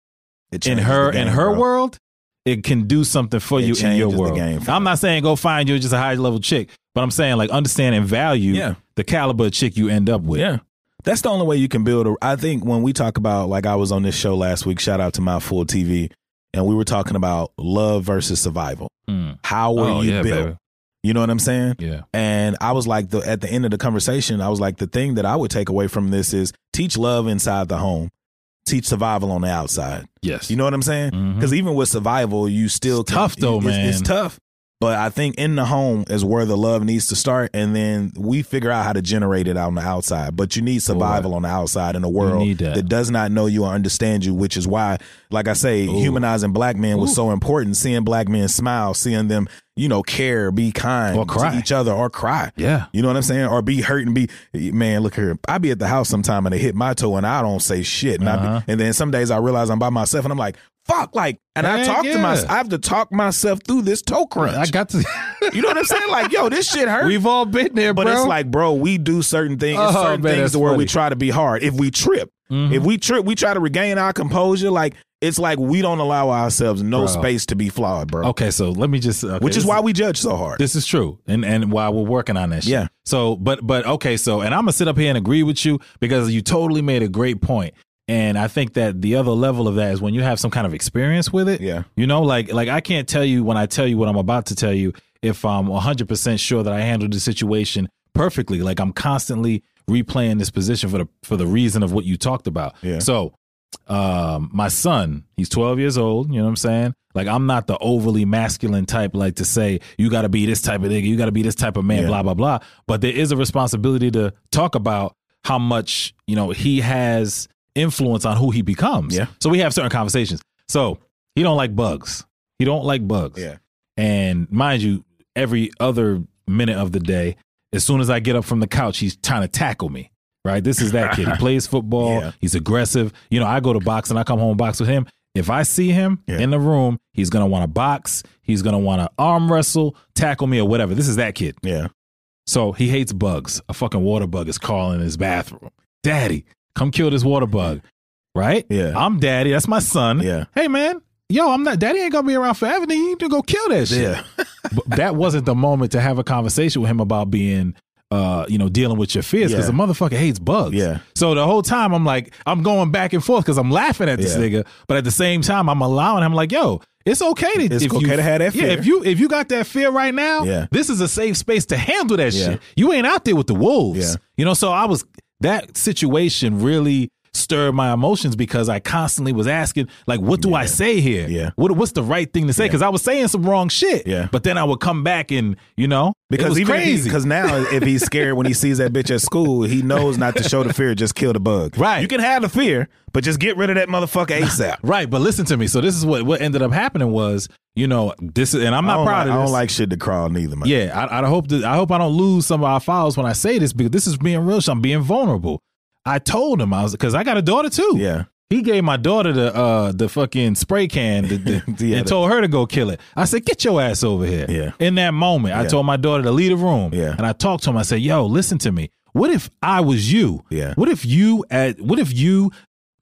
Speaker 3: It
Speaker 1: in
Speaker 3: changes
Speaker 1: her
Speaker 3: the game,
Speaker 1: in her
Speaker 3: bro.
Speaker 1: world, it can do something for
Speaker 3: It
Speaker 1: you in your
Speaker 3: changes the
Speaker 1: world.
Speaker 3: game for
Speaker 1: I'm not saying go find you just a high level chick, but I'm saying like understand and value
Speaker 3: Yeah.
Speaker 1: the caliber of chick you end up with.
Speaker 3: Yeah. That's the only way you can build a I think when we talk about like I was on this show last week, shout out to my full TV, and we were talking about love versus survival.
Speaker 1: Mm.
Speaker 3: How were
Speaker 1: Oh,
Speaker 3: you
Speaker 1: yeah,
Speaker 3: built?
Speaker 1: baby.
Speaker 3: You know what I'm saying?
Speaker 1: Yeah.
Speaker 3: And I was like the at the end of the conversation, I was like the thing that I would take away from this is teach love inside the home. Teach survival on the outside.
Speaker 1: Yes.
Speaker 3: You know what I'm saying?
Speaker 1: Mhm.
Speaker 3: Because even with survival, you still
Speaker 1: It's tough, though,
Speaker 3: it's- It's
Speaker 1: man.
Speaker 3: tough. But I think in the home is where the love needs to start, and then we figure out how to generate it out on the outside. But you need survival on the outside in a world
Speaker 1: need
Speaker 3: that.
Speaker 1: that.
Speaker 3: does not know you or understand you, which is why, like I say, humanizing black men was so important. Seeing black men smile, seeing them, you know, care, be kind
Speaker 1: Or cry.
Speaker 3: to each other, or cry.
Speaker 1: Yeah.
Speaker 3: you know what I'm saying, or be hurt and be man. Look here, I be at the house sometime and they hit my toe and I don't say shit, and, I
Speaker 1: Uh-huh.
Speaker 3: be, and then some days I realize I'm by myself and I'm like. Fuck, like, and I
Speaker 1: Heck
Speaker 3: talk to my,
Speaker 1: yeah.
Speaker 3: I have to talk myself through this toe crunch.
Speaker 1: I got to.
Speaker 3: You know what I'm saying? Like, yo, this shit hurt.
Speaker 1: We've all been there,
Speaker 3: but
Speaker 1: bro.
Speaker 3: it's like, bro, we do certain things,
Speaker 1: Oh,
Speaker 3: certain
Speaker 1: man,
Speaker 3: things
Speaker 1: that's
Speaker 3: to where
Speaker 1: funny.
Speaker 3: we
Speaker 1: Mm-hmm.
Speaker 3: try to be hard. If we trip, if we trip, we try to regain our composure. Like, it's like we don't allow ourselves no
Speaker 1: Bro.
Speaker 3: space to be flawed, bro.
Speaker 1: okay, so let me just. okay,
Speaker 3: Which is
Speaker 1: this-
Speaker 3: why we judge so hard.
Speaker 1: This is true, and and while we're working on this,
Speaker 3: Yeah.
Speaker 1: So, but but okay, so and I'm gonna sit up here and agree with you because you totally made a great point, and I think that the other level of that is when you have some kind of experience with it.
Speaker 3: Yeah.
Speaker 1: You know, like like I can't tell you when I tell you what I'm about to tell you if I'm 100 percent sure that I handled the situation perfectly. Like I'm constantly replaying this position for the for the reason of what you talked about.
Speaker 3: Yeah.
Speaker 1: So um my son he's 12 years old you know what i'm saying like i'm not the overly masculine type like to say you got to be this type of nigga you got to be this type of man
Speaker 3: Yeah.
Speaker 1: blah blah blah but there is a responsibility to talk about how much you know he has influence on who he becomes
Speaker 3: Yeah.
Speaker 1: so we have certain conversations so he don't like bugs he don't like bugs
Speaker 3: Yeah.
Speaker 1: and mind you every other minute of the day as soon as i get up from the couch he's trying to tackle me right this is that kid he plays football
Speaker 3: Yeah.
Speaker 1: He's aggressive. You know, I go to box and I come home and box with him. If I see him
Speaker 3: Yeah.
Speaker 1: in the room, he's gonna want to box. He's gonna want to arm wrestle, tackle me, or whatever. This is that kid.
Speaker 3: Yeah.
Speaker 1: So he hates bugs. A fucking water bug is crawling in his bathroom. Daddy, come kill this water bug. Right?
Speaker 3: Yeah.
Speaker 1: I'm daddy. That's my son.
Speaker 3: Yeah.
Speaker 1: Hey man, yo, I'm not. Daddy ain't gonna be around forever. Then you need to go kill that shit.
Speaker 3: Yeah.
Speaker 1: But that wasn't the moment to have a conversation with him about being. Uh, you know, dealing with your fears because
Speaker 3: Yeah.
Speaker 1: the motherfucker hates bugs.
Speaker 3: Yeah.
Speaker 1: So the whole time I'm like, I'm going back and forth because I'm laughing at this
Speaker 3: Yeah.
Speaker 1: nigga, but at the same time I'm allowing him like, yo, it's okay to
Speaker 3: It's
Speaker 1: if
Speaker 3: okay
Speaker 1: you,
Speaker 3: to have that
Speaker 1: Yeah,
Speaker 3: fear.
Speaker 1: if you if you got that fear right now,
Speaker 3: Yeah.
Speaker 1: this is a safe space to handle that
Speaker 3: Yeah.
Speaker 1: shit. You ain't out there with the wolves.
Speaker 3: Yeah.
Speaker 1: You know, so I was that situation really stirred my emotions because I constantly was asking, like, what do I say here?
Speaker 3: Yeah.
Speaker 1: What what's the right thing to say?
Speaker 3: Yeah.
Speaker 1: Because I was saying some wrong shit.
Speaker 3: Yeah.
Speaker 1: But then I would come back and, you know, it was
Speaker 3: even
Speaker 1: crazy.
Speaker 3: because now if he's scared when he sees that bitch at school, he knows not to show the fear. Just kill the bug.
Speaker 1: Right.
Speaker 3: You can have the fear, but just get rid of that motherfucker ASAP.
Speaker 1: Right, but listen to me. So this is what what ended up happening was, you know, this is, and I'm
Speaker 3: I
Speaker 1: not
Speaker 3: don't
Speaker 1: proud
Speaker 3: like-
Speaker 1: of
Speaker 3: I
Speaker 1: this.
Speaker 3: don't like shit to crawl neither, man.
Speaker 1: yeah, I, I hope that I hope I don't lose some of our files when I say this because this is being real. shit. I'm being vulnerable. I told him I was because I got a daughter too.
Speaker 3: Yeah.
Speaker 1: He gave my daughter the uh the fucking spray can the, the,
Speaker 3: Yeah,
Speaker 1: and
Speaker 3: the-
Speaker 1: told her to go kill it. I said, "Get your ass over here."
Speaker 3: Yeah.
Speaker 1: In that moment, I
Speaker 3: Yeah.
Speaker 1: told my daughter to leave the room.
Speaker 3: Yeah.
Speaker 1: And I talked to him. I said, "Yo, listen to me. What if I was you?
Speaker 3: Yeah.
Speaker 1: What if you at What if you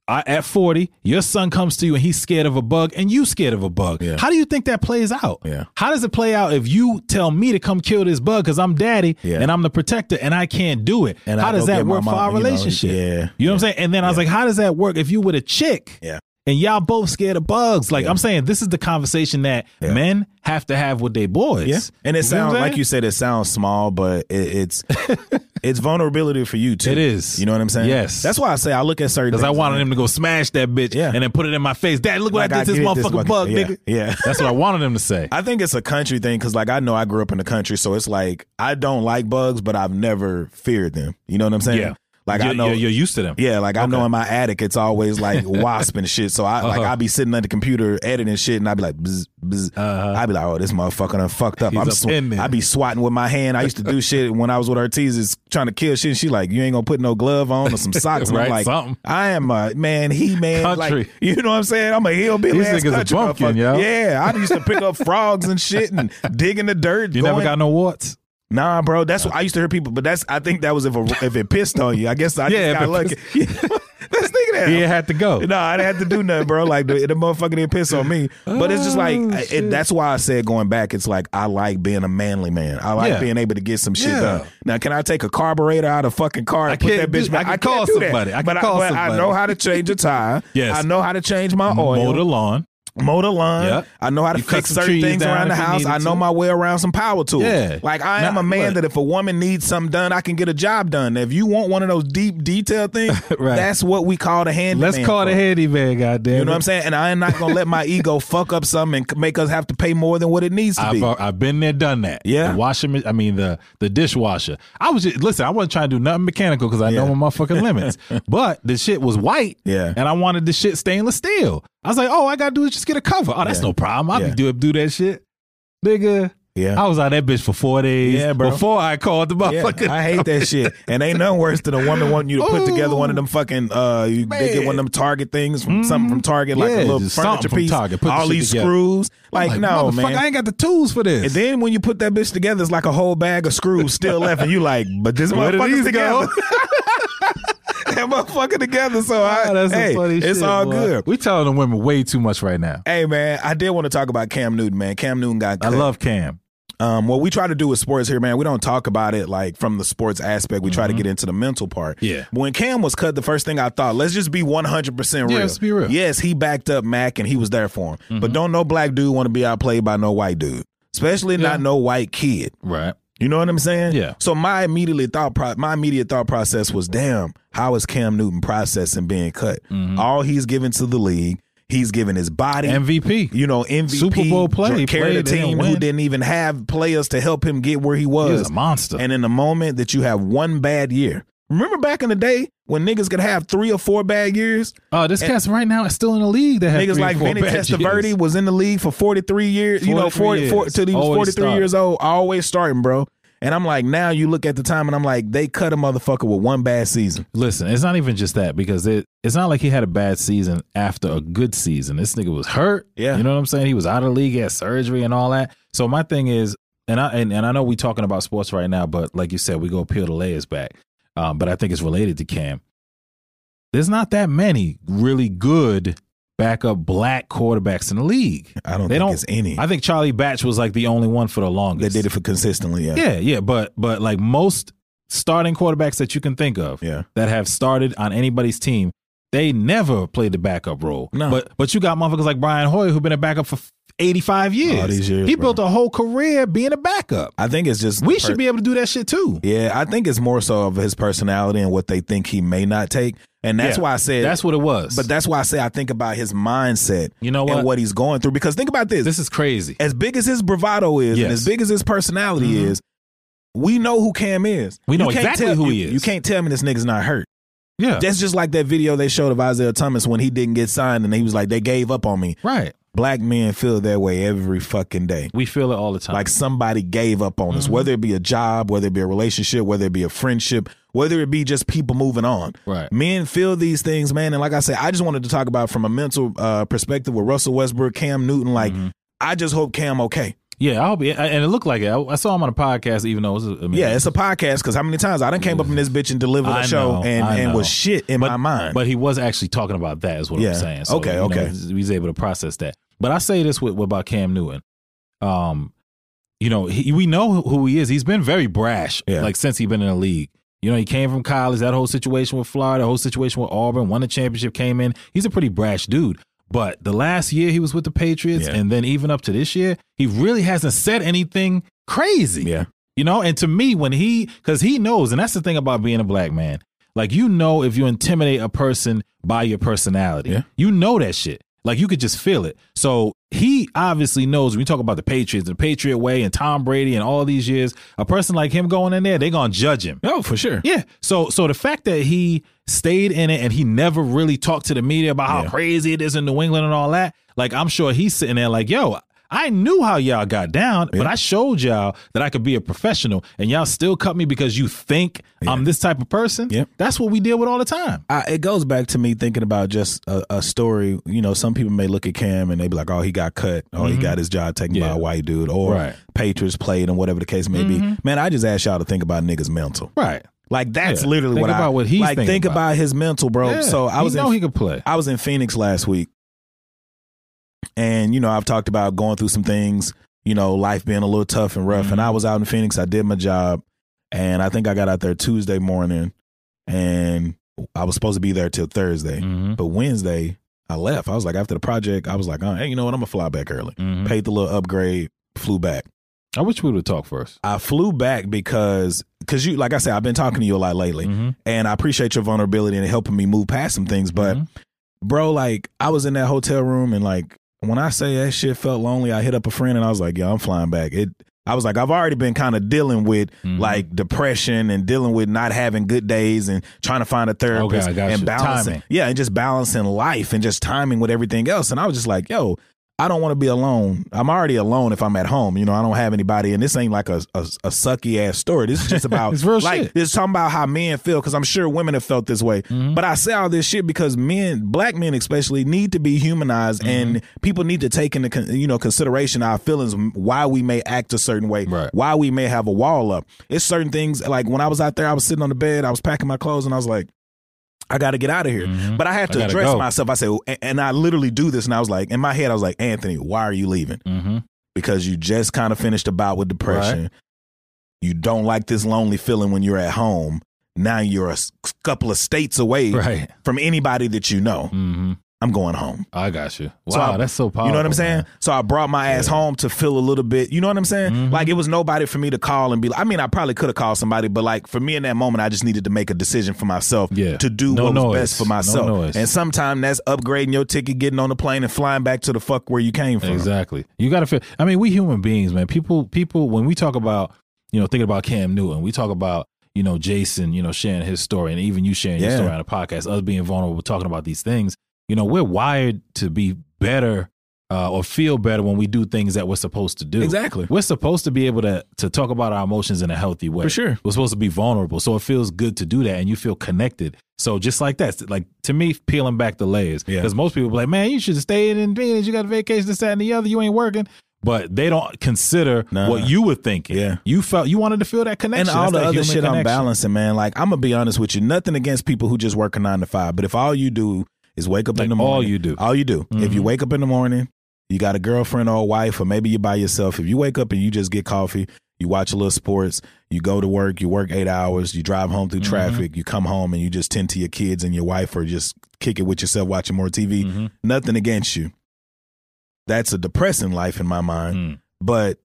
Speaker 1: I, at forty, your son comes to you and he's scared of a bug, and you scared of a bug.
Speaker 3: Yeah.
Speaker 1: How do you think that plays out?
Speaker 3: Yeah.
Speaker 1: How does it play out if you tell me to come kill this bug because I'm daddy
Speaker 3: Yeah.
Speaker 1: and I'm the protector and I can't do it?
Speaker 3: And
Speaker 1: how
Speaker 3: I
Speaker 1: does
Speaker 3: go
Speaker 1: that
Speaker 3: get my
Speaker 1: work for
Speaker 3: mom,
Speaker 1: our
Speaker 3: you know,
Speaker 1: relationship?
Speaker 3: yeah.
Speaker 1: You know what I'm saying? And then I was like, how does that work if you with a chick?
Speaker 3: Yeah.
Speaker 1: And y'all both scared of bugs. Like
Speaker 3: Yeah.
Speaker 1: I'm saying, this is the conversation that
Speaker 3: Yeah.
Speaker 1: men have to have with their boys.
Speaker 3: Yeah, and it
Speaker 1: You know what I'm
Speaker 3: sounds
Speaker 1: saying?
Speaker 3: like you said it sounds small, but it, it's it's vulnerability for you too.
Speaker 1: It is.
Speaker 3: You know what I'm saying?
Speaker 1: Yes.
Speaker 3: That's why I say I look at certain
Speaker 1: Because I
Speaker 3: things
Speaker 1: wanted
Speaker 3: and-
Speaker 1: him to go smash that bitch
Speaker 3: Yeah.
Speaker 1: and then put it in my face. Dad, look what
Speaker 3: Like,
Speaker 1: I did to this
Speaker 3: get it,
Speaker 1: motherfucking bug,
Speaker 3: yeah,
Speaker 1: nigga.
Speaker 3: Yeah.
Speaker 1: That's what I wanted him to say.
Speaker 3: I think it's a country thing because, like, I know I grew up in the country, so it's like I don't like bugs, but I've never feared them. You know what I'm saying?
Speaker 1: Yeah.
Speaker 3: Like
Speaker 1: you're,
Speaker 3: I know
Speaker 1: you're, you're used to them.
Speaker 3: Yeah, like I know in my attic it's always like wasp and shit. So I
Speaker 1: Uh-huh.
Speaker 3: like I be sitting at the computer editing shit and I be like bzz, bzz. I be like, oh this motherfucker done fucked up.
Speaker 1: Uh-huh. He's
Speaker 3: I'm
Speaker 1: up in there.
Speaker 3: I be swatting with my hand. I used to do shit when I was with Ortiz is trying to kill shit. And she like you ain't gonna put no glove on or some socks. And I'm
Speaker 1: Right,
Speaker 3: like
Speaker 1: something.
Speaker 3: I am a man. He man. Like
Speaker 1: Country.
Speaker 3: you know what I'm saying? I'm a hillbilly.
Speaker 1: These
Speaker 3: ass
Speaker 1: niggas a
Speaker 3: country
Speaker 1: bumpkin,
Speaker 3: motherfucker.
Speaker 1: yo.
Speaker 3: Yeah, I used to pick up frogs and shit and dig in the dirt.
Speaker 1: You never
Speaker 3: going-
Speaker 1: got no warts?
Speaker 3: Nah, bro, that's what I used to hear people, but that's I think that was if a, if it pissed on you. I guess I
Speaker 1: Yeah,
Speaker 3: just
Speaker 1: if
Speaker 3: got lucky.
Speaker 1: it
Speaker 3: Let's think of that.
Speaker 1: He ain't had to go.
Speaker 3: No, I didn't have to do nothing, bro. Like the, the motherfucker didn't piss on me. But it's just
Speaker 1: Oh,
Speaker 3: like I- it, that's why I said going back. It's like I like being a manly man. I like
Speaker 1: Yeah.
Speaker 3: being able to get some shit
Speaker 1: Yeah.
Speaker 3: done. Now, can I take a carburetor out of fucking car and
Speaker 1: I
Speaker 3: put
Speaker 1: can't
Speaker 3: that bitch
Speaker 1: do-
Speaker 3: back?
Speaker 1: I can
Speaker 3: can't
Speaker 1: call
Speaker 3: do that.
Speaker 1: somebody. I can
Speaker 3: but
Speaker 1: call
Speaker 3: I, but I
Speaker 1: somebody.
Speaker 3: know how to change a tire.
Speaker 1: Yes.
Speaker 3: I know how to change my
Speaker 1: Mow
Speaker 3: oil.
Speaker 1: the lawn.
Speaker 3: mow the lawn.
Speaker 1: Yep.
Speaker 3: I know how to
Speaker 1: You cut
Speaker 3: fix
Speaker 1: some
Speaker 3: certain
Speaker 1: trees
Speaker 3: things
Speaker 1: down
Speaker 3: around the
Speaker 1: if you
Speaker 3: house.
Speaker 1: needed
Speaker 3: I know
Speaker 1: to.
Speaker 3: my way around some power tools.
Speaker 1: Yeah.
Speaker 3: Like I am
Speaker 1: Nah,
Speaker 3: a
Speaker 1: look.
Speaker 3: man that if a woman needs something done, I can get a job done. If you want one of those deep detail things,
Speaker 1: Right.
Speaker 3: that's what we call the handyman.
Speaker 1: Let's call
Speaker 3: for.
Speaker 1: the handy man, goddamn.
Speaker 3: You know what I'm saying? And I am not gonna let my ego fuck up something and c- make us have to pay more than what it needs to
Speaker 1: I've,
Speaker 3: be.
Speaker 1: al- I've been there, done that.
Speaker 3: Yeah.
Speaker 1: the washing. ma- I mean the the dishwasher. I was just listen. I wasn't trying to do nothing mechanical because I know my motherfucking limits. But the shit was white.
Speaker 3: Yeah.
Speaker 1: and I wanted the shit stainless steel. I was like, oh, I gotta do is just get a cover. Oh, that's
Speaker 3: Yeah.
Speaker 1: no problem. I
Speaker 3: Yeah.
Speaker 1: can do do that shit, nigga.
Speaker 3: Yeah.
Speaker 1: I was out that bitch for four days.
Speaker 3: Yeah, bro.
Speaker 1: Before I called the
Speaker 3: Yeah,
Speaker 1: motherfucker.
Speaker 3: I hate that shit. And ain't nothing worse than a woman wanting you to put together one of them fucking uh you they get one of them Target things from something from Target, like
Speaker 1: Yeah,
Speaker 3: a little
Speaker 1: just something
Speaker 3: furniture
Speaker 1: from
Speaker 3: piece.
Speaker 1: Target. Put the
Speaker 3: all
Speaker 1: shit
Speaker 3: these
Speaker 1: together.
Speaker 3: screws. Like, no,
Speaker 1: motherfucker,
Speaker 3: man.
Speaker 1: I ain't got the tools for this.
Speaker 3: and then when you put that bitch together, it's like a whole bag of screws still left, and you like, but this
Speaker 1: Where did
Speaker 3: motherfucker's
Speaker 1: these
Speaker 3: together.
Speaker 1: go?
Speaker 3: that motherfucker together. So I,
Speaker 1: Oh, that's some
Speaker 3: hey,
Speaker 1: funny
Speaker 3: it's
Speaker 1: shit,
Speaker 3: all
Speaker 1: boy.
Speaker 3: good.
Speaker 1: We telling the women way too much right now.
Speaker 3: Hey man, I did want to talk about Cam Newton, man. Cam Newton got
Speaker 1: I
Speaker 3: cut.
Speaker 1: love Cam.
Speaker 3: um, what we try to do with sports here, man, we don't talk about it like from the sports aspect. We try to get into the mental part.
Speaker 1: Mm-hmm. Yeah.
Speaker 3: When Cam was cut, the first thing I thought, let's just be 100% real.
Speaker 1: Yeah, let's be real. Mm-hmm.
Speaker 3: Yes, he backed up Mac and he was there for him. But don't no black dude want to be outplayed by no white dude, especially not no white kid.
Speaker 1: Right.
Speaker 3: You know what I'm saying?
Speaker 1: Yeah.
Speaker 3: So my immediately thought pro- my immediate thought process was, damn, how is Cam Newton processing being cut?
Speaker 1: Mm-hmm.
Speaker 3: All he's given to the league, he's given his body,
Speaker 1: MVP.
Speaker 3: you know, MVP,
Speaker 1: Super Bowl play,
Speaker 3: dr-
Speaker 1: he
Speaker 3: carried a
Speaker 1: played, they didn't
Speaker 3: team who
Speaker 1: win.
Speaker 3: didn't even have players to help him get where he was.
Speaker 1: a monster.
Speaker 3: And in the moment that you have one bad year, remember back in the day when niggas could have three or four bad years.
Speaker 1: Oh, this
Speaker 3: And-
Speaker 1: cast right now is still in the league. That
Speaker 3: Niggas like Vinny Testaverde was in the league for 43 years, you know,
Speaker 1: 43
Speaker 3: 40, 40,
Speaker 1: years.
Speaker 3: till he was
Speaker 1: Always
Speaker 3: 43
Speaker 1: started.
Speaker 3: years old, always starting, bro. And I'm like, now you look at the time and I'm like, they cut a motherfucker with one bad season.
Speaker 1: Listen, it's not even just that because it, it's not like he had a bad season after a good season. This nigga was hurt.
Speaker 3: Yeah.
Speaker 1: You know what I'm saying? He was out of the league, he had surgery and all that. So my thing is, and I and, and I know we talking about sports right now, but like you said, we go peel the layers back. Um, but I think it's related to Cam. There's not that many really good backup black quarterbacks in the league.
Speaker 3: I don't think it's any.
Speaker 1: I think Charlie Batch was like the only one for the
Speaker 3: They
Speaker 1: longest.
Speaker 3: did it for consistently, yeah.
Speaker 1: Yeah, yeah, but but like most starting quarterbacks that you can think of
Speaker 3: Yeah.
Speaker 1: that have started on anybody's team, they never played the backup role.
Speaker 3: No.
Speaker 1: But but you got motherfuckers like Brian Hoyer who've been a backup for 85 years.
Speaker 3: these years,
Speaker 1: he
Speaker 3: bro.
Speaker 1: built a whole career being a backup.
Speaker 3: I think it's just
Speaker 1: We
Speaker 3: the per-
Speaker 1: should be able to do that shit too.
Speaker 3: Yeah, I think it's more so of his personality and what they think he may not take. And that's
Speaker 1: Yeah.
Speaker 3: why I said
Speaker 1: That's what it was.
Speaker 3: But that's why I say I think about his mindset.
Speaker 1: You know
Speaker 3: And
Speaker 1: what?
Speaker 3: what he's going through. Because think about this.
Speaker 1: this is crazy.
Speaker 3: as big as his bravado is and
Speaker 1: Yes.
Speaker 3: as big as his personality is, we know who Cam is.
Speaker 1: We know
Speaker 3: You can't
Speaker 1: exactly
Speaker 3: tell-
Speaker 1: who
Speaker 3: you-
Speaker 1: he is.
Speaker 3: You can't tell me this nigga's not hurt.
Speaker 1: Yeah.
Speaker 3: That's just like that video they showed of Isaiah Thomas when he didn't get signed and he was like, they gave up on me.
Speaker 1: Right.
Speaker 3: Black men feel that way every fucking day.
Speaker 1: We feel it all the time.
Speaker 3: Like somebody gave up on
Speaker 1: Mm-hmm.
Speaker 3: us, whether it be a job, whether it be a relationship, whether it be a friendship, whether it be just people moving on.
Speaker 1: Right.
Speaker 3: Men feel these things, man. And like I said, I just wanted to talk about from a mental uh, perspective with Russell Westbrook, Cam Newton. Like,
Speaker 1: Mm-hmm.
Speaker 3: I just hope Cam okay.
Speaker 1: yeah, I hope it, and it looked like it. I, I saw him on a podcast even though it was a- I mean,
Speaker 3: Yeah, it's a podcast because how many times I done came up in this bitch and delivered a
Speaker 1: I
Speaker 3: show
Speaker 1: know,
Speaker 3: and,
Speaker 1: I
Speaker 3: and
Speaker 1: know.
Speaker 3: was shit in
Speaker 1: but,
Speaker 3: my mind.
Speaker 1: But he was actually talking about that, is what
Speaker 3: Yeah.
Speaker 1: I'm saying. So,
Speaker 3: Okay,
Speaker 1: you know,
Speaker 3: okay.
Speaker 1: he was able to process that. But I say this with about Cam Newton. Um, you know, he, we know who he is. He's been very brash,
Speaker 3: Yeah.
Speaker 1: like since he's been in the league. You know, he came from college. That whole situation with Florida, whole situation with Auburn, won the championship, came in. He's a pretty brash dude. But the last year he was with the Patriots,
Speaker 3: Yeah.
Speaker 1: and then even up to this year, he really hasn't said anything crazy.
Speaker 3: Yeah.
Speaker 1: You know, and to me, when he, because he knows, and that's the thing about being a black man. Like, you know, if you intimidate a person by your personality,
Speaker 3: Yeah.
Speaker 1: you know that shit. Like, you could just feel it. So he obviously knows when you talk about the Patriots, the Patriot way, and Tom Brady, and all these years, a person like him going in there, they're going to judge him.
Speaker 3: oh, for sure.
Speaker 1: Yeah. So so the fact that he stayed in it and he never really talked to the media about how
Speaker 3: Yeah.
Speaker 1: crazy it is in New England and all that, like I'm sure he's sitting there like, yo, I knew how y'all got down, but I showed y'all that I could be a professional and y'all still cut me because you think I'm this type of person.
Speaker 3: Yep.
Speaker 1: That's what we deal with all the time.
Speaker 3: I, it goes back to me thinking about just a, a story. You know, some people may look at Cam and they be like, "Oh, he got cut. Oh, he got his job taken by
Speaker 1: Mm-hmm. Yeah.
Speaker 3: a white dude," or
Speaker 1: Right. Mm-hmm.
Speaker 3: Patriots played, and whatever the case may be. Man, I just ask y'all to think about niggas' mental.
Speaker 1: Right.
Speaker 3: Like that's
Speaker 1: Yeah.
Speaker 3: literally
Speaker 1: Think
Speaker 3: what I
Speaker 1: about what he's
Speaker 3: like.
Speaker 1: thinking
Speaker 3: Think about.
Speaker 1: about.
Speaker 3: his mental, bro.
Speaker 1: Yeah.
Speaker 3: So I
Speaker 1: He
Speaker 3: was
Speaker 1: know
Speaker 3: in,
Speaker 1: he could play.
Speaker 3: I was in Phoenix last week, and you know I've talked about going through some things. You know, life being a little tough and rough. And I was out in Phoenix. I did my job, and I think I got out there Tuesday morning, and I was supposed to be there till Thursday.
Speaker 1: Mhm.
Speaker 3: But Wednesday, I left. I was like, after the project, I was like, oh, hey, you know what? I'm gonna fly back early.
Speaker 1: Mhm.
Speaker 3: Paid the little upgrade, flew back.
Speaker 1: I wish we would talk first.
Speaker 3: I flew back because, because you, like I said, I've been talking to you a lot lately,
Speaker 1: Mm-hmm.
Speaker 3: and I appreciate your vulnerability and helping me move past some things. But,
Speaker 1: Mm-hmm.
Speaker 3: bro, like I was in that hotel room, and like when I say that shit felt lonely, I hit up a friend, and I was like, "Yeah, I'm flying back." It, I was like, I've already been kind of dealing with
Speaker 1: Mm-hmm.
Speaker 3: like depression and dealing with not having good days and trying to find a therapist
Speaker 1: I got
Speaker 3: and
Speaker 1: you.
Speaker 3: balancing,
Speaker 1: Timing.
Speaker 3: yeah, and just balancing life and just timing with everything else. And I was just like, yo. I don't want to be alone. I'm already alone if I'm at home. You know, I don't have anybody, and this ain't like a a, a sucky ass story. This is just about
Speaker 1: It's real
Speaker 3: like
Speaker 1: shit.
Speaker 3: this is talking about how men feel because I'm sure women have felt this way.
Speaker 1: Mm-hmm.
Speaker 3: But I say all this shit because men, black men especially, need to be humanized, and
Speaker 1: Mm-hmm.
Speaker 3: people need to take into con- you know consideration our feelings, m- why we may act a certain way,
Speaker 1: Right.
Speaker 3: why we may have a wall up. It's certain things like when I was out there, I was sitting on the bed, I was packing my clothes, and I was like. I got to get out of here. But I have
Speaker 1: Mm-hmm. I gotta
Speaker 3: to address
Speaker 1: go.
Speaker 3: myself. I said, and- and I literally do this. And I was like, in my head, I was like, Anthony, why are you leaving?
Speaker 1: Mm-hmm.
Speaker 3: Because you just kind of finished a bout with depression. You don't like this lonely feeling when you're at home. Now you're a s- couple of states away
Speaker 1: Right.
Speaker 3: from anybody that you know.
Speaker 1: Mm-hmm.
Speaker 3: I'm going home.
Speaker 1: I got you. Wow,
Speaker 3: So I-
Speaker 1: that's so powerful.
Speaker 3: You know what I'm saying?
Speaker 1: man.
Speaker 3: So I brought my ass home to feel a little bit. You know what I'm saying?
Speaker 1: Mm-hmm.
Speaker 3: Like it was nobody for me to call and be. like I mean, I probably could have called somebody, but like for me in that moment, I just needed to make a decision for myself.
Speaker 1: Yeah.
Speaker 3: To do
Speaker 1: No
Speaker 3: what
Speaker 1: noise.
Speaker 3: was best for
Speaker 1: No
Speaker 3: myself.
Speaker 1: noise.
Speaker 3: and sometimes that's upgrading your ticket, getting on the plane, and flying back to the fuck where you came from.
Speaker 1: Exactly. You got to feel. I mean, we human beings, man. People, people. When we talk about, you know, thinking about Cam Newton, we talk about, you know, Jason, you know, sharing his story, and even you sharing your
Speaker 3: Yeah.
Speaker 1: story on a podcast, us being vulnerable, talking about these things. You know, we're wired to be better uh, or feel better when we do things that we're supposed to do.
Speaker 3: Exactly.
Speaker 1: We're supposed to be able to to talk about our emotions in a healthy way.
Speaker 3: For sure.
Speaker 1: We're supposed to be vulnerable, so it feels good to do that, and you feel connected. So just like that, like to me, peeling back the layers.
Speaker 3: Yeah.
Speaker 1: Because most people be like, man, you should have stayed in Phoenix. You got a vacation, this, that, and the other. You ain't working. But they don't consider
Speaker 3: Nah.
Speaker 1: what you were thinking.
Speaker 3: Yeah.
Speaker 1: You felt you wanted to feel that connection.
Speaker 3: And all
Speaker 1: That's
Speaker 3: the
Speaker 1: that
Speaker 3: other
Speaker 1: human
Speaker 3: shit I'm
Speaker 1: connection.
Speaker 3: balancing, man. Like I'm gonna be honest with you, nothing against people who just work a nine to five. But if all you do is wake up
Speaker 1: Like,
Speaker 3: in the
Speaker 1: all
Speaker 3: morning,
Speaker 1: you do.
Speaker 3: all you do. If
Speaker 1: Mm-hmm.
Speaker 3: you wake up in the morning, you got a girlfriend or a wife, or maybe you by yourself. If you wake up and you just get coffee, you watch a little sports, you go to work, you work eight hours, you drive home
Speaker 1: Mm-hmm.
Speaker 3: through traffic, you come home and you just tend to your kids and your wife, or just kick it with yourself watching more TV.
Speaker 1: Mm-hmm.
Speaker 3: Nothing against you. That's a depressing life in my mind,
Speaker 1: Mm.
Speaker 3: but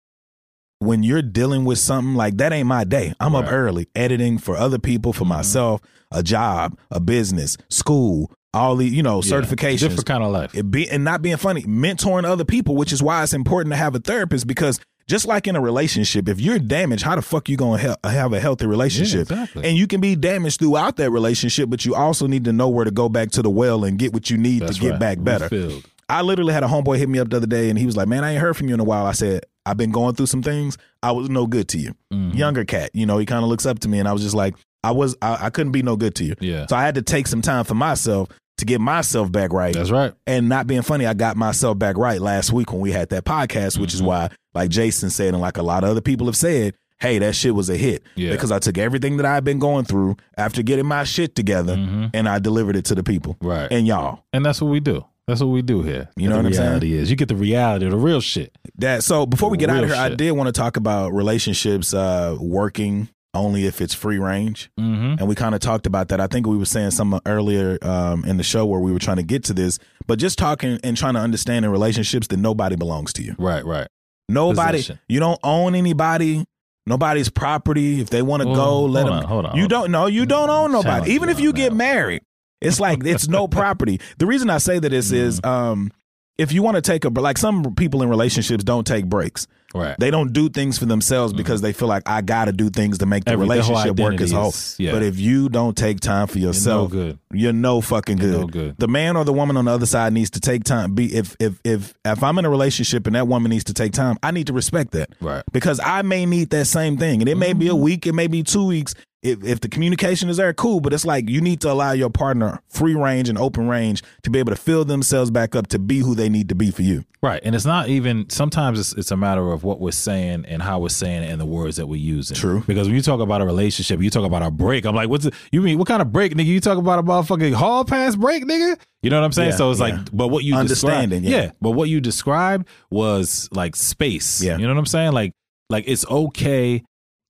Speaker 3: when you're dealing with something like that ain't my day. I'm up
Speaker 1: Right. Mm-hmm.
Speaker 3: early editing for other people, for myself, a job, a business, school, all the you know
Speaker 1: Yeah.
Speaker 3: certifications.
Speaker 1: Different kind of life.
Speaker 3: It be and not being funny, mentoring other people, which is why it's important to have a therapist because just like in a relationship, if you're damaged, how the fuck you gonna hel- have a healthy relationship?
Speaker 1: exactly.
Speaker 3: And you can be damaged throughout that relationship, but you also need to know where to go back to the well and get what you need
Speaker 1: That's
Speaker 3: to get
Speaker 1: right.
Speaker 3: back better.
Speaker 1: Refilled.
Speaker 3: I literally had a homeboy hit me up the other day and he was like, Man, I ain't heard from you in a while. I said, I've been going through some things. I was no good to you.
Speaker 1: Mm-hmm.
Speaker 3: Younger cat, you know, he kind of looks up to me and I was just like, I was, I, I couldn't be no good to you.
Speaker 1: Yeah.
Speaker 3: So I had to take some time for myself to get myself back right.
Speaker 1: That's right.
Speaker 3: And not being funny, I got myself back right last week when we had that podcast, which
Speaker 1: Mm-hmm.
Speaker 3: is why, like Jason said, and like a lot of other people have said, hey, that shit was a hit.
Speaker 1: Yeah.
Speaker 3: Because I took everything that I've been going through after getting my shit together
Speaker 1: Mm-hmm.
Speaker 3: and I delivered it to the people.
Speaker 1: Right.
Speaker 3: And y'all.
Speaker 1: And that's what we do. That's what we do here.
Speaker 3: You know
Speaker 1: the
Speaker 3: what I'm saying?
Speaker 1: reality is. You get the reality, the real shit.
Speaker 3: That so before we get out of
Speaker 1: Real
Speaker 3: here, I
Speaker 1: shit.
Speaker 3: did want to talk about relationships uh working only if it's free range.
Speaker 1: Mm-hmm.
Speaker 3: And we kind of talked about that. I think we were saying something earlier um, in the show where we were trying to get to this, but just talking and trying to understand in relationships that nobody belongs to you.
Speaker 1: Right, right.
Speaker 3: Nobody,
Speaker 1: Possession.
Speaker 3: you don't own anybody, nobody's property. If they want to
Speaker 1: Well,
Speaker 3: go, let
Speaker 1: hold
Speaker 3: them.
Speaker 1: on, hold on,
Speaker 3: you
Speaker 1: hold
Speaker 3: don't, no, you don't own
Speaker 1: Sound
Speaker 3: nobody.
Speaker 1: like
Speaker 3: Even
Speaker 1: you
Speaker 3: if you
Speaker 1: on
Speaker 3: get
Speaker 1: that.
Speaker 3: married, it's like, it's no property. The reason I say that is, is,
Speaker 1: Mm.
Speaker 3: um, if you want to take a, like some people in relationships don't take breaks.
Speaker 1: Right.
Speaker 3: They don't do things for themselves because they feel like I got to do things to make the
Speaker 1: Mm. Every- their whole
Speaker 3: relationship work as
Speaker 1: identity
Speaker 3: whole.
Speaker 1: is- yeah.
Speaker 3: But if you don't take time for yourself,
Speaker 1: good.
Speaker 3: you're no fucking good.
Speaker 1: no good.
Speaker 3: The man or the woman on the other side needs to take time. Be if if if if I'm in a relationship and that woman needs to take time, I need to respect that.
Speaker 1: Right. Mm-hmm.
Speaker 3: Because I may need that same thing, and it may be a week, it may be two weeks. If if the communication is there, cool. But it's like you need to allow your partner free range and open range to be able to fill themselves back up to be who they need to be for you.
Speaker 1: Right. And it's not even sometimes it's it's a matter of what we're saying and how we're saying it and the words that we're using.
Speaker 3: True.
Speaker 1: Because when you talk about a relationship, you talk about a break. I'm like, what's the, you mean what kind of break, nigga? You talk about a motherfucking hall pass break, nigga? You know what I'm saying?
Speaker 3: Yeah,
Speaker 1: so it's
Speaker 3: yeah.
Speaker 1: like but what you
Speaker 3: Understanding,
Speaker 1: described,
Speaker 3: yeah.
Speaker 1: But what you described was like space.
Speaker 3: Yeah.
Speaker 1: You know what I'm saying? Like like it's okay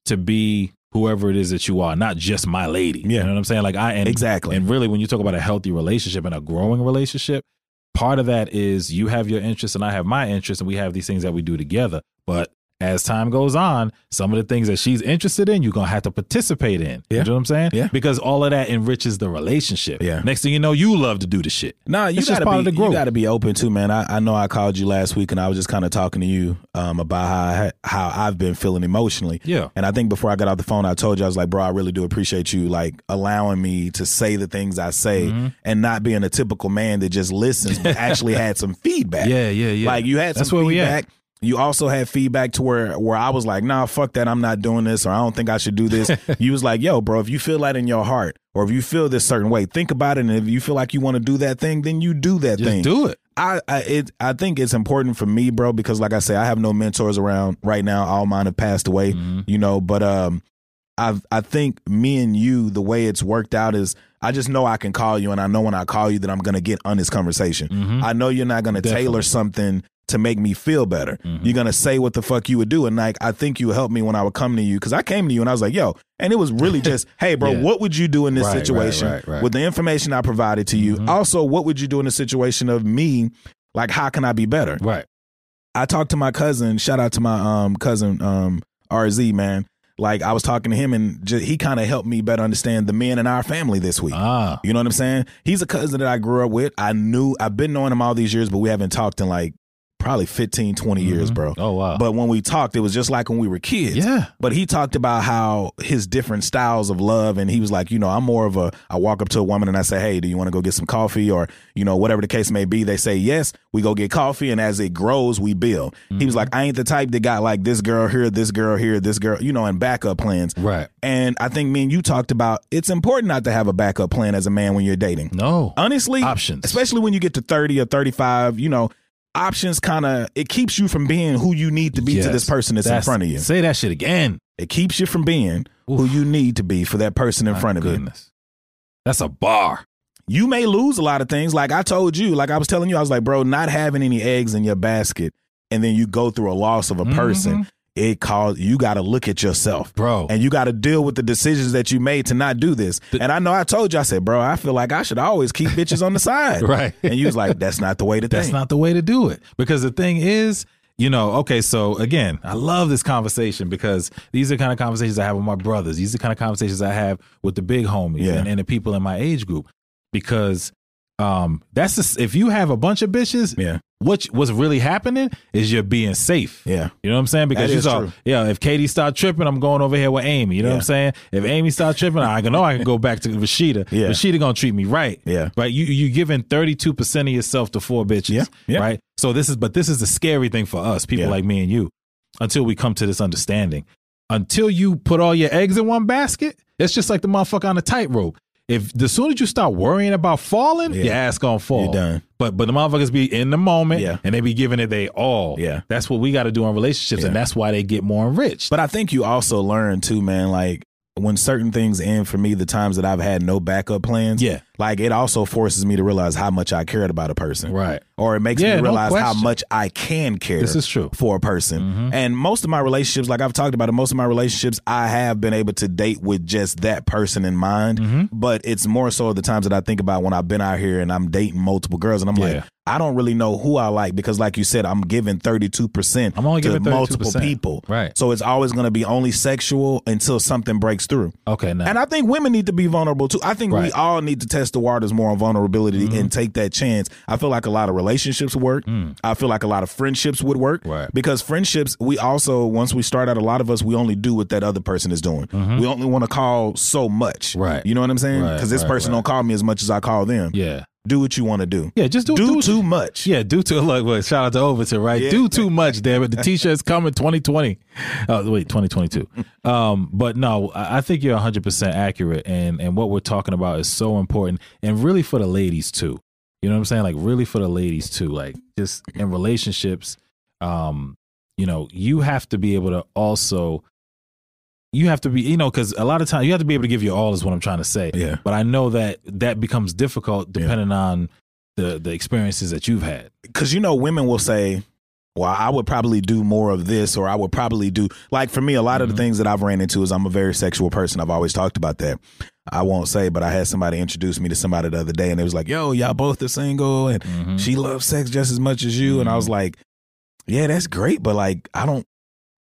Speaker 1: to be whoever it is that you are, not just my lady.
Speaker 3: Yeah.
Speaker 1: You know what I'm saying? Like I and
Speaker 3: Exactly.
Speaker 1: And really when you talk about a healthy relationship and a growing relationship, part of that is you have your interests and I have my interests and we have these things that we do together. But as time goes on, some of the things that she's interested in, you're gonna have to participate in.
Speaker 3: Yeah.
Speaker 1: You know what I'm saying?
Speaker 3: Yeah.
Speaker 1: Because all of that enriches the relationship.
Speaker 3: Yeah.
Speaker 1: Next thing you know, you love to do the shit.
Speaker 3: Nah, you
Speaker 1: It's
Speaker 3: gotta
Speaker 1: just part
Speaker 3: be,
Speaker 1: of the growth.
Speaker 3: You gotta be open too, man. I, I know I called you last week, and I was just kind of talking to you um, about how I, ha- how I've been feeling emotionally.
Speaker 1: Yeah.
Speaker 3: And I think before I got off the phone, I told you I was like, bro, I really do appreciate you like allowing me to say the things I say
Speaker 1: Mm-hmm.
Speaker 3: and not being a typical man that just listens, but actually had some feedback.
Speaker 1: Yeah, yeah, yeah.
Speaker 3: Like you had some
Speaker 1: That's where we at.
Speaker 3: feedback. You also had feedback to where where I was like, nah, fuck that, I'm not doing this, or I don't think I should do this. you was like, yo, bro, if you feel that in your heart, or if you feel this certain way, think about it, and if you feel like you want to do that thing, then you do that
Speaker 1: Just
Speaker 3: thing.
Speaker 1: do it.
Speaker 3: I I, it, I think it's important for me, bro, because like I say, I have no mentors around right now. All mine have passed away, you know. But um, I I think me and you, the way it's worked out is, I just know I can call you, and I know when I call you that I'm gonna get honest conversation. I know you're not gonna tailor something to make me feel better. You're gonna say what the fuck you would do, and like I think you helped me when I would come to you because I came to you and I was like, yo, and it was really just, hey, bro,
Speaker 1: Yeah.
Speaker 3: what would you do in this
Speaker 1: Right, right,
Speaker 3: situation
Speaker 1: right, right. Mm-hmm.
Speaker 3: with the information I provided to you? Also, what would you do in the situation of me? Like, how can I be better?
Speaker 1: Right.
Speaker 3: I talked to my cousin. Shout out to my um cousin um RZ man. Like I was talking to him and ju- he kind of helped me better understand the men in our family this week.
Speaker 1: Ah.
Speaker 3: You know what I'm saying? He's a cousin that I grew up with. I knew I've been knowing him all these years, but we haven't talked in like probably 15, 20 years, bro.
Speaker 1: Oh wow.
Speaker 3: But when we talked, it was just like when we were kids.
Speaker 1: Yeah.
Speaker 3: But he talked about how his different styles of love, and he was like, you know, I'm more of a. I walk up to a woman and I say, hey, do you want to go get some coffee, or you know, whatever the case may be. They say yes, we go get coffee, and as it grows, we build. He
Speaker 1: Mm-hmm.
Speaker 3: was like, I ain't the type that got like this girl here, this girl here, this girl, you know, and backup plans.
Speaker 1: Right.
Speaker 3: And I think me and you talked about it's important not to have a backup plan as a man when you're dating
Speaker 1: no.
Speaker 3: honestly
Speaker 1: Options.
Speaker 3: especially when you get to 30 or 35 you know options kind of it keeps you from being who you need to be to
Speaker 1: Yes.
Speaker 3: this person that's, in front of you
Speaker 1: Say that shit again.
Speaker 3: it keeps you from being who you need to be for that person in
Speaker 1: My
Speaker 3: front of you
Speaker 1: goodness. That's a bar.
Speaker 3: you may lose a lot of things like i told you like i was telling you i was like bro not having any eggs in your basket and then you go through a loss of a
Speaker 1: Mm-hmm.
Speaker 3: person it caused you got to look at yourself
Speaker 1: Bro.
Speaker 3: and you got to deal with the decisions that you made to not do this. and I know I told you, I said, bro, I feel like I should always keep bitches on the side.
Speaker 1: Right.
Speaker 3: And you was like, that's not the way to
Speaker 1: That's
Speaker 3: think.
Speaker 1: not the way to do it. Because the thing is, you know, okay, so again, I love this conversation because these are the kind of conversations I have with my brothers. These are the kind of conversations I have with the big homies
Speaker 3: Yeah.
Speaker 1: and, and the people in my age group. Because um that's just, if you have a bunch of bitches,
Speaker 3: Yeah.
Speaker 1: what what's really happening is you're being safe.
Speaker 3: Yeah.
Speaker 1: You know what I'm saying? Because
Speaker 3: That
Speaker 1: you
Speaker 3: is
Speaker 1: saw,
Speaker 3: true.
Speaker 1: yeah, if Katie start tripping, I'm going over here with Amy. You know what I'm saying? If Amy start tripping, I can know I can go back to Rashida.
Speaker 3: Yeah.
Speaker 1: Rashida gonna treat me right.
Speaker 3: Yeah.
Speaker 1: Right. You you giving 32 percent of yourself to four bitches.
Speaker 3: Yeah, yeah.
Speaker 1: Right. So this is but this is the scary thing for us, people
Speaker 3: Yeah.
Speaker 1: like me and you, until we come to this understanding. Until you put all your eggs in one basket, it's just like the motherfucker on a tightrope. If the sooner you start worrying about falling,
Speaker 3: Yeah.
Speaker 1: your ass gonna fall.
Speaker 3: You're done.
Speaker 1: But but the motherfuckers be in the moment
Speaker 3: Yeah.
Speaker 1: and they be giving it they all.
Speaker 3: Yeah.
Speaker 1: That's what we got to do in relationships, and
Speaker 3: Yeah.
Speaker 1: that's why they get more enriched.
Speaker 3: But I think you also learn too, man, like when certain things end for me, the times that I've had no backup plans,
Speaker 1: Yeah.
Speaker 3: like it also forces me to realize how much I cared about a person.
Speaker 1: Right.
Speaker 3: Or it makes
Speaker 1: Yeah, no
Speaker 3: me realize how
Speaker 1: question.
Speaker 3: much I can care
Speaker 1: This is true. Mm-hmm.
Speaker 3: for a person. And most of my relationships, like I've talked about it, most of my relationships I have been able to date with just that person in mind.
Speaker 1: Mm-hmm.
Speaker 3: But it's more so the times that I think about when I've been out here and I'm dating multiple girls and I'm
Speaker 1: Yeah.
Speaker 3: like, I don't really know who I like because like you said, I'm giving thirty two percent
Speaker 1: I'm only
Speaker 3: to
Speaker 1: giving
Speaker 3: multiple
Speaker 1: 32%.
Speaker 3: people.
Speaker 1: Right.
Speaker 3: So it's always going to be only sexual until something breaks through.
Speaker 1: okay, now
Speaker 3: And I think women need to be vulnerable too. I think we
Speaker 1: Right. Mm-hmm.
Speaker 3: all need to test the waters more on vulnerability and take that chance. I feel like a lot of relationships work. I feel like a lot of friendships would work.
Speaker 1: Mm. Right.
Speaker 3: Because friendships, we also, once we start out, a lot of us, we only do what that other person is doing. We only want to call so much.
Speaker 1: Mm-hmm. Right.
Speaker 3: You know what I'm saying?
Speaker 1: Right,
Speaker 3: Because this
Speaker 1: right,
Speaker 3: person
Speaker 1: right.
Speaker 3: don't call me as much as I call them.
Speaker 1: yeah,
Speaker 3: Do what you want to do.
Speaker 1: yeah, just do
Speaker 3: do,
Speaker 1: do
Speaker 3: too much.
Speaker 1: Yeah, do too. Look, look, shout out to Overton, right?
Speaker 3: Yeah.
Speaker 1: Do too much, damn it. The t-shirt's coming 2020. Oh, wait, 2022. Um, but no, I I think you're 100% accurate. And, and what we're talking about is so important and really for the ladies too. You know what I'm saying? Like really for the ladies too, like just in relationships, um, you know, you have to be able to also, you have to be, you know, cause a lot of times you have to be able to give your all is what I'm trying to say.
Speaker 3: Yeah.
Speaker 1: But I know that that becomes difficult depending on the, the experiences that you've had.
Speaker 3: because you know women will say well, I would probably do more of this, or I would probably do like for me, a lot of
Speaker 1: Mm-hmm.
Speaker 3: the things that I've ran into is I'm a very sexual person. I've always talked about that. I won't say, but I had somebody introduce me to somebody the other day, and it was like, "Yo, y'all both are single, and
Speaker 1: Mm-hmm.
Speaker 3: she loves sex just as much as you." And I was like, "Yeah, that's great, but like, I don't,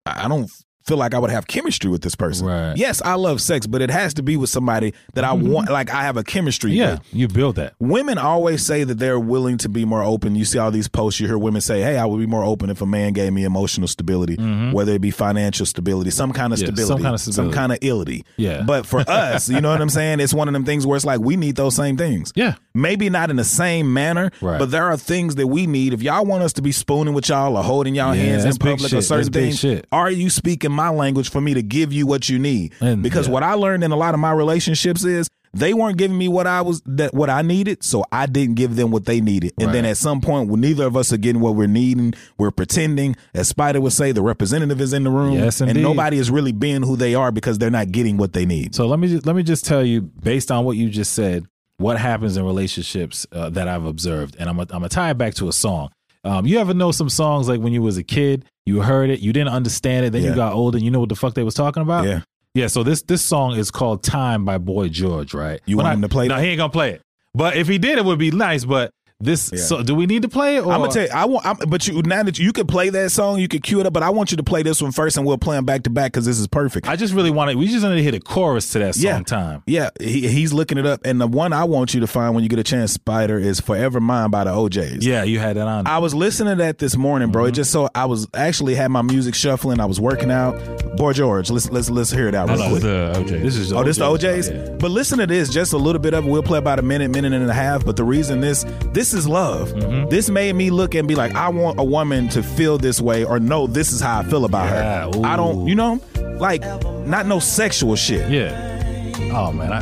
Speaker 3: I don't feel like I would have chemistry with this person.
Speaker 1: Right. Mm-hmm.
Speaker 3: Yes, I love sex, but it has to be with somebody that I want, like I have a chemistry.
Speaker 1: Yeah,
Speaker 3: with.
Speaker 1: you build that.
Speaker 3: Women always say that they're willing to be more open. You see all these posts, you hear women say, Hey, I would be more open if a man gave me emotional stability, whether it be financial stability, some kind of
Speaker 1: Mm-hmm. Yeah, some
Speaker 3: stability,
Speaker 1: kind of
Speaker 3: some
Speaker 1: stability.
Speaker 3: kind of illity.
Speaker 1: Yeah.
Speaker 3: But for us, you know what I'm saying? It's one of them things where it's like we need those same things.
Speaker 1: Yeah.
Speaker 3: Maybe not in the same manner,
Speaker 1: Right.
Speaker 3: but there are things that we need. If y'all want us to be spooning with y'all or holding y'all
Speaker 1: Yeah,
Speaker 3: hands in
Speaker 1: that's big
Speaker 3: public or
Speaker 1: shit. That's
Speaker 3: certain
Speaker 1: big
Speaker 3: things,
Speaker 1: shit.
Speaker 3: are you speaking my language for me to give you what you need?
Speaker 1: And-
Speaker 3: because
Speaker 1: yeah.
Speaker 3: what I learned in a lot of my relationships is they weren't giving me what I was that what I needed, so I didn't give them what they needed. And then
Speaker 1: Right.
Speaker 3: at some point, when neither of us are getting what we're needing, we're pretending. As Spider would say, the representative is in the room,
Speaker 1: Yes,
Speaker 3: and
Speaker 1: indeed.
Speaker 3: nobody is really being who they are because they're not getting what they need.
Speaker 1: So let me just, let me just tell you, based on what you just said, what happens in relationships uh, that I've observed, and I'm i I'm gonna tie it back to a song. Um, you ever know some songs like when you was a kid, you heard it, you didn't understand it, then
Speaker 3: Yeah.
Speaker 1: you got older, and you know what the fuck they was talking about?
Speaker 3: Yeah.
Speaker 1: yeah. So this this song is called "Time" by Boy George, right?
Speaker 3: You
Speaker 1: When
Speaker 3: want
Speaker 1: I-
Speaker 3: him to play
Speaker 1: No,
Speaker 3: that?
Speaker 1: he ain't gonna play it. But if he did, it would be nice. But this,
Speaker 3: Yeah.
Speaker 1: so do we need to play it? Or?
Speaker 3: I'm gonna tell you, I want, I'm, but you now that you, you could play that song, you could cue it up, but I want you to play this one first, and we'll play them back to back because this is perfect.
Speaker 1: I just really want to. We just need to hit a chorus to that song.
Speaker 3: Yeah.
Speaker 1: Time.
Speaker 3: Yeah, he, he's looking it up, and the one I want you to find when you get a chance, Spider, is "Forever Mine" by the OJ's.
Speaker 1: Yeah, Mm-hmm. you had that on.
Speaker 3: I was listening to that this morning, bro. It just so I was actually had my music shuffling. I was working out. Boy George, let's let's let's hear it out
Speaker 11: This
Speaker 3: real
Speaker 11: is
Speaker 3: quick.
Speaker 11: the OJ.
Speaker 1: this is
Speaker 3: Oh, this the OJ's.
Speaker 1: Yeah.
Speaker 3: But listen to this, just a little bit of it. We'll play about a minute, minute and a half. But the reason this this is love.
Speaker 1: Mm-hmm.
Speaker 3: This made me look and be like, I want a woman to feel this way, or no, this is how I feel about her.
Speaker 1: Yeah,
Speaker 3: I don't,
Speaker 1: ooh.
Speaker 3: you know, like not no sexual shit.
Speaker 1: Yeah. Oh man, I,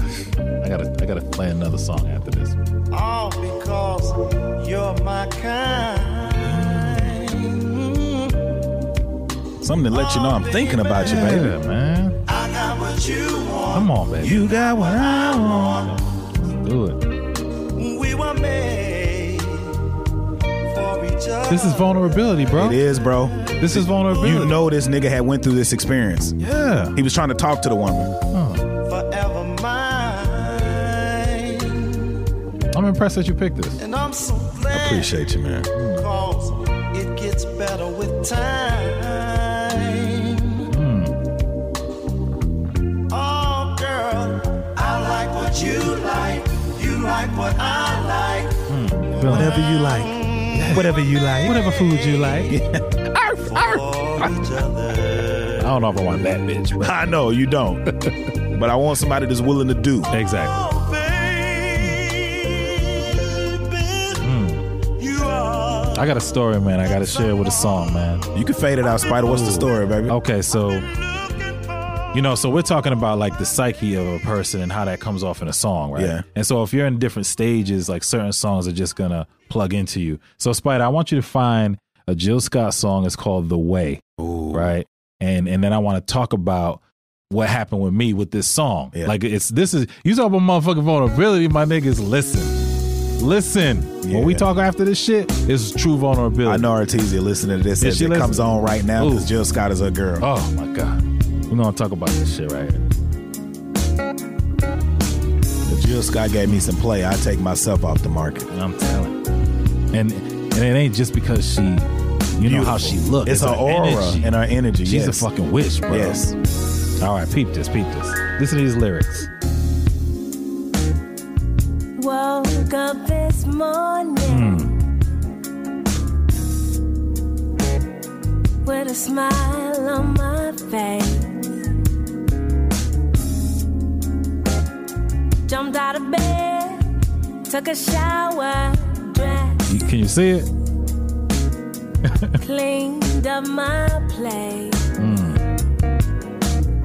Speaker 1: I gotta I gotta play another song after this.
Speaker 5: All because you're my kind.
Speaker 3: Something to let you know I'm thinking about you, baby.
Speaker 1: Yeah, man.
Speaker 5: I got what you want.
Speaker 1: Come on, baby.
Speaker 3: You got what I want.
Speaker 1: Do it.
Speaker 5: We were made for each other.
Speaker 1: This is vulnerability, bro.
Speaker 3: It is, bro.
Speaker 1: This is vulnerability.
Speaker 3: You know this nigga had went through this experience.
Speaker 1: Yeah.
Speaker 3: He was trying to talk to the woman.
Speaker 5: forever mine.
Speaker 1: I'm impressed that you picked this.
Speaker 5: And I'm so glad
Speaker 3: Appreciate you, man.
Speaker 5: 'cause it gets better with time.
Speaker 1: Hmm.
Speaker 5: Oh, girl, I like what you like. You like what I like.
Speaker 3: Whatever you like. Whatever you like.
Speaker 1: Whatever food you like.
Speaker 5: For each other.
Speaker 1: I don't know if I want that bitch, but
Speaker 3: I know you don't. but I want somebody that's willing to do.
Speaker 1: exactly.
Speaker 5: Oh, baby,
Speaker 1: Hmm.
Speaker 5: you are
Speaker 1: I got a story, man. I gotta share with a song, man.
Speaker 3: You can fade it out, Spider. What's the story, baby?
Speaker 1: Okay, so you know, so we're talking about like the psyche of a person and how that comes off in a song, right?
Speaker 3: Yeah.
Speaker 1: And so if you're in different stages, like certain songs are just gonna plug into you. So Spider, I want you to find a Jill Scott song. It's called "The Way," right? And and then I want to talk about what happened with me with this song.
Speaker 3: Yeah.
Speaker 1: Like it's this is you talk about motherfucking vulnerability, my niggas. Listen, listen. When we
Speaker 3: Yeah.
Speaker 1: talk after this shit, it's true vulnerability.
Speaker 3: I know Artesia listening to this.
Speaker 1: Yeah,
Speaker 3: as
Speaker 1: she
Speaker 3: it
Speaker 1: listen-
Speaker 3: comes on right now because
Speaker 1: Ooh.
Speaker 3: Jill Scott is a girl.
Speaker 1: Oh my god. We're gonna talk about this shit right here. Oh.
Speaker 3: If Jill Scott gave me some play, I take myself off the market.
Speaker 1: I'm telling. you. And and it ain't just because she, you know how she looks.
Speaker 3: It's, her aura
Speaker 1: energy.
Speaker 3: and her energy.
Speaker 1: She's
Speaker 3: yes.
Speaker 1: a fucking witch, bro.
Speaker 3: Yes.
Speaker 1: All right, peep this, peep this. Listen to these lyrics.
Speaker 13: Woke up this morning with a smile on my face. Jumped out of bed, took a shower, dressed,
Speaker 1: You- Can you see it?
Speaker 13: cleaned up my plate.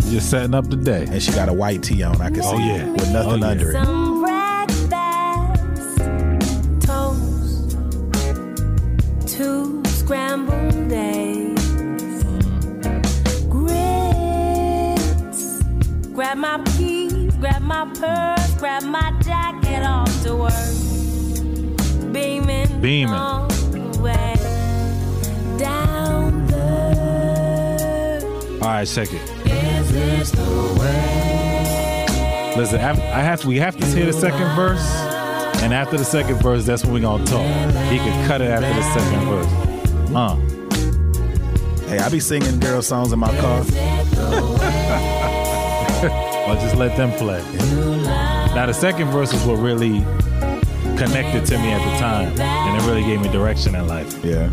Speaker 1: You're setting up the day.
Speaker 3: And she got a white tee on. I can
Speaker 1: Oh,
Speaker 3: see
Speaker 1: yeah.
Speaker 3: it with nothing
Speaker 1: Oh, yeah.
Speaker 3: under it.
Speaker 13: Some breakfast, toast, two scrambled eggs, grits. Grab my keys, grab my purse, grab my jacket off to work. Beaming,
Speaker 1: Beaming.
Speaker 13: all the way down
Speaker 1: All right, check it. Listen, I, I have to, we have to hear the second verse, and after the second verse, that's when we're gonna talk. He could cut it after the second verse. Uh. Huh?
Speaker 3: Hey, I be singing girl songs in my car.
Speaker 1: I'll just let them play. Now the second verse is what really connected to me at the time, and it really gave me direction in life.
Speaker 3: Yeah.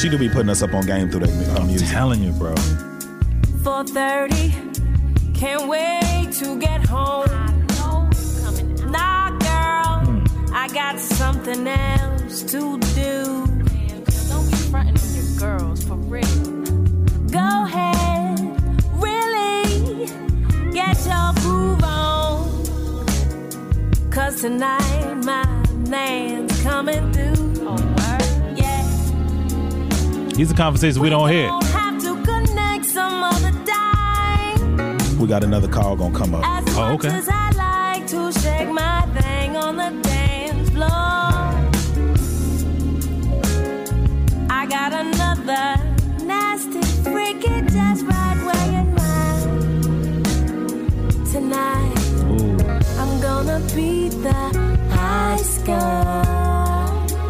Speaker 3: She do be putting us up on game through that mu- uh, music.
Speaker 1: I'm telling you, bro.
Speaker 13: 4:30. Can't wait to get home. Nah, girl, I got something else to do. Don't be fronting on your girls for real. Go ahead, really get your groove on. Cause tonight my man's coming through. Oh, word? Yeah.
Speaker 1: These are conversations we don't hear.
Speaker 13: Don't have to connect some other time.
Speaker 3: We got another call gonna come up.
Speaker 1: Oh,
Speaker 13: As much as I like to shake my thing on the dance floor, I got another nasty freaky just right where you're mine. Tonight, I'm gonna be the ice girl.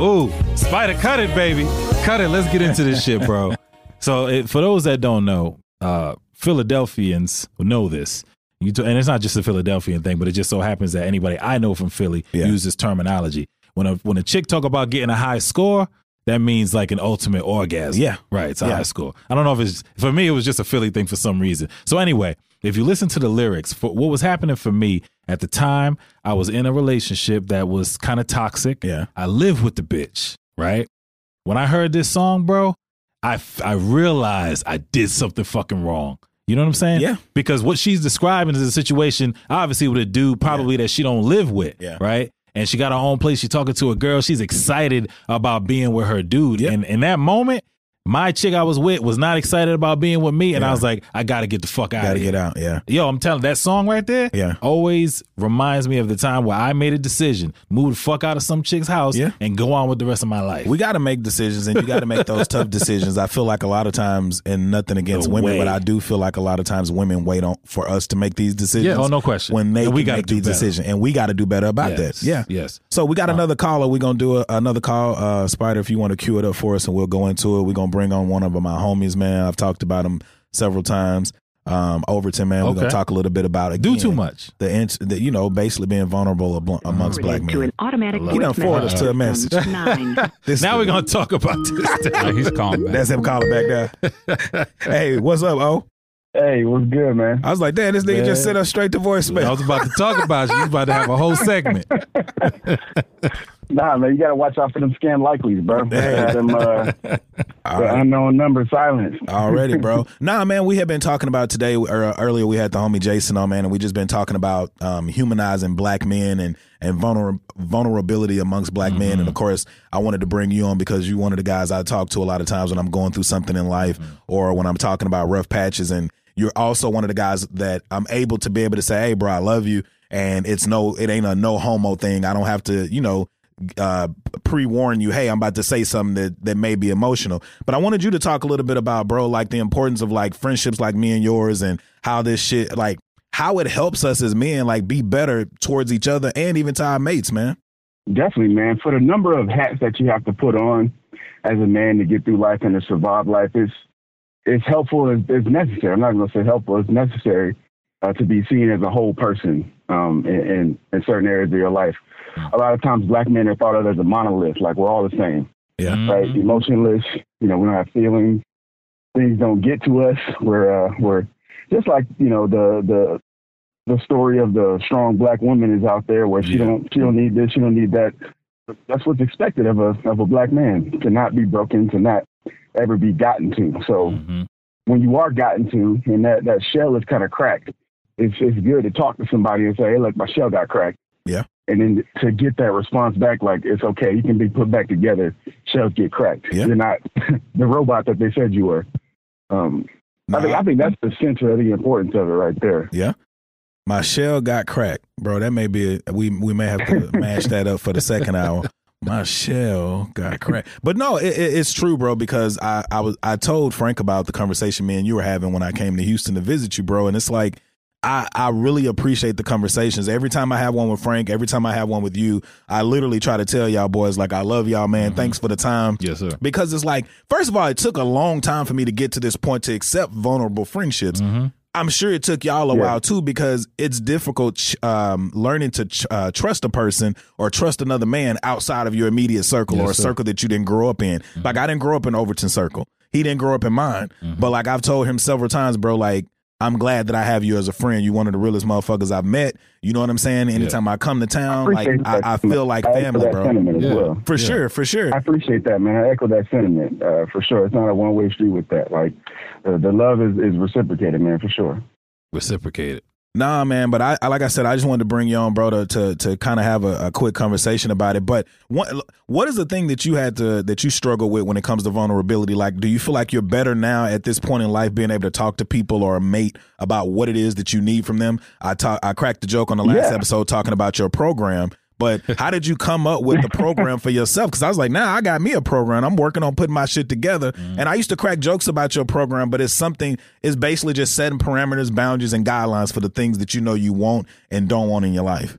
Speaker 1: Ooh, Spider, cut it, baby. Cut it. Let's get into this shit, bro. So, it, for those that don't know, uh, Philadelphians know this. You t- and it's not just a Philadelphian thing, but it just so happens that anybody I know from Philly uses terminology. When a when a chick talk about getting a high score, that means like an ultimate orgasm.
Speaker 3: Yeah.
Speaker 1: right. It's a
Speaker 3: Yeah.
Speaker 1: high score. I don't know if it's for me. It was just a Philly thing for some reason. So anyway, if you listen to the lyrics, for what was happening for me at the time, I was in a relationship that was kind of toxic.
Speaker 3: Yeah.
Speaker 1: I live with the bitch, right? When I heard this song, bro, I, f- I realized I did something fucking wrong. You know what I'm saying?
Speaker 3: Yeah.
Speaker 1: Because what she's describing is a situation, obviously, with a dude probably that she don't live with.
Speaker 3: Yeah.
Speaker 1: Right. And she got her own place. She talking to a girl. She's excited about being with her dude. And in that moment, my chick I was with was not excited about being with me. And I
Speaker 3: Yeah.
Speaker 1: was like, I gotta get the fuck out of
Speaker 3: Gotta
Speaker 1: here.
Speaker 3: get out. Yeah.
Speaker 1: Yo, I'm telling that song right there.
Speaker 3: Yeah.
Speaker 1: Always reminds me of the time where I made a decision, move the fuck out of some chick's house,
Speaker 3: Yeah.
Speaker 1: and go on with the rest of my life.
Speaker 3: We got to make decisions, and you got to make those tough decisions. I feel like a lot of times, and nothing against
Speaker 1: No
Speaker 3: women,
Speaker 1: way.
Speaker 3: but I do feel like a lot of times women wait on for us to make these decisions.
Speaker 1: Yeah, oh, no question.
Speaker 3: When they
Speaker 1: And we
Speaker 3: can
Speaker 1: gotta
Speaker 3: make
Speaker 1: do
Speaker 3: these
Speaker 1: better.
Speaker 3: decisions, and we got to do better about
Speaker 1: Yes,
Speaker 3: that. Yeah,
Speaker 1: yes. Uh,
Speaker 3: So we got another caller. We're gonna do a, another call, uh, Spider. If you want to cue it up for us, and we'll go into it. We're gonna bring on one of my homies, man. I've talked about him several times. Um, Overton, man. We're
Speaker 1: Okay.
Speaker 3: gonna talk a little bit about again,
Speaker 1: too much.
Speaker 3: The, int- the you know basically being vulnerable abl- amongst black
Speaker 7: to
Speaker 3: men.
Speaker 7: an automatic
Speaker 3: You done
Speaker 7: voice
Speaker 3: forwarded us
Speaker 7: message
Speaker 3: to a
Speaker 7: system.
Speaker 3: message.
Speaker 7: Nine.
Speaker 3: This
Speaker 1: now we're
Speaker 3: dude.
Speaker 1: gonna talk about this.
Speaker 11: Yeah, he's calm.
Speaker 3: That's him calling back there. hey, what's up, O?
Speaker 14: Hey, what's good, man?
Speaker 3: I was like, damn, this nigga
Speaker 1: Man.
Speaker 3: just sent us straight to
Speaker 1: I
Speaker 3: voicemail.
Speaker 1: was about to talk about you. You was about to have a whole segment.
Speaker 14: Nah, man, you gotta watch out for them scam likelies, bro. They got them uh, the
Speaker 3: Alright.
Speaker 14: unknown number silence.
Speaker 3: Already, bro. Nah, man, we have been talking about today. Or earlier, we had the homie Jason on, man, and we just been talking about um, humanizing black men and and vulner- vulnerability amongst black men. And of course, I wanted to bring you on because you one of the guys I talk to a lot of times when I'm going through something in life or when I'm talking about rough patches. And you're also one of the guys that I'm able to be able to say, "Hey, bro, I love you," and it's no, it ain't a no homo thing. I don't have to, you know. uh, pre-warn you, hey, I'm about to say something that that may be emotional. But I wanted you to talk a little bit about, bro, like the importance of like friendships like me and yours, and how this shit, like how it helps us as men, like be better towards each other and even to our mates, man.
Speaker 14: Definitely, man. For the number of hats that you have to put on as a man to get through life and to survive life, it's it's helpful. It's, it's necessary. I'm not gonna say helpful. It's necessary uh, to be seen as a whole person um, in, in in certain areas of your life. A lot of times, black men are thought of as a monolith, like we're all the same.
Speaker 3: Yeah.
Speaker 14: right? Emotionless. You know, we don't have feelings. Things don't get to us. We're uh, we're just like you know the the the story of the strong black woman is out there where she don't she don't need this, she don't need that. That's what's expected of a of a black man to not be broken, to not ever be gotten to. So
Speaker 3: Mm-hmm.
Speaker 14: when you are gotten to, and that that shell is kind of cracked, it's it's good to talk to somebody and say, hey, look, my shell got cracked.
Speaker 3: Yeah.
Speaker 14: And then to get that response back, like it's okay, you can be put back together. Shells get cracked.
Speaker 3: Yeah.
Speaker 14: You're not the robot that they said you were. Um, I
Speaker 3: Uh-huh.
Speaker 14: think I think that's the center of the importance of it right there.
Speaker 3: Yeah. My shell got cracked, bro. That may be a, we we may have to mash that up for the second hour. my shell got cracked. But no, it, it, it's true, bro. Because I, I was I told Frank about the conversation me and you were having when I came to Houston to visit you, bro. And it's like I I really appreciate the conversations. Every time I have one with Frank, every time I have one with you, I literally try to tell y'all boys like I love y'all, man. Thanks for the time.
Speaker 1: Yes, sir.
Speaker 3: Because it's like first of all, it took a long time for me to get to this point to accept vulnerable friendships. I'm sure it took y'all a
Speaker 1: Mm-hmm. Yeah.
Speaker 3: while too because it's difficult ch- um, learning to ch- uh, trust a person or trust another man outside of your immediate circle
Speaker 1: Yes,
Speaker 3: or a
Speaker 1: sir.
Speaker 3: circle that you didn't grow up in. Like
Speaker 11: Mm-hmm.
Speaker 3: I didn't grow up in Overton Circle. He didn't grow up in mine. But like I've told him several times, bro, like I'm glad that I have you as a friend. You're one of the realest motherfuckers I've met. You know what I'm saying? Anytime I come to town, like
Speaker 14: appreciate that
Speaker 3: I, I feel
Speaker 14: sentiment.
Speaker 3: like
Speaker 14: I echo
Speaker 3: family,
Speaker 14: that
Speaker 3: bro.
Speaker 14: sentiment as well.
Speaker 3: For sure, for sure.
Speaker 14: I appreciate that, man. I echo that sentiment uh, for sure. It's not a one way street with that. Like uh, the love is, is reciprocated, man, for sure.
Speaker 1: Reciprocated.
Speaker 3: Nah, man, but I, I like I said, I just wanted to bring you on, bro, to to, to kind of have a, a quick conversation about it. But what what is the thing that you had to that you struggle with when it comes to vulnerability? Like, do you feel like you're better now at this point in life, being able to talk to people or a mate about what it is that you need from them? I talk, I cracked the joke on the last
Speaker 14: Yeah.
Speaker 3: episode talking about your program. But how did you come up with the program for yourself? Because I was like, nah, I got me a program. I'm working on putting my shit together. And I used to crack jokes about your program, but it's something, it's basically just setting parameters, boundaries, and guidelines for the things that you know you want and don't want in your life.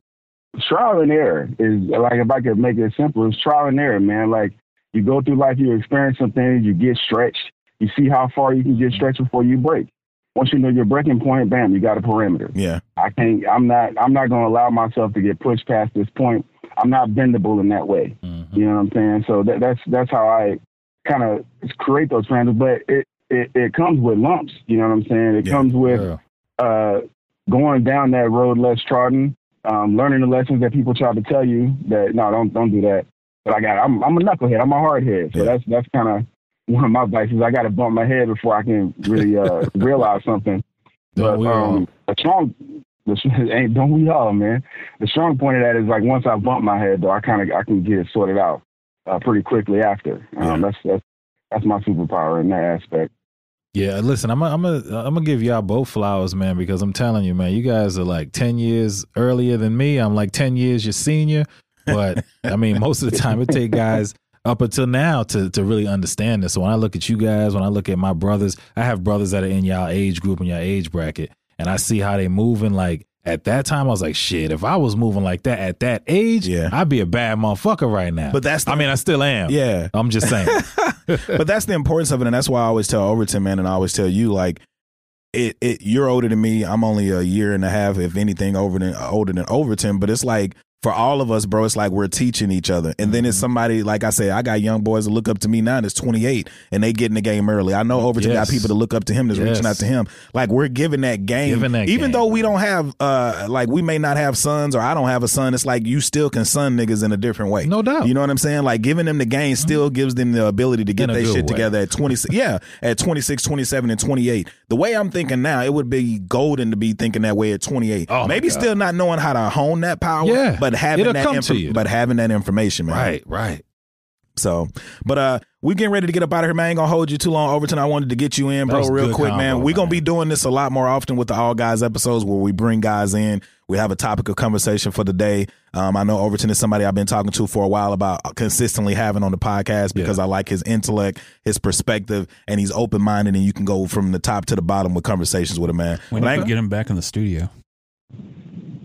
Speaker 14: trial and error is like if I could make it simple, it's trial and error, man. Like you go through life, you experience some things, you get stretched, you see how far you can get stretched before you break. Once you know your breaking point, bam, you got a parameter.
Speaker 3: Yeah.
Speaker 14: I can't I'm not I'm not gonna allow myself to get pushed past this point. I'm not bendable in that way. You know what I'm saying? So that, that's that's how I kind of create those parameters. But it, it it comes with lumps. You know what I'm saying? It comes with uh, going down that road less trodden, um, learning the lessons that people try to tell you that no, don't don't do that. But I got I'm I'm a knucklehead. I'm a hardhead. So that's that's kind of one of my vices. I got to bump my head before I can really uh, realize something. But um, a strong the, ain't don't we all, man? The strong point of that is like once I bump my head, though, I kind of I can get it sorted out uh, pretty quickly after. Um, That's that's that's my superpower in that aspect.
Speaker 1: Yeah, listen, I'm i I'm i am I'm gonna give y'all both flowers, man, because I'm telling you, man, you guys are like ten years earlier than me. I'm like ten years your senior, but I mean, most of the time it take guys up until now to to really understand this. So when I look at you guys, when I look at my brothers, I have brothers that are in y'all age group and y'all age bracket, and I see how they moving. Like at that time, I was like, shit, if I was moving like that at that age, yeah. I'd be a bad motherfucker right now.
Speaker 3: But that's
Speaker 1: I mean, I still am.
Speaker 3: Yeah.
Speaker 1: I'm just saying.
Speaker 3: but that's the importance of it, and that's why I always tell Overton, man, and I always tell you, like, it, it you're older than me. I'm only a year and a half, if anything, over than older than Overton. But it's like for all of us, bro, it's like we're teaching each other. And then
Speaker 1: Mm-hmm.
Speaker 3: it's somebody, like I said, I got young boys that look up to me now that's 28 and they get in the game early. I know Overton
Speaker 1: Yes.
Speaker 3: got people that look up to him that's
Speaker 1: Yes.
Speaker 3: reaching out to him. Like we're giving that game.
Speaker 1: Giving that
Speaker 3: Even
Speaker 1: game.
Speaker 3: though we don't have uh like we may not have sons or I don't have a son, it's like you still can son niggas in a different way. No doubt. You know what I'm saying? Like giving them the game still gives them the ability to get
Speaker 1: Mm-hmm. In a
Speaker 3: their
Speaker 1: good
Speaker 3: shit
Speaker 1: way.
Speaker 3: together at 26 yeah at 26 27 and 28 the way i'm thinking now it would be golden to be thinking that way at 28
Speaker 1: Oh, my
Speaker 3: maybe
Speaker 1: God.
Speaker 3: still not knowing how to hone that power
Speaker 1: Yeah.
Speaker 3: but having
Speaker 1: It'll
Speaker 3: that
Speaker 1: come
Speaker 3: inf-
Speaker 1: to you.
Speaker 3: but having that information man
Speaker 1: Right, right
Speaker 3: so but uh we getting ready to get up out of here man I ain't gonna hold you too long overton i wanted to get you in
Speaker 1: That
Speaker 3: bro
Speaker 1: was
Speaker 3: real
Speaker 1: good
Speaker 3: quick
Speaker 1: combo,
Speaker 3: man we gonna be doing this a lot more often with the all guys episodes where we bring guys in we have a topic of conversation for the day um, i know overton is somebody i've been talking to for a while about consistently having on the podcast because i like his intellect his perspective and he's open-minded and you can go from the top to the bottom with conversations with a man
Speaker 11: We
Speaker 3: But I
Speaker 11: need
Speaker 3: ain't-
Speaker 11: to get him back in the studio.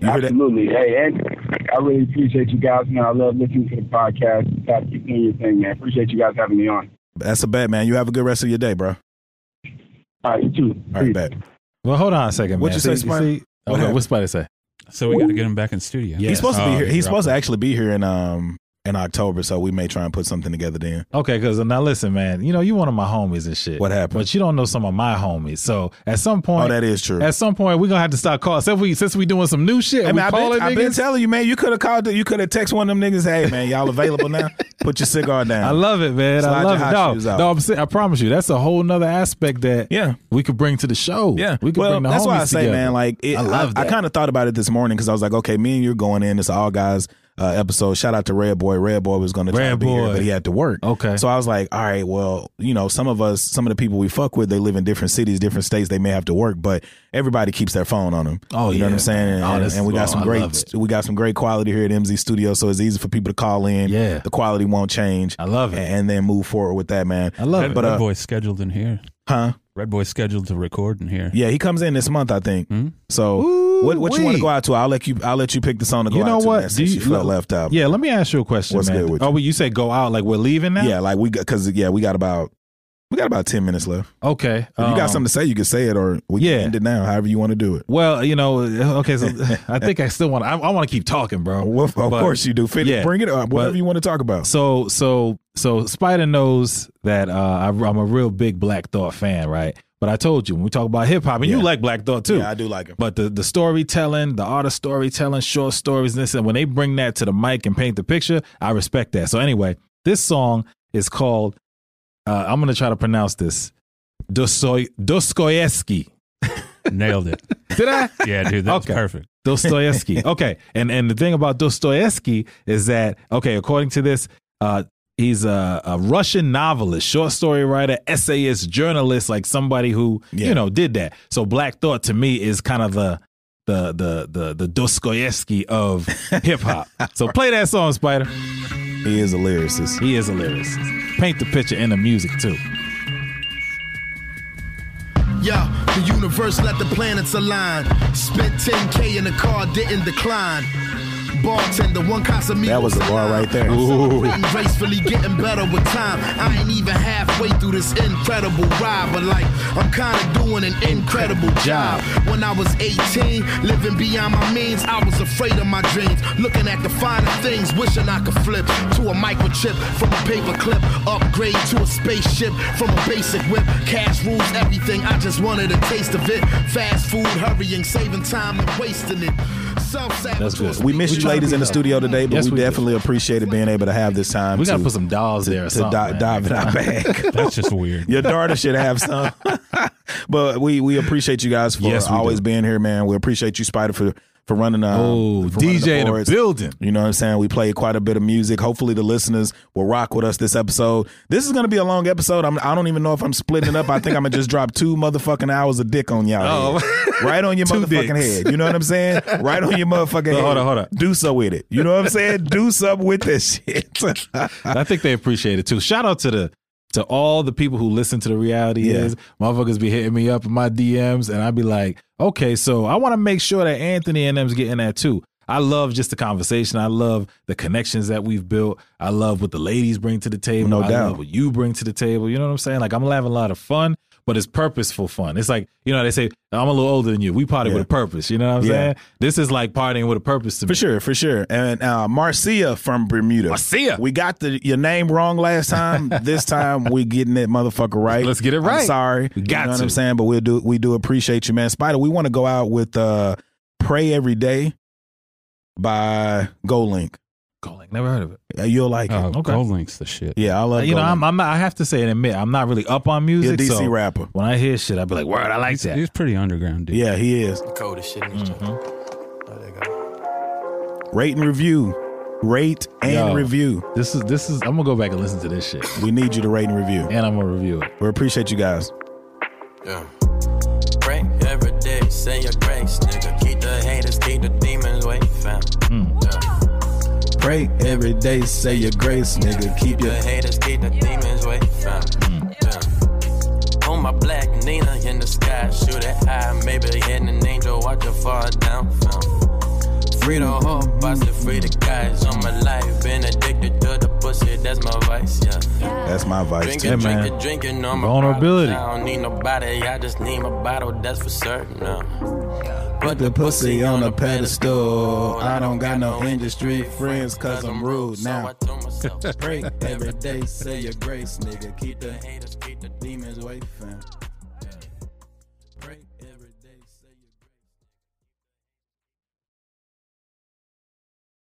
Speaker 14: Absolutely. Hey, and I really appreciate you guys, man. I love listening to the podcast. Pat, keep doing your thing, man. Appreciate you guys having me on.
Speaker 3: that's a bet man you have a good rest of your day bro
Speaker 14: all right you too
Speaker 3: all right bet
Speaker 1: Well, hold on a second.
Speaker 3: What'd
Speaker 1: man.
Speaker 3: you say,
Speaker 1: See-
Speaker 3: Spider?
Speaker 1: see-
Speaker 3: What
Speaker 1: oh, no,
Speaker 3: happened?
Speaker 1: what's Spider say?
Speaker 11: So we got to get him back in studio.
Speaker 3: He's supposed to be
Speaker 1: Oh,
Speaker 3: here.
Speaker 1: he
Speaker 3: He's
Speaker 1: dropped
Speaker 3: supposed to actually be here in um in October, so we may try and put something together then.
Speaker 1: Okay, because now listen, man. You know you one of my homies and shit. What happened? But you don't know some of my homies. So at some point,
Speaker 3: Oh, that is true.
Speaker 1: At some point, we're gonna have to start calling. Since we since we doing some new shit,
Speaker 3: I
Speaker 1: and we
Speaker 3: mean, I've been,
Speaker 1: calling
Speaker 3: I've been
Speaker 1: niggas.
Speaker 3: telling you, man. You could have called. You could have texted one of them niggas. Hey, man, y'all available now? Put your cigar down.
Speaker 1: I love it, man.
Speaker 3: Slide
Speaker 1: I
Speaker 3: your
Speaker 1: love
Speaker 3: hot
Speaker 1: it.
Speaker 3: shoes
Speaker 1: No,
Speaker 3: out.
Speaker 1: no, I'm saying, I promise you, that's a whole nother aspect that
Speaker 3: yeah
Speaker 1: we could bring to the show. Yeah, we could
Speaker 3: well,
Speaker 1: bring the
Speaker 3: that's
Speaker 1: homies
Speaker 3: why I say,
Speaker 1: together.
Speaker 3: man. Like, it,
Speaker 1: I love
Speaker 3: I,
Speaker 1: that.
Speaker 3: kind of thought about it this morning because I was like, okay, me and you're going in. It's all guys uh, episode. Shout out to Red Boy. Red Boy was going to try
Speaker 1: Red
Speaker 3: to be here,
Speaker 1: Boy.
Speaker 3: but he had to work.
Speaker 1: Okay.
Speaker 3: So I was like, all right, well, you know, some of us, some of the people we fuck with, they live in different cities, different states. They may have to work, but everybody keeps their phone on them.
Speaker 1: Oh,
Speaker 3: you
Speaker 1: yeah.
Speaker 3: know what I'm saying? And,
Speaker 1: Oh, this
Speaker 3: and we got
Speaker 1: is-
Speaker 3: some
Speaker 1: oh, I love
Speaker 3: great, we got some great quality here at MZ Studio, so it's easy for people to call in.
Speaker 1: Yeah.
Speaker 3: The quality won't change. I
Speaker 1: love
Speaker 3: it. And then move forward with that, man. I
Speaker 11: Red,
Speaker 3: But
Speaker 11: Red
Speaker 3: uh,
Speaker 11: Boy's scheduled in here.
Speaker 3: Huh?
Speaker 11: Red Boy's scheduled to record in here.
Speaker 3: yeah, he comes in this month, I think.
Speaker 1: Hmm?
Speaker 3: So what what you want
Speaker 11: Ooh-wee.
Speaker 3: to go out to? I'll let you. I'll let you pick the song to go
Speaker 1: You know
Speaker 3: out
Speaker 1: what?
Speaker 3: to. man,
Speaker 1: Do
Speaker 3: since
Speaker 1: you-
Speaker 3: felt
Speaker 1: le-
Speaker 3: left out?
Speaker 1: Yeah, let me ask you a question.
Speaker 3: What's
Speaker 1: man.
Speaker 3: good with
Speaker 1: Oh, well, you say go out like we're leaving now?
Speaker 3: Yeah, like we got because yeah, we got about we got about ten minutes left.
Speaker 1: Okay.
Speaker 3: If you
Speaker 1: um,
Speaker 3: got something to say, you can say it, or we can end it now. However you want to do it.
Speaker 1: Well, you know, uh, okay, so I think I still want. I, I want to keep talking, bro.
Speaker 3: of course you do. Fit- bring it up, whatever you want to talk about.
Speaker 1: So, so, so, Spider knows that uh, I, I'm a real big Black Thought fan, right? But I told you when we talk about hip hop, and you
Speaker 3: Yeah.
Speaker 1: like Black Thought too.
Speaker 3: Yeah, I do like him.
Speaker 1: But the the storytelling, the art of storytelling, short stories, and this and when they bring that to the mic and paint the picture, I respect that. So anyway, this song is called. Uh, I'm gonna try to pronounce this. Dostoy- Dostoevsky.
Speaker 11: Nailed it.
Speaker 1: Did I?
Speaker 11: Yeah, dude, that's perfect.
Speaker 1: Dostoevsky. Okay, and and the thing about Dostoevsky is that okay, according to this, uh, he's a, a Russian novelist, short story writer, essayist, journalist, like somebody who you know did that. So Black Thought to me is kind of the the the the the Dostoevsky of hip hop. so play that song, Spider.
Speaker 3: He is a lyricist.
Speaker 1: He is a lyricist. Paint the picture and the music too.
Speaker 7: Yeah, the universe let the planets align. Spent 10K in the car, didn't decline. Bartender, one Casamigos.
Speaker 3: That was the bar right there.
Speaker 7: Celebrating gracefully, getting better with time. I ain't even halfway through this incredible ride, but like I'm kind of doing an incredible job. When I was 18, living beyond my means, I was afraid of my dreams. Looking at the finer things, wishing I could flip to a microchip from a paperclip, upgrade to a spaceship from a basic whip. Cash rules everything. I just wanted a taste of it. Fast food, hurrying, saving time and wasting it. Self sabotage.
Speaker 3: We missed you, ladies, in the studio today, but
Speaker 1: Yes,
Speaker 3: we,
Speaker 1: we did.
Speaker 3: definitely appreciated being able to have this time.
Speaker 1: We gotta
Speaker 3: to-
Speaker 1: put some dolls
Speaker 3: to-
Speaker 1: there or
Speaker 3: to
Speaker 1: something,
Speaker 3: di-
Speaker 1: man.
Speaker 3: dive in our bag.
Speaker 11: That's just weird.
Speaker 3: Your daughter should have some. but we we appreciate you guys for
Speaker 1: Yes, we
Speaker 3: always
Speaker 1: do.
Speaker 3: being here, man. We appreciate you, Spider, for for running. Um,
Speaker 1: Oh,
Speaker 3: for running
Speaker 1: DJ in the
Speaker 3: boards.
Speaker 1: building.
Speaker 3: You know what I'm saying? We played quite a bit of music. Hopefully, the listeners will rock with us this episode. This is going to be a long episode. I'm, I don't even know if I'm splitting it up. I think I'm gonna just drop two motherfucking hours of dick on y'all.
Speaker 1: Oh.
Speaker 3: head. right on your
Speaker 1: Two
Speaker 3: motherfucking
Speaker 1: dicks.
Speaker 3: head. You know what I'm saying? Right on your motherfucking head.
Speaker 1: Hold on, hold on.
Speaker 3: Do so with it. You know what I'm saying? Do something with this shit.
Speaker 1: I think they appreciate it too. Shout out to the to all the people who listen to the reality
Speaker 3: Yeah.
Speaker 1: is motherfuckers be hitting me up in my DMs and I'd be like, okay, so I want to make sure that Anthony and them's getting that too. I love just the conversation. I love the connections that we've built. I love what the ladies bring to the table.
Speaker 3: No
Speaker 1: I
Speaker 3: doubt.
Speaker 1: love what you bring to the table. You know what I'm saying? Like I'm having a lot of fun, but it's purposeful fun. It's like, you know, they say, I'm a little older than you. We party with a purpose. You know what I'm
Speaker 3: Yeah.
Speaker 1: saying? This is like partying with a purpose to
Speaker 3: For
Speaker 1: me.
Speaker 3: sure, for sure. And uh, Marcia from Bermuda. Um, Marcia. We got the your name wrong last time. this time we getting that motherfucker right.
Speaker 1: Let's get it
Speaker 3: I'm
Speaker 1: right.
Speaker 3: sorry.
Speaker 1: We
Speaker 3: you
Speaker 1: got
Speaker 3: know what
Speaker 1: to.
Speaker 3: I'm saying? But we do we do appreciate you, man. Spider, we want to go out with uh Pray Every Day by Go Link.
Speaker 1: Like, never heard of it.
Speaker 3: Uh, You'll like
Speaker 11: Oh,
Speaker 3: it.
Speaker 1: Okay. Uh,
Speaker 11: Gold Link's the shit.
Speaker 3: Yeah, I love
Speaker 1: you know,
Speaker 3: Go
Speaker 1: I'm, I'm not, I have to say and admit, I'm not really up on music.
Speaker 3: You're a DC
Speaker 1: so
Speaker 3: rapper.
Speaker 1: When I hear shit, I be like, "Word, I like
Speaker 11: he's,
Speaker 1: that."
Speaker 11: He's pretty underground, dude.
Speaker 3: Yeah, he is.
Speaker 5: Cold as shit.
Speaker 1: Mm-hmm.
Speaker 3: Rate and review. Rate and
Speaker 1: Yo,
Speaker 3: review.
Speaker 1: This is this is. I'm gonna go back and listen to this shit,
Speaker 3: We need you to rate and review.
Speaker 1: and I'm gonna review it.
Speaker 3: We appreciate you guys.
Speaker 5: Yeah. Pray every day, say your grace, nigga. Keep the haters, keep the demons away, fam. Yeah.
Speaker 3: Pray every day, say your grace, nigga. Keep
Speaker 5: Keep the
Speaker 3: your
Speaker 5: haters, keep the demons away, fam. Yeah. On my black Nina in the sky, shoot it high, maybe hit an angel, watch her fall down, fam. Free the whole bus and free the guys on my life. Been addicted to the pussy, that's my vice, yeah.
Speaker 3: That's my advice.
Speaker 5: Drinking, drinking, drinking on my
Speaker 1: Vulnerability.
Speaker 5: problems. I don't need nobody, I just need my bottle, that's for certain. uh.
Speaker 3: Put the pussy on a pedestal. I don't got no industry friends cause I'm rude now. Pray every day, say your grace, nigga. Keep the haters, keep the demons away, fam.